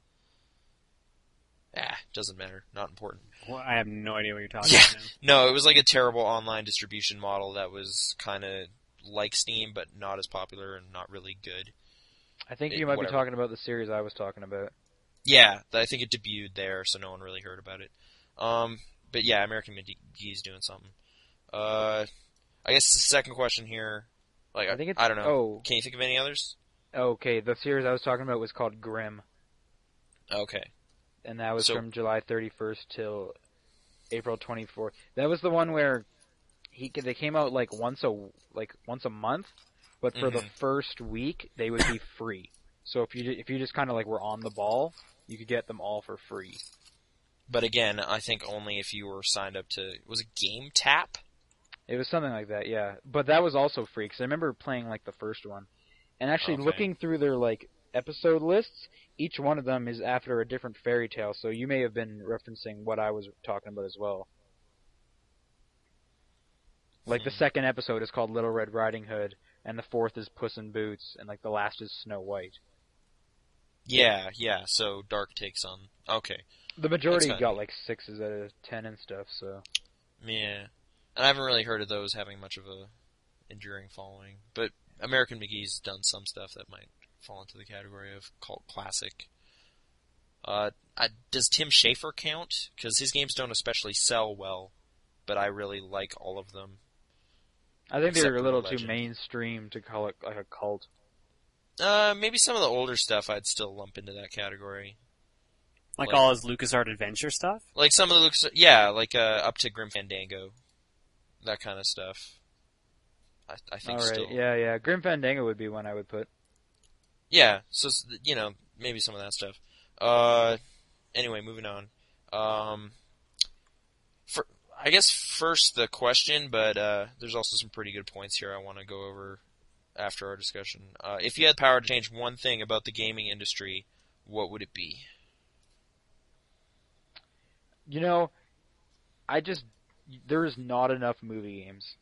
B: Ah, doesn't matter. Not important.
D: Well, I have no idea what you're talking
B: Yeah.
D: about. now.
B: No, it was like a terrible online distribution model that was kind of like Steam, but not as popular and not really good.
A: I think
B: It-
A: you might
B: whatever.
A: be talking about the series I was talking about.
B: Yeah, I think it debuted there, so no one really heard about it. Um, but yeah, American McGee's doing something. Uh, I guess the second question here Like
A: I think it's
B: I don't know.
A: Oh,
B: Can you think of any others?
A: okay. The series I was talking about was called Grimm,
B: Okay.
A: and that was
B: So-
A: from July 31st till April 24th. That was the one where he they came out like once a like once a month, but for
B: Mm-hmm.
A: the first week they would be free. So if you ju- if you just kind of like were on the ball, you could get them all for free.
B: But again, I think only if you were signed up to was it Game Tap?
A: It was something like that, yeah. But that was also free because I remember playing like the first one, and actually
B: Okay.
A: looking through their like episode lists, each one of them is after a different fairy tale. So you may have been referencing what I was talking about as well. Like the
B: Hmm.
A: second episode is called Little Red Riding Hood, and the fourth is Puss in Boots, and like the last is Snow White.
B: Yeah, yeah. So Dark takes on. Okay.
A: The majority
B: kinda-
A: got like sixes out of ten and stuff. So
B: Yeah. And I haven't really heard of those having much of a enduring following, but American McGee's done some stuff that might fall into the category of cult classic. Uh, I, does Tim Schafer count? Because his games don't especially sell well, but I really like all of them.
A: I think they
B: Except
A: were
B: for
A: a little
B: the
A: too
B: legend.
A: mainstream to call it like a cult.
B: Uh, maybe some of the older stuff I'd still lump into that category.
D: Like,
B: Like-
D: all his LucasArts adventure stuff?
B: Like some of the Lucas, yeah, like uh, up to Grim Fandango, that kind of stuff. I, I
A: All
B: think
A: right,
B: still,
A: yeah, yeah. Grim Fandango would be one I would put.
B: Yeah, so s- you know maybe some of that stuff. Uh, anyway, moving on. Um, for, I guess first the question, but uh, there's also some pretty good points here I want to go over after our discussion. Uh, if you had the power to change one thing about the gaming industry, what would it be?
A: You know, I just there is not enough movie games.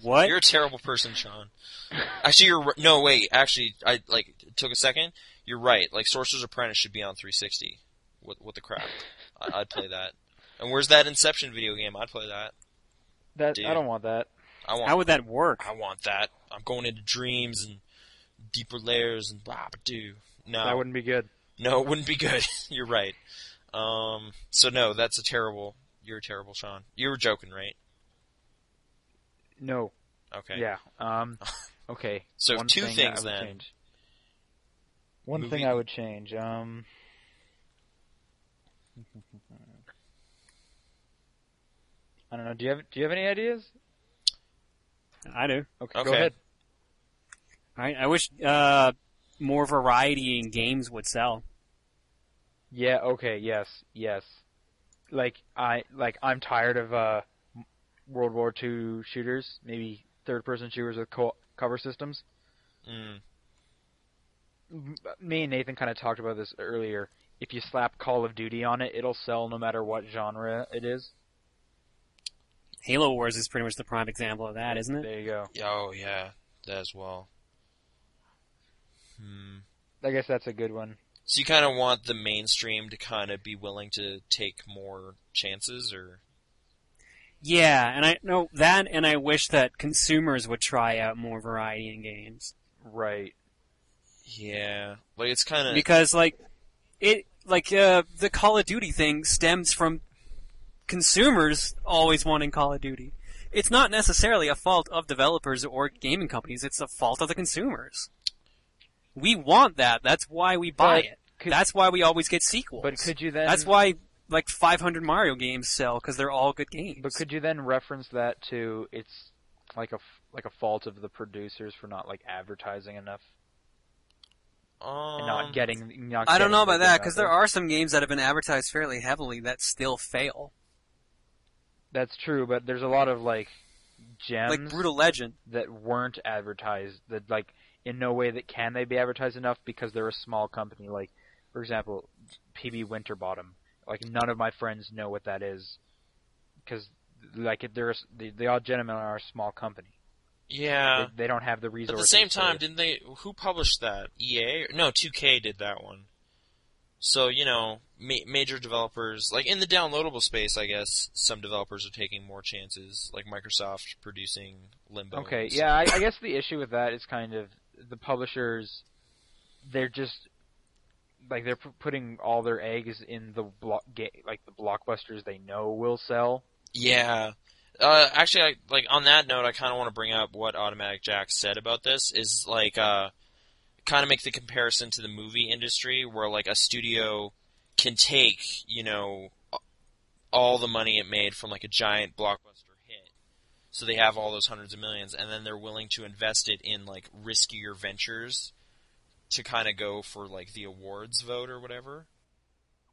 D: What?
B: You're a terrible person, Sean. Actually, you're r- no wait. Actually, I like took a second. You're right. Like Sorcerer's Apprentice should be on 360. What what the crap? I, I'd play that. And where's that Inception video game? I'd play that.
A: That
B: Dude.
A: I don't want that.
B: I want
D: How would that work?
B: I want that. I'm going into dreams and deeper layers and blah blah do. No,
A: That wouldn't be good.
B: no, it wouldn't be good. you're right. Um, so no, that's a terrible. You're terrible, Sean. You were joking, right?
A: No.
B: Okay.
A: Yeah. Um. Okay.
B: So
A: One
B: two
A: thing
B: things
A: I would
B: then.
A: Change. One
B: Movie-
A: thing I would change. Um. I don't know. Do you have Do you have any ideas?
D: I do.
A: Okay. Go
B: Okay.
A: ahead.
D: I, I wish uh, more variety in games would sell.
A: Yeah. Okay. Yes. Yes. Like I like I'm tired of uh, World War II shooters. Maybe third-person shooters with co- cover systems.
B: Mm,
A: M- Me and Nathan kind of talked about this earlier. If you slap Call of Duty on it, it'll sell no matter what genre it is.
D: Halo Wars is pretty much the prime example of that, isn't it?
A: There you go.
B: oh yeah, that as well. Hmm.
A: I guess that's a good one.
B: So you kind of want the mainstream to kind of be willing to take more chances, or
D: Yeah, and I know that, and I wish that consumers would try out more variety in games
A: Right.
B: yeah, like it's kind of
D: because, like, it like uh, the Call of Duty thing stems from consumers always wanting Call of Duty. It's not necessarily a fault of developers or gaming companies; it's a fault of the consumers. We want that. That's why we buy
A: But
D: it.
A: could-
D: That's why we always get sequels.
A: But could you then?
D: That's why like 500 Mario games sell because they're all good games.
A: But could you then reference that to it's like a f- like a fault of the producers for not like advertising enough and not
B: um,
A: getting not
D: I don't
A: getting
D: know
A: what
D: about
A: they're
D: that
A: out
D: because
A: there.
D: there are some games that have been advertised fairly heavily that still fail,
A: That's true, but there's a lot of like gems
D: like Brutal Legend.
A: that weren't advertised. That like in no way that can they be advertised enough because they're a small company. Like for example, PB Winterbottom. Like none of my friends know what that is because like they're a s- they, they all gentlemen are a small company.
B: yeah.
A: they, they don't have the
B: Uh, At
A: resources.
B: the same time,
A: for-
B: didn't they? Who published that? EA? No, 2K did that one. So you know, ma- major developers, like in the downloadable space, I guess some developers are taking more chances, like Microsoft producing Limbo.
A: Okay,
B: and stuff.
A: yeah, I, I guess the issue with that is kind of the publishers. They're just like they're p- putting all their eggs in the block, ga- like the blockbusters they know will sell.
B: Yeah. Uh, actually, I, like on that note, I kind of want to bring up what Automatic Jack said about this. Is like uh, kind of make the comparison to the movie industry, where like a studio can take you know a- all the money it made from like a giant blockbuster hit, so they have all those hundreds of millions, and then they're willing to invest it in like riskier ventures to kind of go for like the awards vote or whatever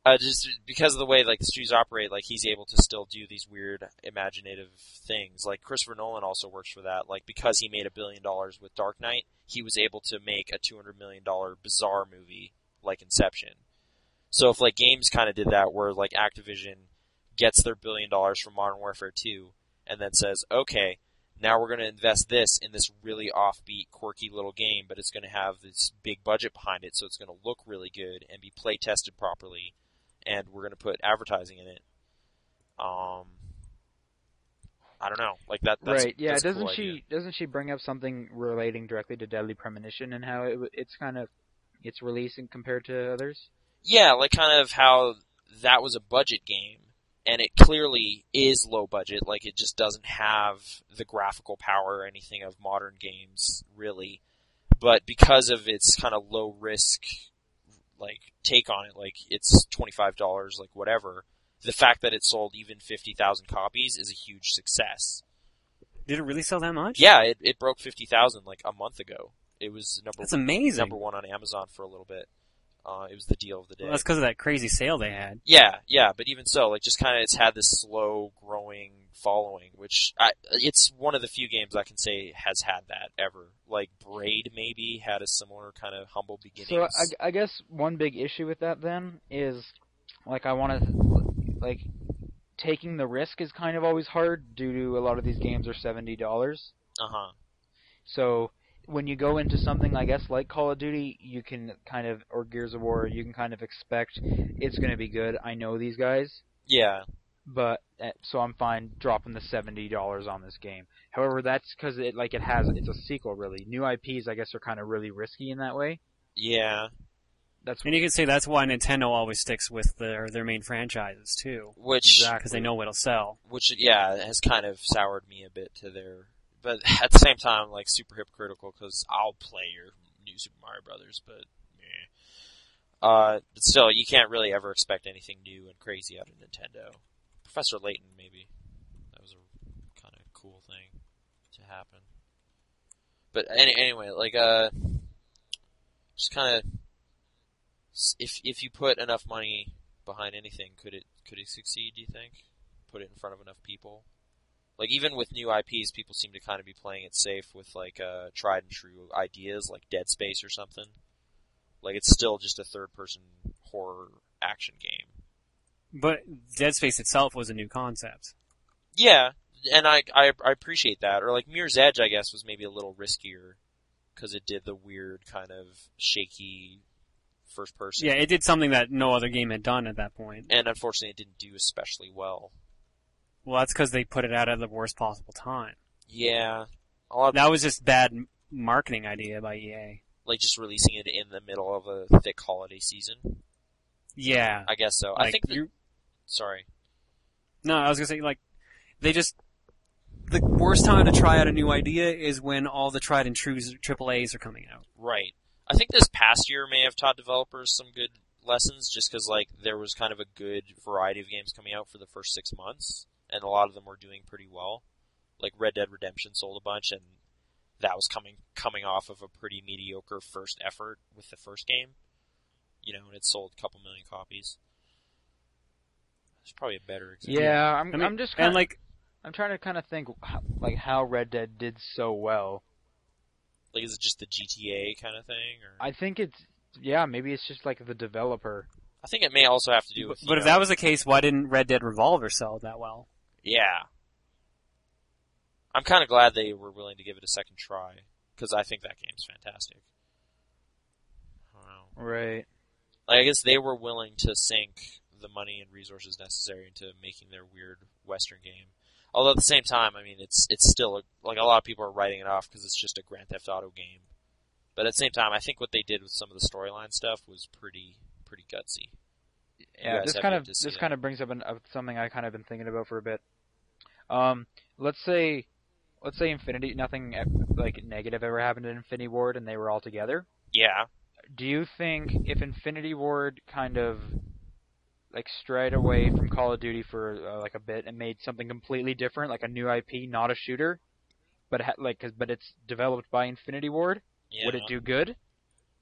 B: uh, just because of the way like the studios operate, like he's able to still do these weird imaginative things. Like Christopher Nolan also works for that. Like because he made a billion dollars with Dark Knight, he was able to make a two hundred million dollar bizarre movie like Inception. So if like games kind of did that, where like Activision gets their billion dollars from Modern Warfare Two, and then says, okay, now we're going to invest this in this really offbeat, quirky little game, but it's going to have this big budget behind it, so it's going to look really good and be play tested properly and we're going to put advertising in it. Um, I don't know, like that. That's,
A: right. Yeah.
B: that's a
A: Doesn't
B: cool
A: she
B: idea.
A: doesn't she bring up something relating directly to Deadly Premonition and how it, w- it's kind of it's releasing compared to others?
B: Yeah, like kind of how that was a budget game, and it clearly is low budget. Like it just doesn't have the graphical power or anything of modern games, really. But because of its kind of low risk, like take on it, like it's twenty five dollars, like whatever. The fact that it sold even fifty thousand copies is a huge success.
D: Did it really sell that much?
B: Yeah, it, it broke fifty thousand like a month ago. It was number
D: That's amazing.
B: number one on Amazon for a little bit. Uh, it was the deal of the day.
D: Well, that's because of that crazy sale they had.
B: yeah, yeah, but even so, like just kind of it's had this slow growing following, which I, it's one of the few games I can say has had that ever. Like Braid maybe had a similar kind of humble beginnings.
A: So I, I guess one big issue with that then is like I want to like taking the risk is kind of always hard due to a lot of these games are seventy dollars.
B: uh huh.
A: So when you go into something, I guess, like Call of Duty, you can kind of, or Gears of War, you can kind of expect it's going to be good. I know these guys,
B: Yeah,
A: but eh, so I'm fine dropping the seventy dollars on this game. However, that's because it like it has it's a sequel really. New IPs, I guess, are kind of really risky in that way.
B: yeah.
A: That's
D: And you can say that's why Nintendo always sticks with their their main franchises too,
B: Which
A: exactly
D: because they know what'll sell.
B: which yeah has kind of soured me a bit to their but at the same time like super hypocritical because i'll play your new super mario brothers but meh. uh but still you can't really ever expect anything new and crazy out of nintendo professor layton maybe that was a kind of cool thing to happen but any, anyway like uh just kind of if if you put enough money behind anything could it could it succeed do you think put it in front of enough people. Like even with new IPs, people seem to kind of be playing it safe with like uh, tried and true ideas, like Dead Space or something. Like it's still just a third-person horror action game.
D: But Dead Space itself was a new concept.
B: Yeah, and I I, I appreciate that. Or like Mirror's Edge, I guess, was maybe a little riskier because it did the weird kind of shaky first-person.
D: Yeah, it did something that no other game had done at that point.
B: And unfortunately, it didn't do especially well.
D: Well, that's because they put it out at the worst possible time.
B: Yeah, a lot of
D: That was just bad m- marketing idea by E EA.
B: like just releasing it in the middle of a thick holiday season.
D: Yeah,
B: I guess so.
D: like,
B: I think. The,
D: you-
B: sorry.
D: No, I was gonna say like they just the worst time to try out a new idea is when all the tried and true triple A's are coming out.
B: Right. I think this past year may have taught developers some good lessons, just because like there was kind of a good variety of games coming out for the first six months, and a lot of them were doing pretty well. Like Red Dead Redemption sold a bunch, and that was coming coming off of a pretty mediocre first effort with the first game. You know, and it sold a couple million copies. There's probably a better example.
A: yeah. I'm
D: I mean,
A: I'm just
D: and
A: kind
D: like
A: I'm trying to kind of think how- like how Red Dead did so well.
B: Like, is it just the GTA kind of thing, or
A: I think it's yeah maybe it's just like the developer.
B: I think it may also have to do with. you
D: But if
B: know-
D: that was the case, why didn't Red Dead Revolver sell that well?
B: Yeah. I'm kind of glad they were willing to give it a second try because I think that game's fantastic. I don't know.
A: Right.
B: Like, I guess they were willing to sink the money and resources necessary into making their weird Western game. Although at the same time, I mean, it's it's still like a lot of people are writing it off because it's just a Grand Theft Auto game. But at the same time, I think what they did with some of the storyline stuff was pretty pretty gutsy. You
A: yeah,
B: guys
A: this
B: have
A: kind
B: yet
A: of
B: to see
A: this
B: it.
A: uh, kind of brings up an, up something I kind of been thinking about for a bit. Um, let's say, let's say Infinity, nothing eh, like negative ever happened in Infinity Ward, and they were all together.
B: Yeah.
A: Do you think if Infinity Ward kind of like strayed away from Call of Duty for uh, like a bit and made something completely different, like a new IP, not a shooter, but ha- like 'cause- but it's developed by Infinity Ward?
B: yeah.
A: would it do good?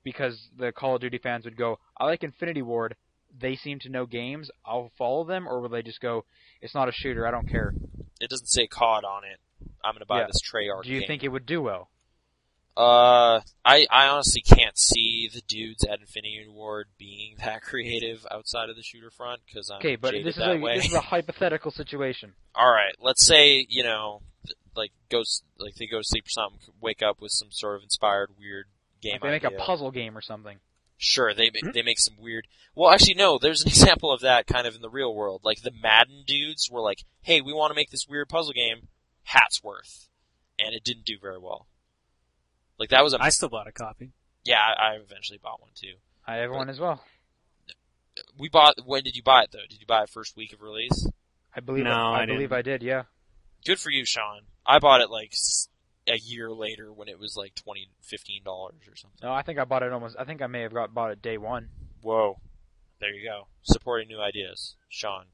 A: Because the Call of Duty fans would go, I like Infinity Ward. They seem to know games. I'll follow them. Or will they just go, it's not a shooter. I don't care.
B: It doesn't say COD on it. I'm gonna buy
A: Yeah.
B: this Treyarch.
A: Do you
B: game.
A: think it would do well?
B: Uh, I I honestly can't see the dudes at Infinity Ward being that creative outside of the shooter front because I'm
A: Okay, but
B: jaded
A: this is,
B: Uh, that
A: a,
B: way.
A: this is a hypothetical situation.
B: all right, let's say you know, th- like go s- like they go to sleep or something, wake up with some sort of inspired weird game.
A: Like they make a
B: idea.
A: puzzle game or something.
B: Sure, they make, they make some weird. Well, actually, no. There's an example of that kind of in the real world. Like the Madden dudes were like, "Hey, we want to make this weird puzzle game, Hatsworth," and it didn't do very well. Like that was a
C: I still bought a copy.
B: yeah. I I eventually bought one too.
A: I have one as well.
B: We bought. When did you buy it though? Did you buy it first week of release?
A: I believe.
C: No,
A: I,
C: I
A: believe
C: didn't.
A: I did. Yeah.
B: Good for you, Sean. I bought it like s- a year later when it was like twenty, fifteen dollars or something.
A: No, I think I bought it almost. I think I may have got bought it day one.
B: Whoa. There you go. Supporting new ideas. Sean.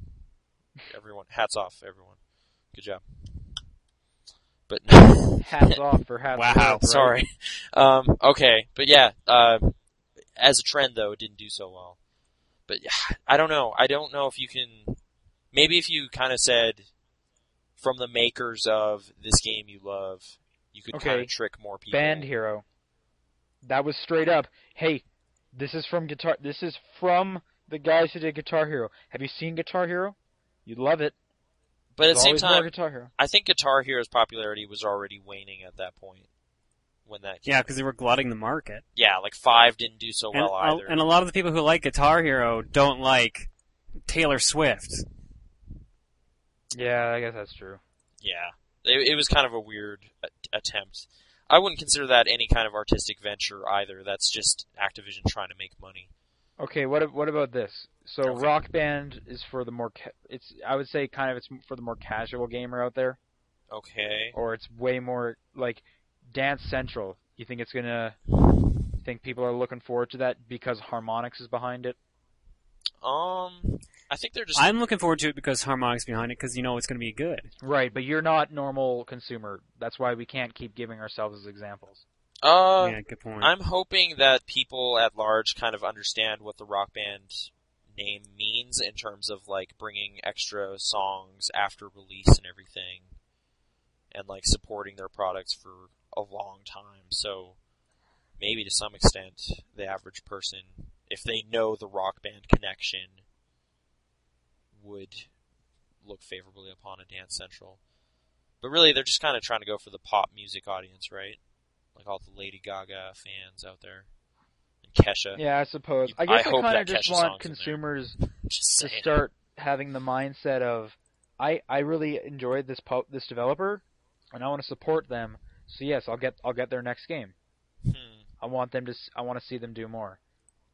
B: Everyone. Hats off, everyone. Good job. But
A: Hats off for hats.
C: Wow,
A: off, right?
B: sorry. Um, okay. But yeah, uh, as a trend though, it didn't do so well. But yeah, I don't know. I don't know if you can, maybe if you kind of said from the makers of this game you love, you could
A: Okay.
B: kind of trick more people.
A: Band Hero. That was straight up. Hey, this is from Guitar. This is from the guys who did Guitar Hero. Have you seen Guitar Hero? You'd love it.
B: But at the
A: There's
B: same
A: always more
B: time,
A: Guitar Hero.
B: I think Guitar Hero's popularity was already waning at that point when that came
C: Yeah, because they were glutting the market.
B: Yeah, like five didn't do so
C: And,
B: Oh, well
C: a-
B: either.
C: and a lot of the people who like Guitar Hero don't like Taylor Swift.
A: Yeah, I guess that's true.
B: yeah, it, it was kind of a weird a- attempt. I wouldn't consider that any kind of artistic venture either. That's just Activision trying to make money.
A: Okay, what ab- what about this? So
B: Okay.
A: Rock Band is for the more ca- it's I would say kind of it's for the more casual gamer out there,
B: Okay.
A: or it's way more like Dance Central. You think it's gonna? You think people are looking forward to that because Harmonix is behind it?
B: Um, I think they're just.
C: I'm looking forward to it because Harmonix behind it, because you know it's going to be good.
A: Right, but you're not normal consumer. That's why we can't keep giving ourselves as examples.
B: uh,
C: yeah, good point.
B: I'm hoping that people at large kind of understand what the rock band name means in terms of like bringing extra songs after release and everything, and like supporting their products for a long time. So maybe to some extent, the average person, if they know the rock band connection, would look favorably upon a Dance Central. But really, they're just kind of trying to go for the pop music audience, right? Like all the Lady Gaga fans out there, and Kesha.
A: Yeah, I suppose. I
B: I
A: guess I,
B: hope
A: kind
B: that
A: of just
B: Kesha
A: want
B: song's in there.
A: consumers
B: Just
A: to
B: saying.
A: start having the mindset of, I I really enjoyed this pub this developer, and I want to support them. So yes, I'll get I'll get their next game.
B: Hmm.
A: I want them to s- I want to see them do more.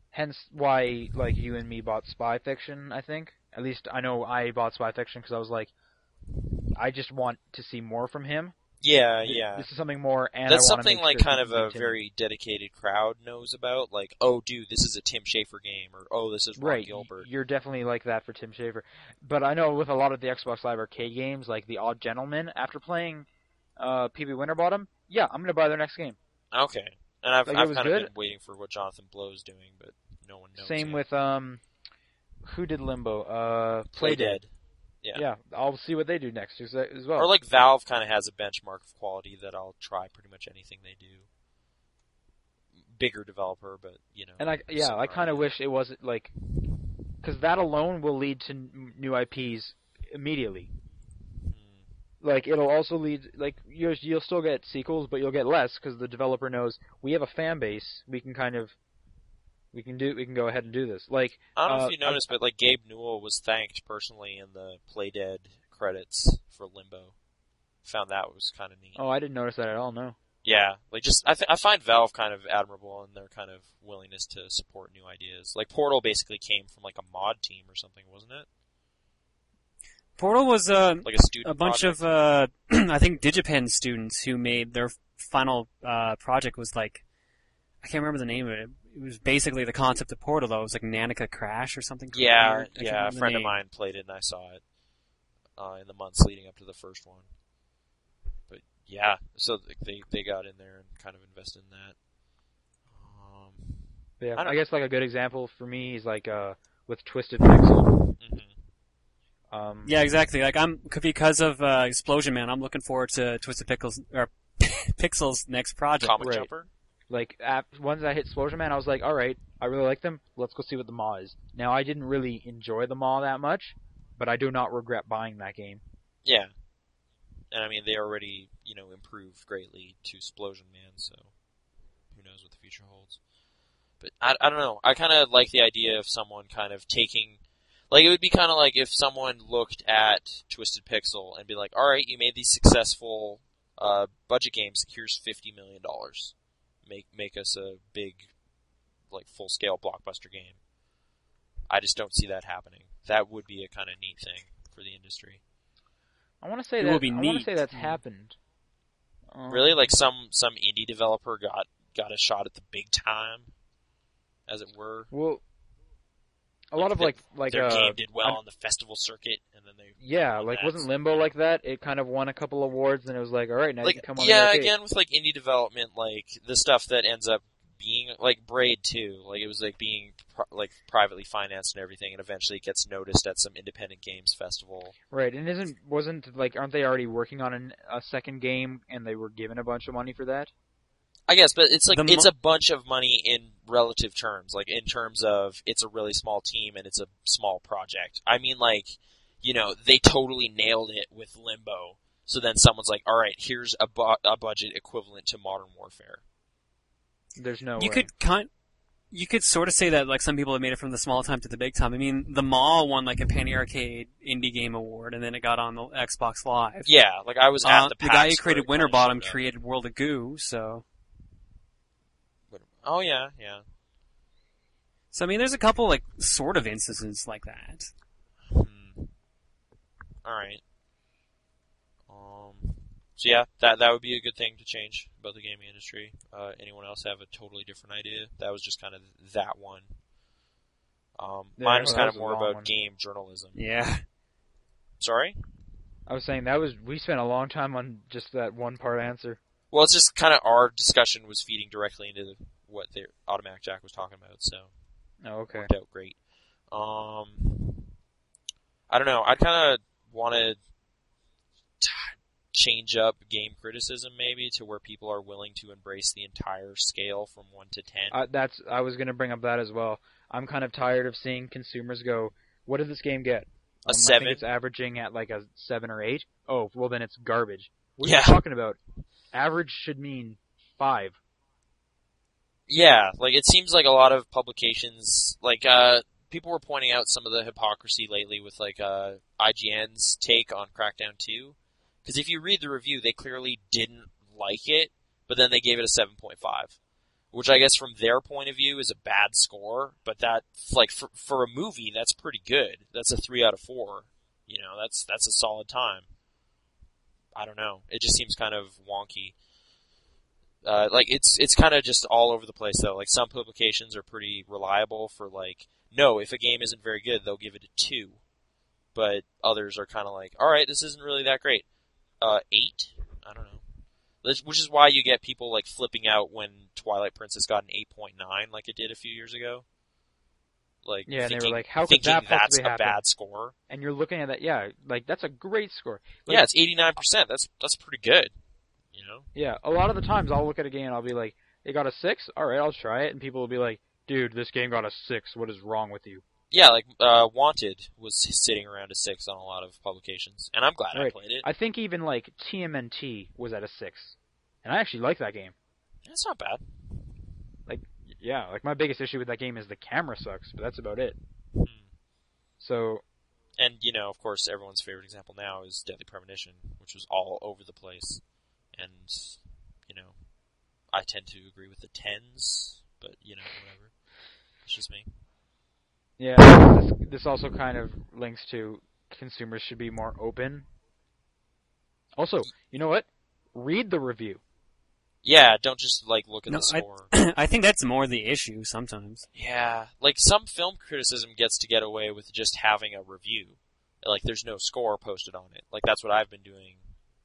A: Hence why like you and me bought Spy Fiction. I think at least I know I bought Spy Fiction because I was like, I just want to see more from him.
B: Yeah,
A: Th-
B: yeah.
A: This is something more, and
B: That's
A: I wanna
B: something
A: make
B: like
A: sure
B: kind of
A: people
B: a
A: continue.
B: very dedicated crowd knows about. Like, oh, dude, this is a Tim Schafer game, or oh, this is Ron
A: right.
B: Gilbert.
A: You're definitely like that for Tim Schafer. But I know with a lot of the Xbox Live Arcade games, like The Odd Gentleman, after playing uh, PB Winterbottom, yeah, I'm gonna buy their next game.
B: Okay. And I've,
A: Like, it
B: I've
A: was
B: kind
A: good.
B: of been waiting for what Jonathan Blow's doing, but no one knows.
A: Same
B: yet.
A: with um, who did Limbo? Uh,
B: Play
A: Playdead.
B: Dead. yeah.
A: Yeah. I'll see what they do next as as well.
B: Or like Valve kind of has a benchmark of quality that I'll try pretty much anything they do. Bigger developer, but you know.
A: and I yeah, I kind of wish it wasn't like, because that alone will lead to n- new IPs immediately.
B: Hmm.
A: like it'll also lead like you'll you'll still get sequels, but you'll get less because the developer knows we have a fan base. We can kind of we can do we can go ahead and do this. Like
B: I don't know
A: Uh,
B: if you noticed, but like Gabe Newell was thanked personally in the Playdead credits for Limbo. Found that was kind of neat.
A: oh, I didn't notice that at all. No,
B: Yeah, like just I, th- I find Valve kind of admirable in their kind of willingness to support new ideas. Like Portal basically came from like a mod team or something, wasn't it?
D: Portal was uh,
B: like a student.
D: a bunch
B: project.
D: of uh, I think Digipen students who made their final uh, project was like I can't remember the name of it. It was basically the concept of Portal though. It was like Nanica Crash or something.
B: yeah,
D: weird. I can't
B: yeah. A
D: remember the
B: friend of
D: name.
B: mine played it, and I saw it uh, in the months leading up to the first one. But yeah, so th- they they got in there and kind of invested in that. Um,
A: Yeah,
B: I don't-
A: I, guess like a good example for me is like uh with Twisted Pixel.
B: mhm.
A: Um,
D: Yeah, exactly. Like I'm c- because of uh, Explosion Man, I'm looking forward to Twisted Pickles or Pixels next project.
B: Comic
A: right.
B: Jumper.
A: like ap- once I hit Explosion Man, I was like, all right, I really like them. Let's go see what the mall is. Now I didn't really enjoy the mall that much, but I do not regret buying that game.
B: Yeah. And I mean, they already, you know, improved greatly to Explosion Man, so who knows what the future holds. But I, I don't know. I kind of like the idea of someone kind of taking. Like, it would be kind of like if someone looked at Twisted Pixel and be like, alright, you made these successful uh, budget games, here's $50 million. Make, make us a big, like, full scale blockbuster game. I just don't see that happening. That would be a kind of neat thing for the industry.
A: I want to say
D: It
A: that
D: will be
A: I want
D: neat.
A: to say that's happened. Um,
B: Really, like some some indie developer got got a shot at the big time, as it were.
A: Well, a lot
B: Like
A: of
B: their-
A: like like
B: Their
A: uh,
B: game did well
A: I'm-
B: on the festival circuit, and then they
A: yeah, like
B: That's-
A: wasn't Limbo like that? It kind of won a couple awards, and it was like, all right, now you
B: like
A: can come on. the
B: yeah
A: arcade.
B: again with like indie development, like the stuff that ends up being like Braid too. Like it was like being pri- like privately financed and everything, and eventually it gets noticed at some independent games festival.
A: Right, and isn't wasn't like aren't they already working on an, a second game and they were given a bunch of money for that?
B: I guess, but it's like
D: The mo-
B: it's a bunch of money in relative terms, like in terms of it's a really small team and it's a small project. I mean, like you know, they totally nailed it with Limbo. So then someone's like, "All right, here's a, bu- a budget equivalent to Modern Warfare."
A: There's no
D: You
A: way.
D: could kind, you could sort of say that like some people have made it from the small time to the big time. I mean, the mall won like a Penny Arcade Indie Game Award, and then it got on the Xbox Live.
B: Yeah, like I was
D: Uh,
B: at the,
D: the
B: PAX
D: guy who
B: where
D: created
B: it kinda
D: Winterbottom
B: showed up.
D: created World of Goo, so
B: Oh yeah, yeah.
D: so I mean, there's a couple like sort of instances like that.
B: Hmm. All right. Um. So yeah, that that would be a good thing to change about the gaming industry. Uh, anyone else have a totally different idea? That was just kind of that one. Um,
A: Yeah,
B: mine was
A: that
B: kind
A: was
B: of
A: a
B: more
A: long
B: about
A: one.
B: game journalism.
D: Yeah,
B: Sorry.
A: I was saying that was we spent a long time on just that one part answer.
B: Well, it's just kind of our discussion was feeding directly into what the automatic Jack was talking about. So.
A: Oh, okay.
B: worked out great. Um, I don't know. I kind of want to change up game criticism, maybe, to where people are willing to embrace the entire scale from one to ten.
A: I, um, that's I was gonna bring up that as well. I'm kind of tired of seeing consumers go, "What did this game
B: A
A: get?" Um, I
B: seven?
A: think it's averaging at like a seven or eight. Oh, well then it's garbage. What are
B: Yeah.
A: you talking about? Average should mean five.
B: yeah, like it seems like a lot of publications, like uh, people were pointing out some of the hypocrisy lately with like uh, IGN's take on Crackdown Two, because if you read the review, they clearly didn't like it, but then they gave it a seven point five. which I guess from their point of view is a bad score, but that like for, for a movie that's pretty good. That's a three out of four. You know, that's that's a solid time. I don't know. It just seems kind of wonky. Uh, like it's it's kind of just all over the place though. Like some publications are pretty reliable for like no, if a game isn't very good, they'll give it a two. But others are kind of like, all right, this isn't really that great. Uh, eight? I don't know. This- which is why you get people like flipping out when Twilight Princess got an 8.9 like it did a few years ago. Like
A: Yeah, and they
B: thinking,
A: were like, "How could
B: thinking
A: that
B: that's
A: possibly
B: a
A: happen?"
B: bad score.
A: And you're looking at that, yeah, like that's a great score. Like-
B: yeah, it's 89%. That's that's pretty good, you know.
A: Yeah, a lot of the times I'll look at a game and I'll be like, it got a six? Alright, I'll try it. And people will be like, dude, this game got a six. What is wrong with you?
B: Yeah, like uh, Wanted was sitting around a 6 on a lot of publications, and I'm glad I
A: Right.
B: played it.
A: I think even like TMNT was at a six. And I actually like that game.
B: That's not bad.
A: Like, yeah, like my biggest issue with that game is the camera sucks, but that's about it.
B: Hmm.
A: So,
B: And you know, of course, everyone's favorite example now is Deadly Premonition, which was all over the place. And you know, I tend to agree with the tens, but you know, whatever. It's just me.
A: yeah, this, this also kind of links to consumers should be more open. Also, you know what? Read the review.
B: Yeah, don't just like look at
D: No,
B: the
D: I-
B: score.
D: I think that's more the issue sometimes.
B: Yeah, like some film criticism gets to get away with just having a review. Like there's no score posted on it. Like that's what I've been doing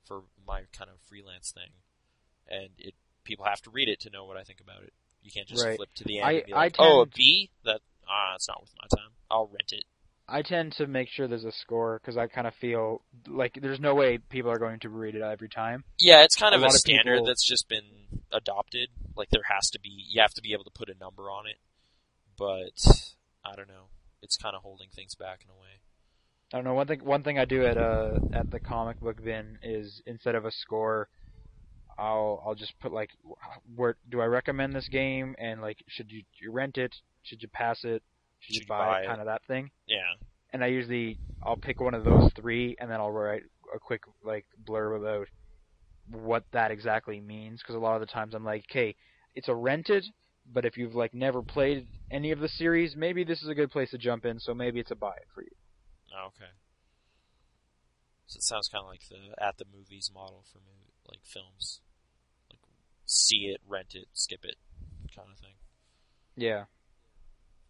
B: for my kind of freelance thing, and it people have to read it to know what I think about it. You can't just
A: Right.
B: flip to the end
A: I-
B: and be
A: I
B: like, "Oh, a
A: tend-
B: B? That ah, it's not worth my time. I'll rent it."
A: I tend to make sure there's a score because I kind of feel like there's no way people are going to read it every time.
B: Yeah, it's kind
A: A
B: of a,
A: lot of
B: standard
A: people-
B: that's just been adopted. Like there has to be, you have to be able to put a number on it. But I don't know. It's kind of holding things back in a way.
A: I don't know. One thing one thing I do at uh at the comic book bin is instead of a score, I'll I'll just put like where do I recommend this game and like should you, you rent it? Should you pass it? Should, you buy, it?
B: it?
A: Kind of that thing.
B: Yeah.
A: And I usually I'll pick one of those three and then I'll write a quick like blurb about what that exactly means because a lot of the times I'm like, okay, it's a rented, but if you've like never played any of the series, maybe this is a good place to jump in. So maybe it's a buy it for you.
B: Oh, okay. So it sounds kind of like the at the movies model for movie, like films, like see it, rent it, skip it, kind of thing.
A: Yeah.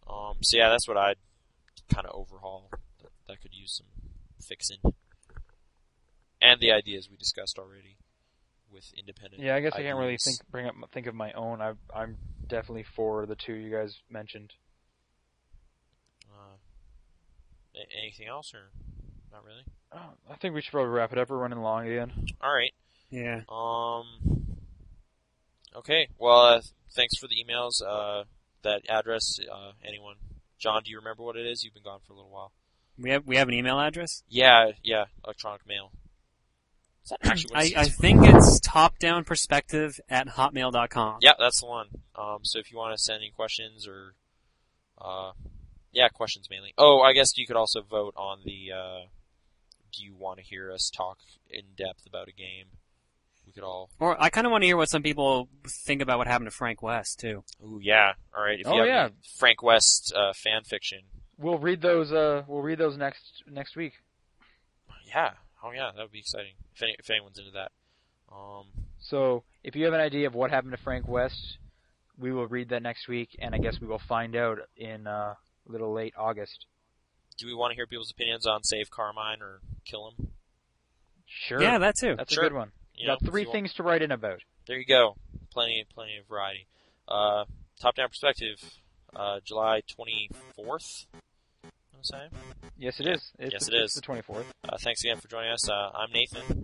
B: Um. So yeah, that's what I kind of overhaul. That, that could use some fixing. And the ideas we discussed already with independent.
A: Yeah, I guess I can't really
B: ideas.
A: think bring up think of my own. I, I'm definitely for the two you guys mentioned.
B: Uh, a- anything else or not really?
A: Oh, I think we should probably wrap it up. We're running long again.
B: All right.
D: Yeah.
B: Um. Okay. Well, uh, thanks for the emails. Uh, that address. Uh, anyone? John, do you remember what it is? You've been gone for a little while.
D: We have we have an email address.
B: Yeah. Yeah. Electronic mail. Is that actually what
D: I,
B: it
D: I
B: says?
D: think it's top down perspective at hotmail.com.
B: Yeah, that's the one. Um, so if you want to send any questions or, uh, yeah, questions mainly. Oh, I guess you could also vote on the. Uh, do you want to hear us talk in depth about a game? We could all.
D: Or I kind of want to hear what some people think about what happened to Frank West too.
B: Ooh, yeah. All right. If you
A: Oh,
B: have
A: yeah.
B: any Frank West uh, fan fiction,
A: We'll read those. Uh, we'll read those next next week.
B: Yeah. Oh yeah, that would be exciting. If any, if anyone's into that. Um.
A: So if you have an idea of what happened to Frank West, we will read that next week, and I guess we will find out in uh, a little late August.
B: Do we want to hear people's opinions on save Carmine or kill him?
A: Sure.
D: Yeah, that too.
A: that's
B: Sure.
A: a good one.
B: You know,
A: Got
B: if
A: three
B: you want-
A: things to write in about.
B: There you go. Plenty, plenty of variety. Uh, top down perspective. Uh, July twenty fourth. I'm saying.
A: Yes, it
B: Yeah.
A: is. It's
B: Yes,
A: the,
B: it
A: it's
B: is.
A: the 24th.
B: Uh, thanks again for joining us. Uh, I'm Nathan.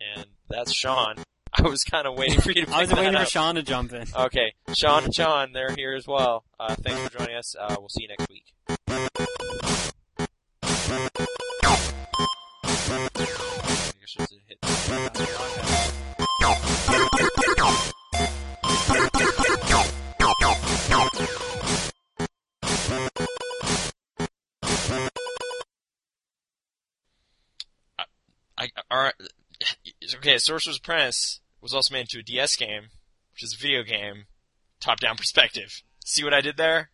B: And that's Sean. I was kind of waiting for you to pick
D: I was
B: that
D: waiting for
B: up.
D: Sean to jump in.
B: Okay, Sean and John, they're here as well. Uh, thanks for joining us. Uh, we'll see you next week. I guess I should hit- I- I, all right. Okay, Sorcerer's Apprentice was also made into a DS game, which is a video game, top-down perspective. See what I did there?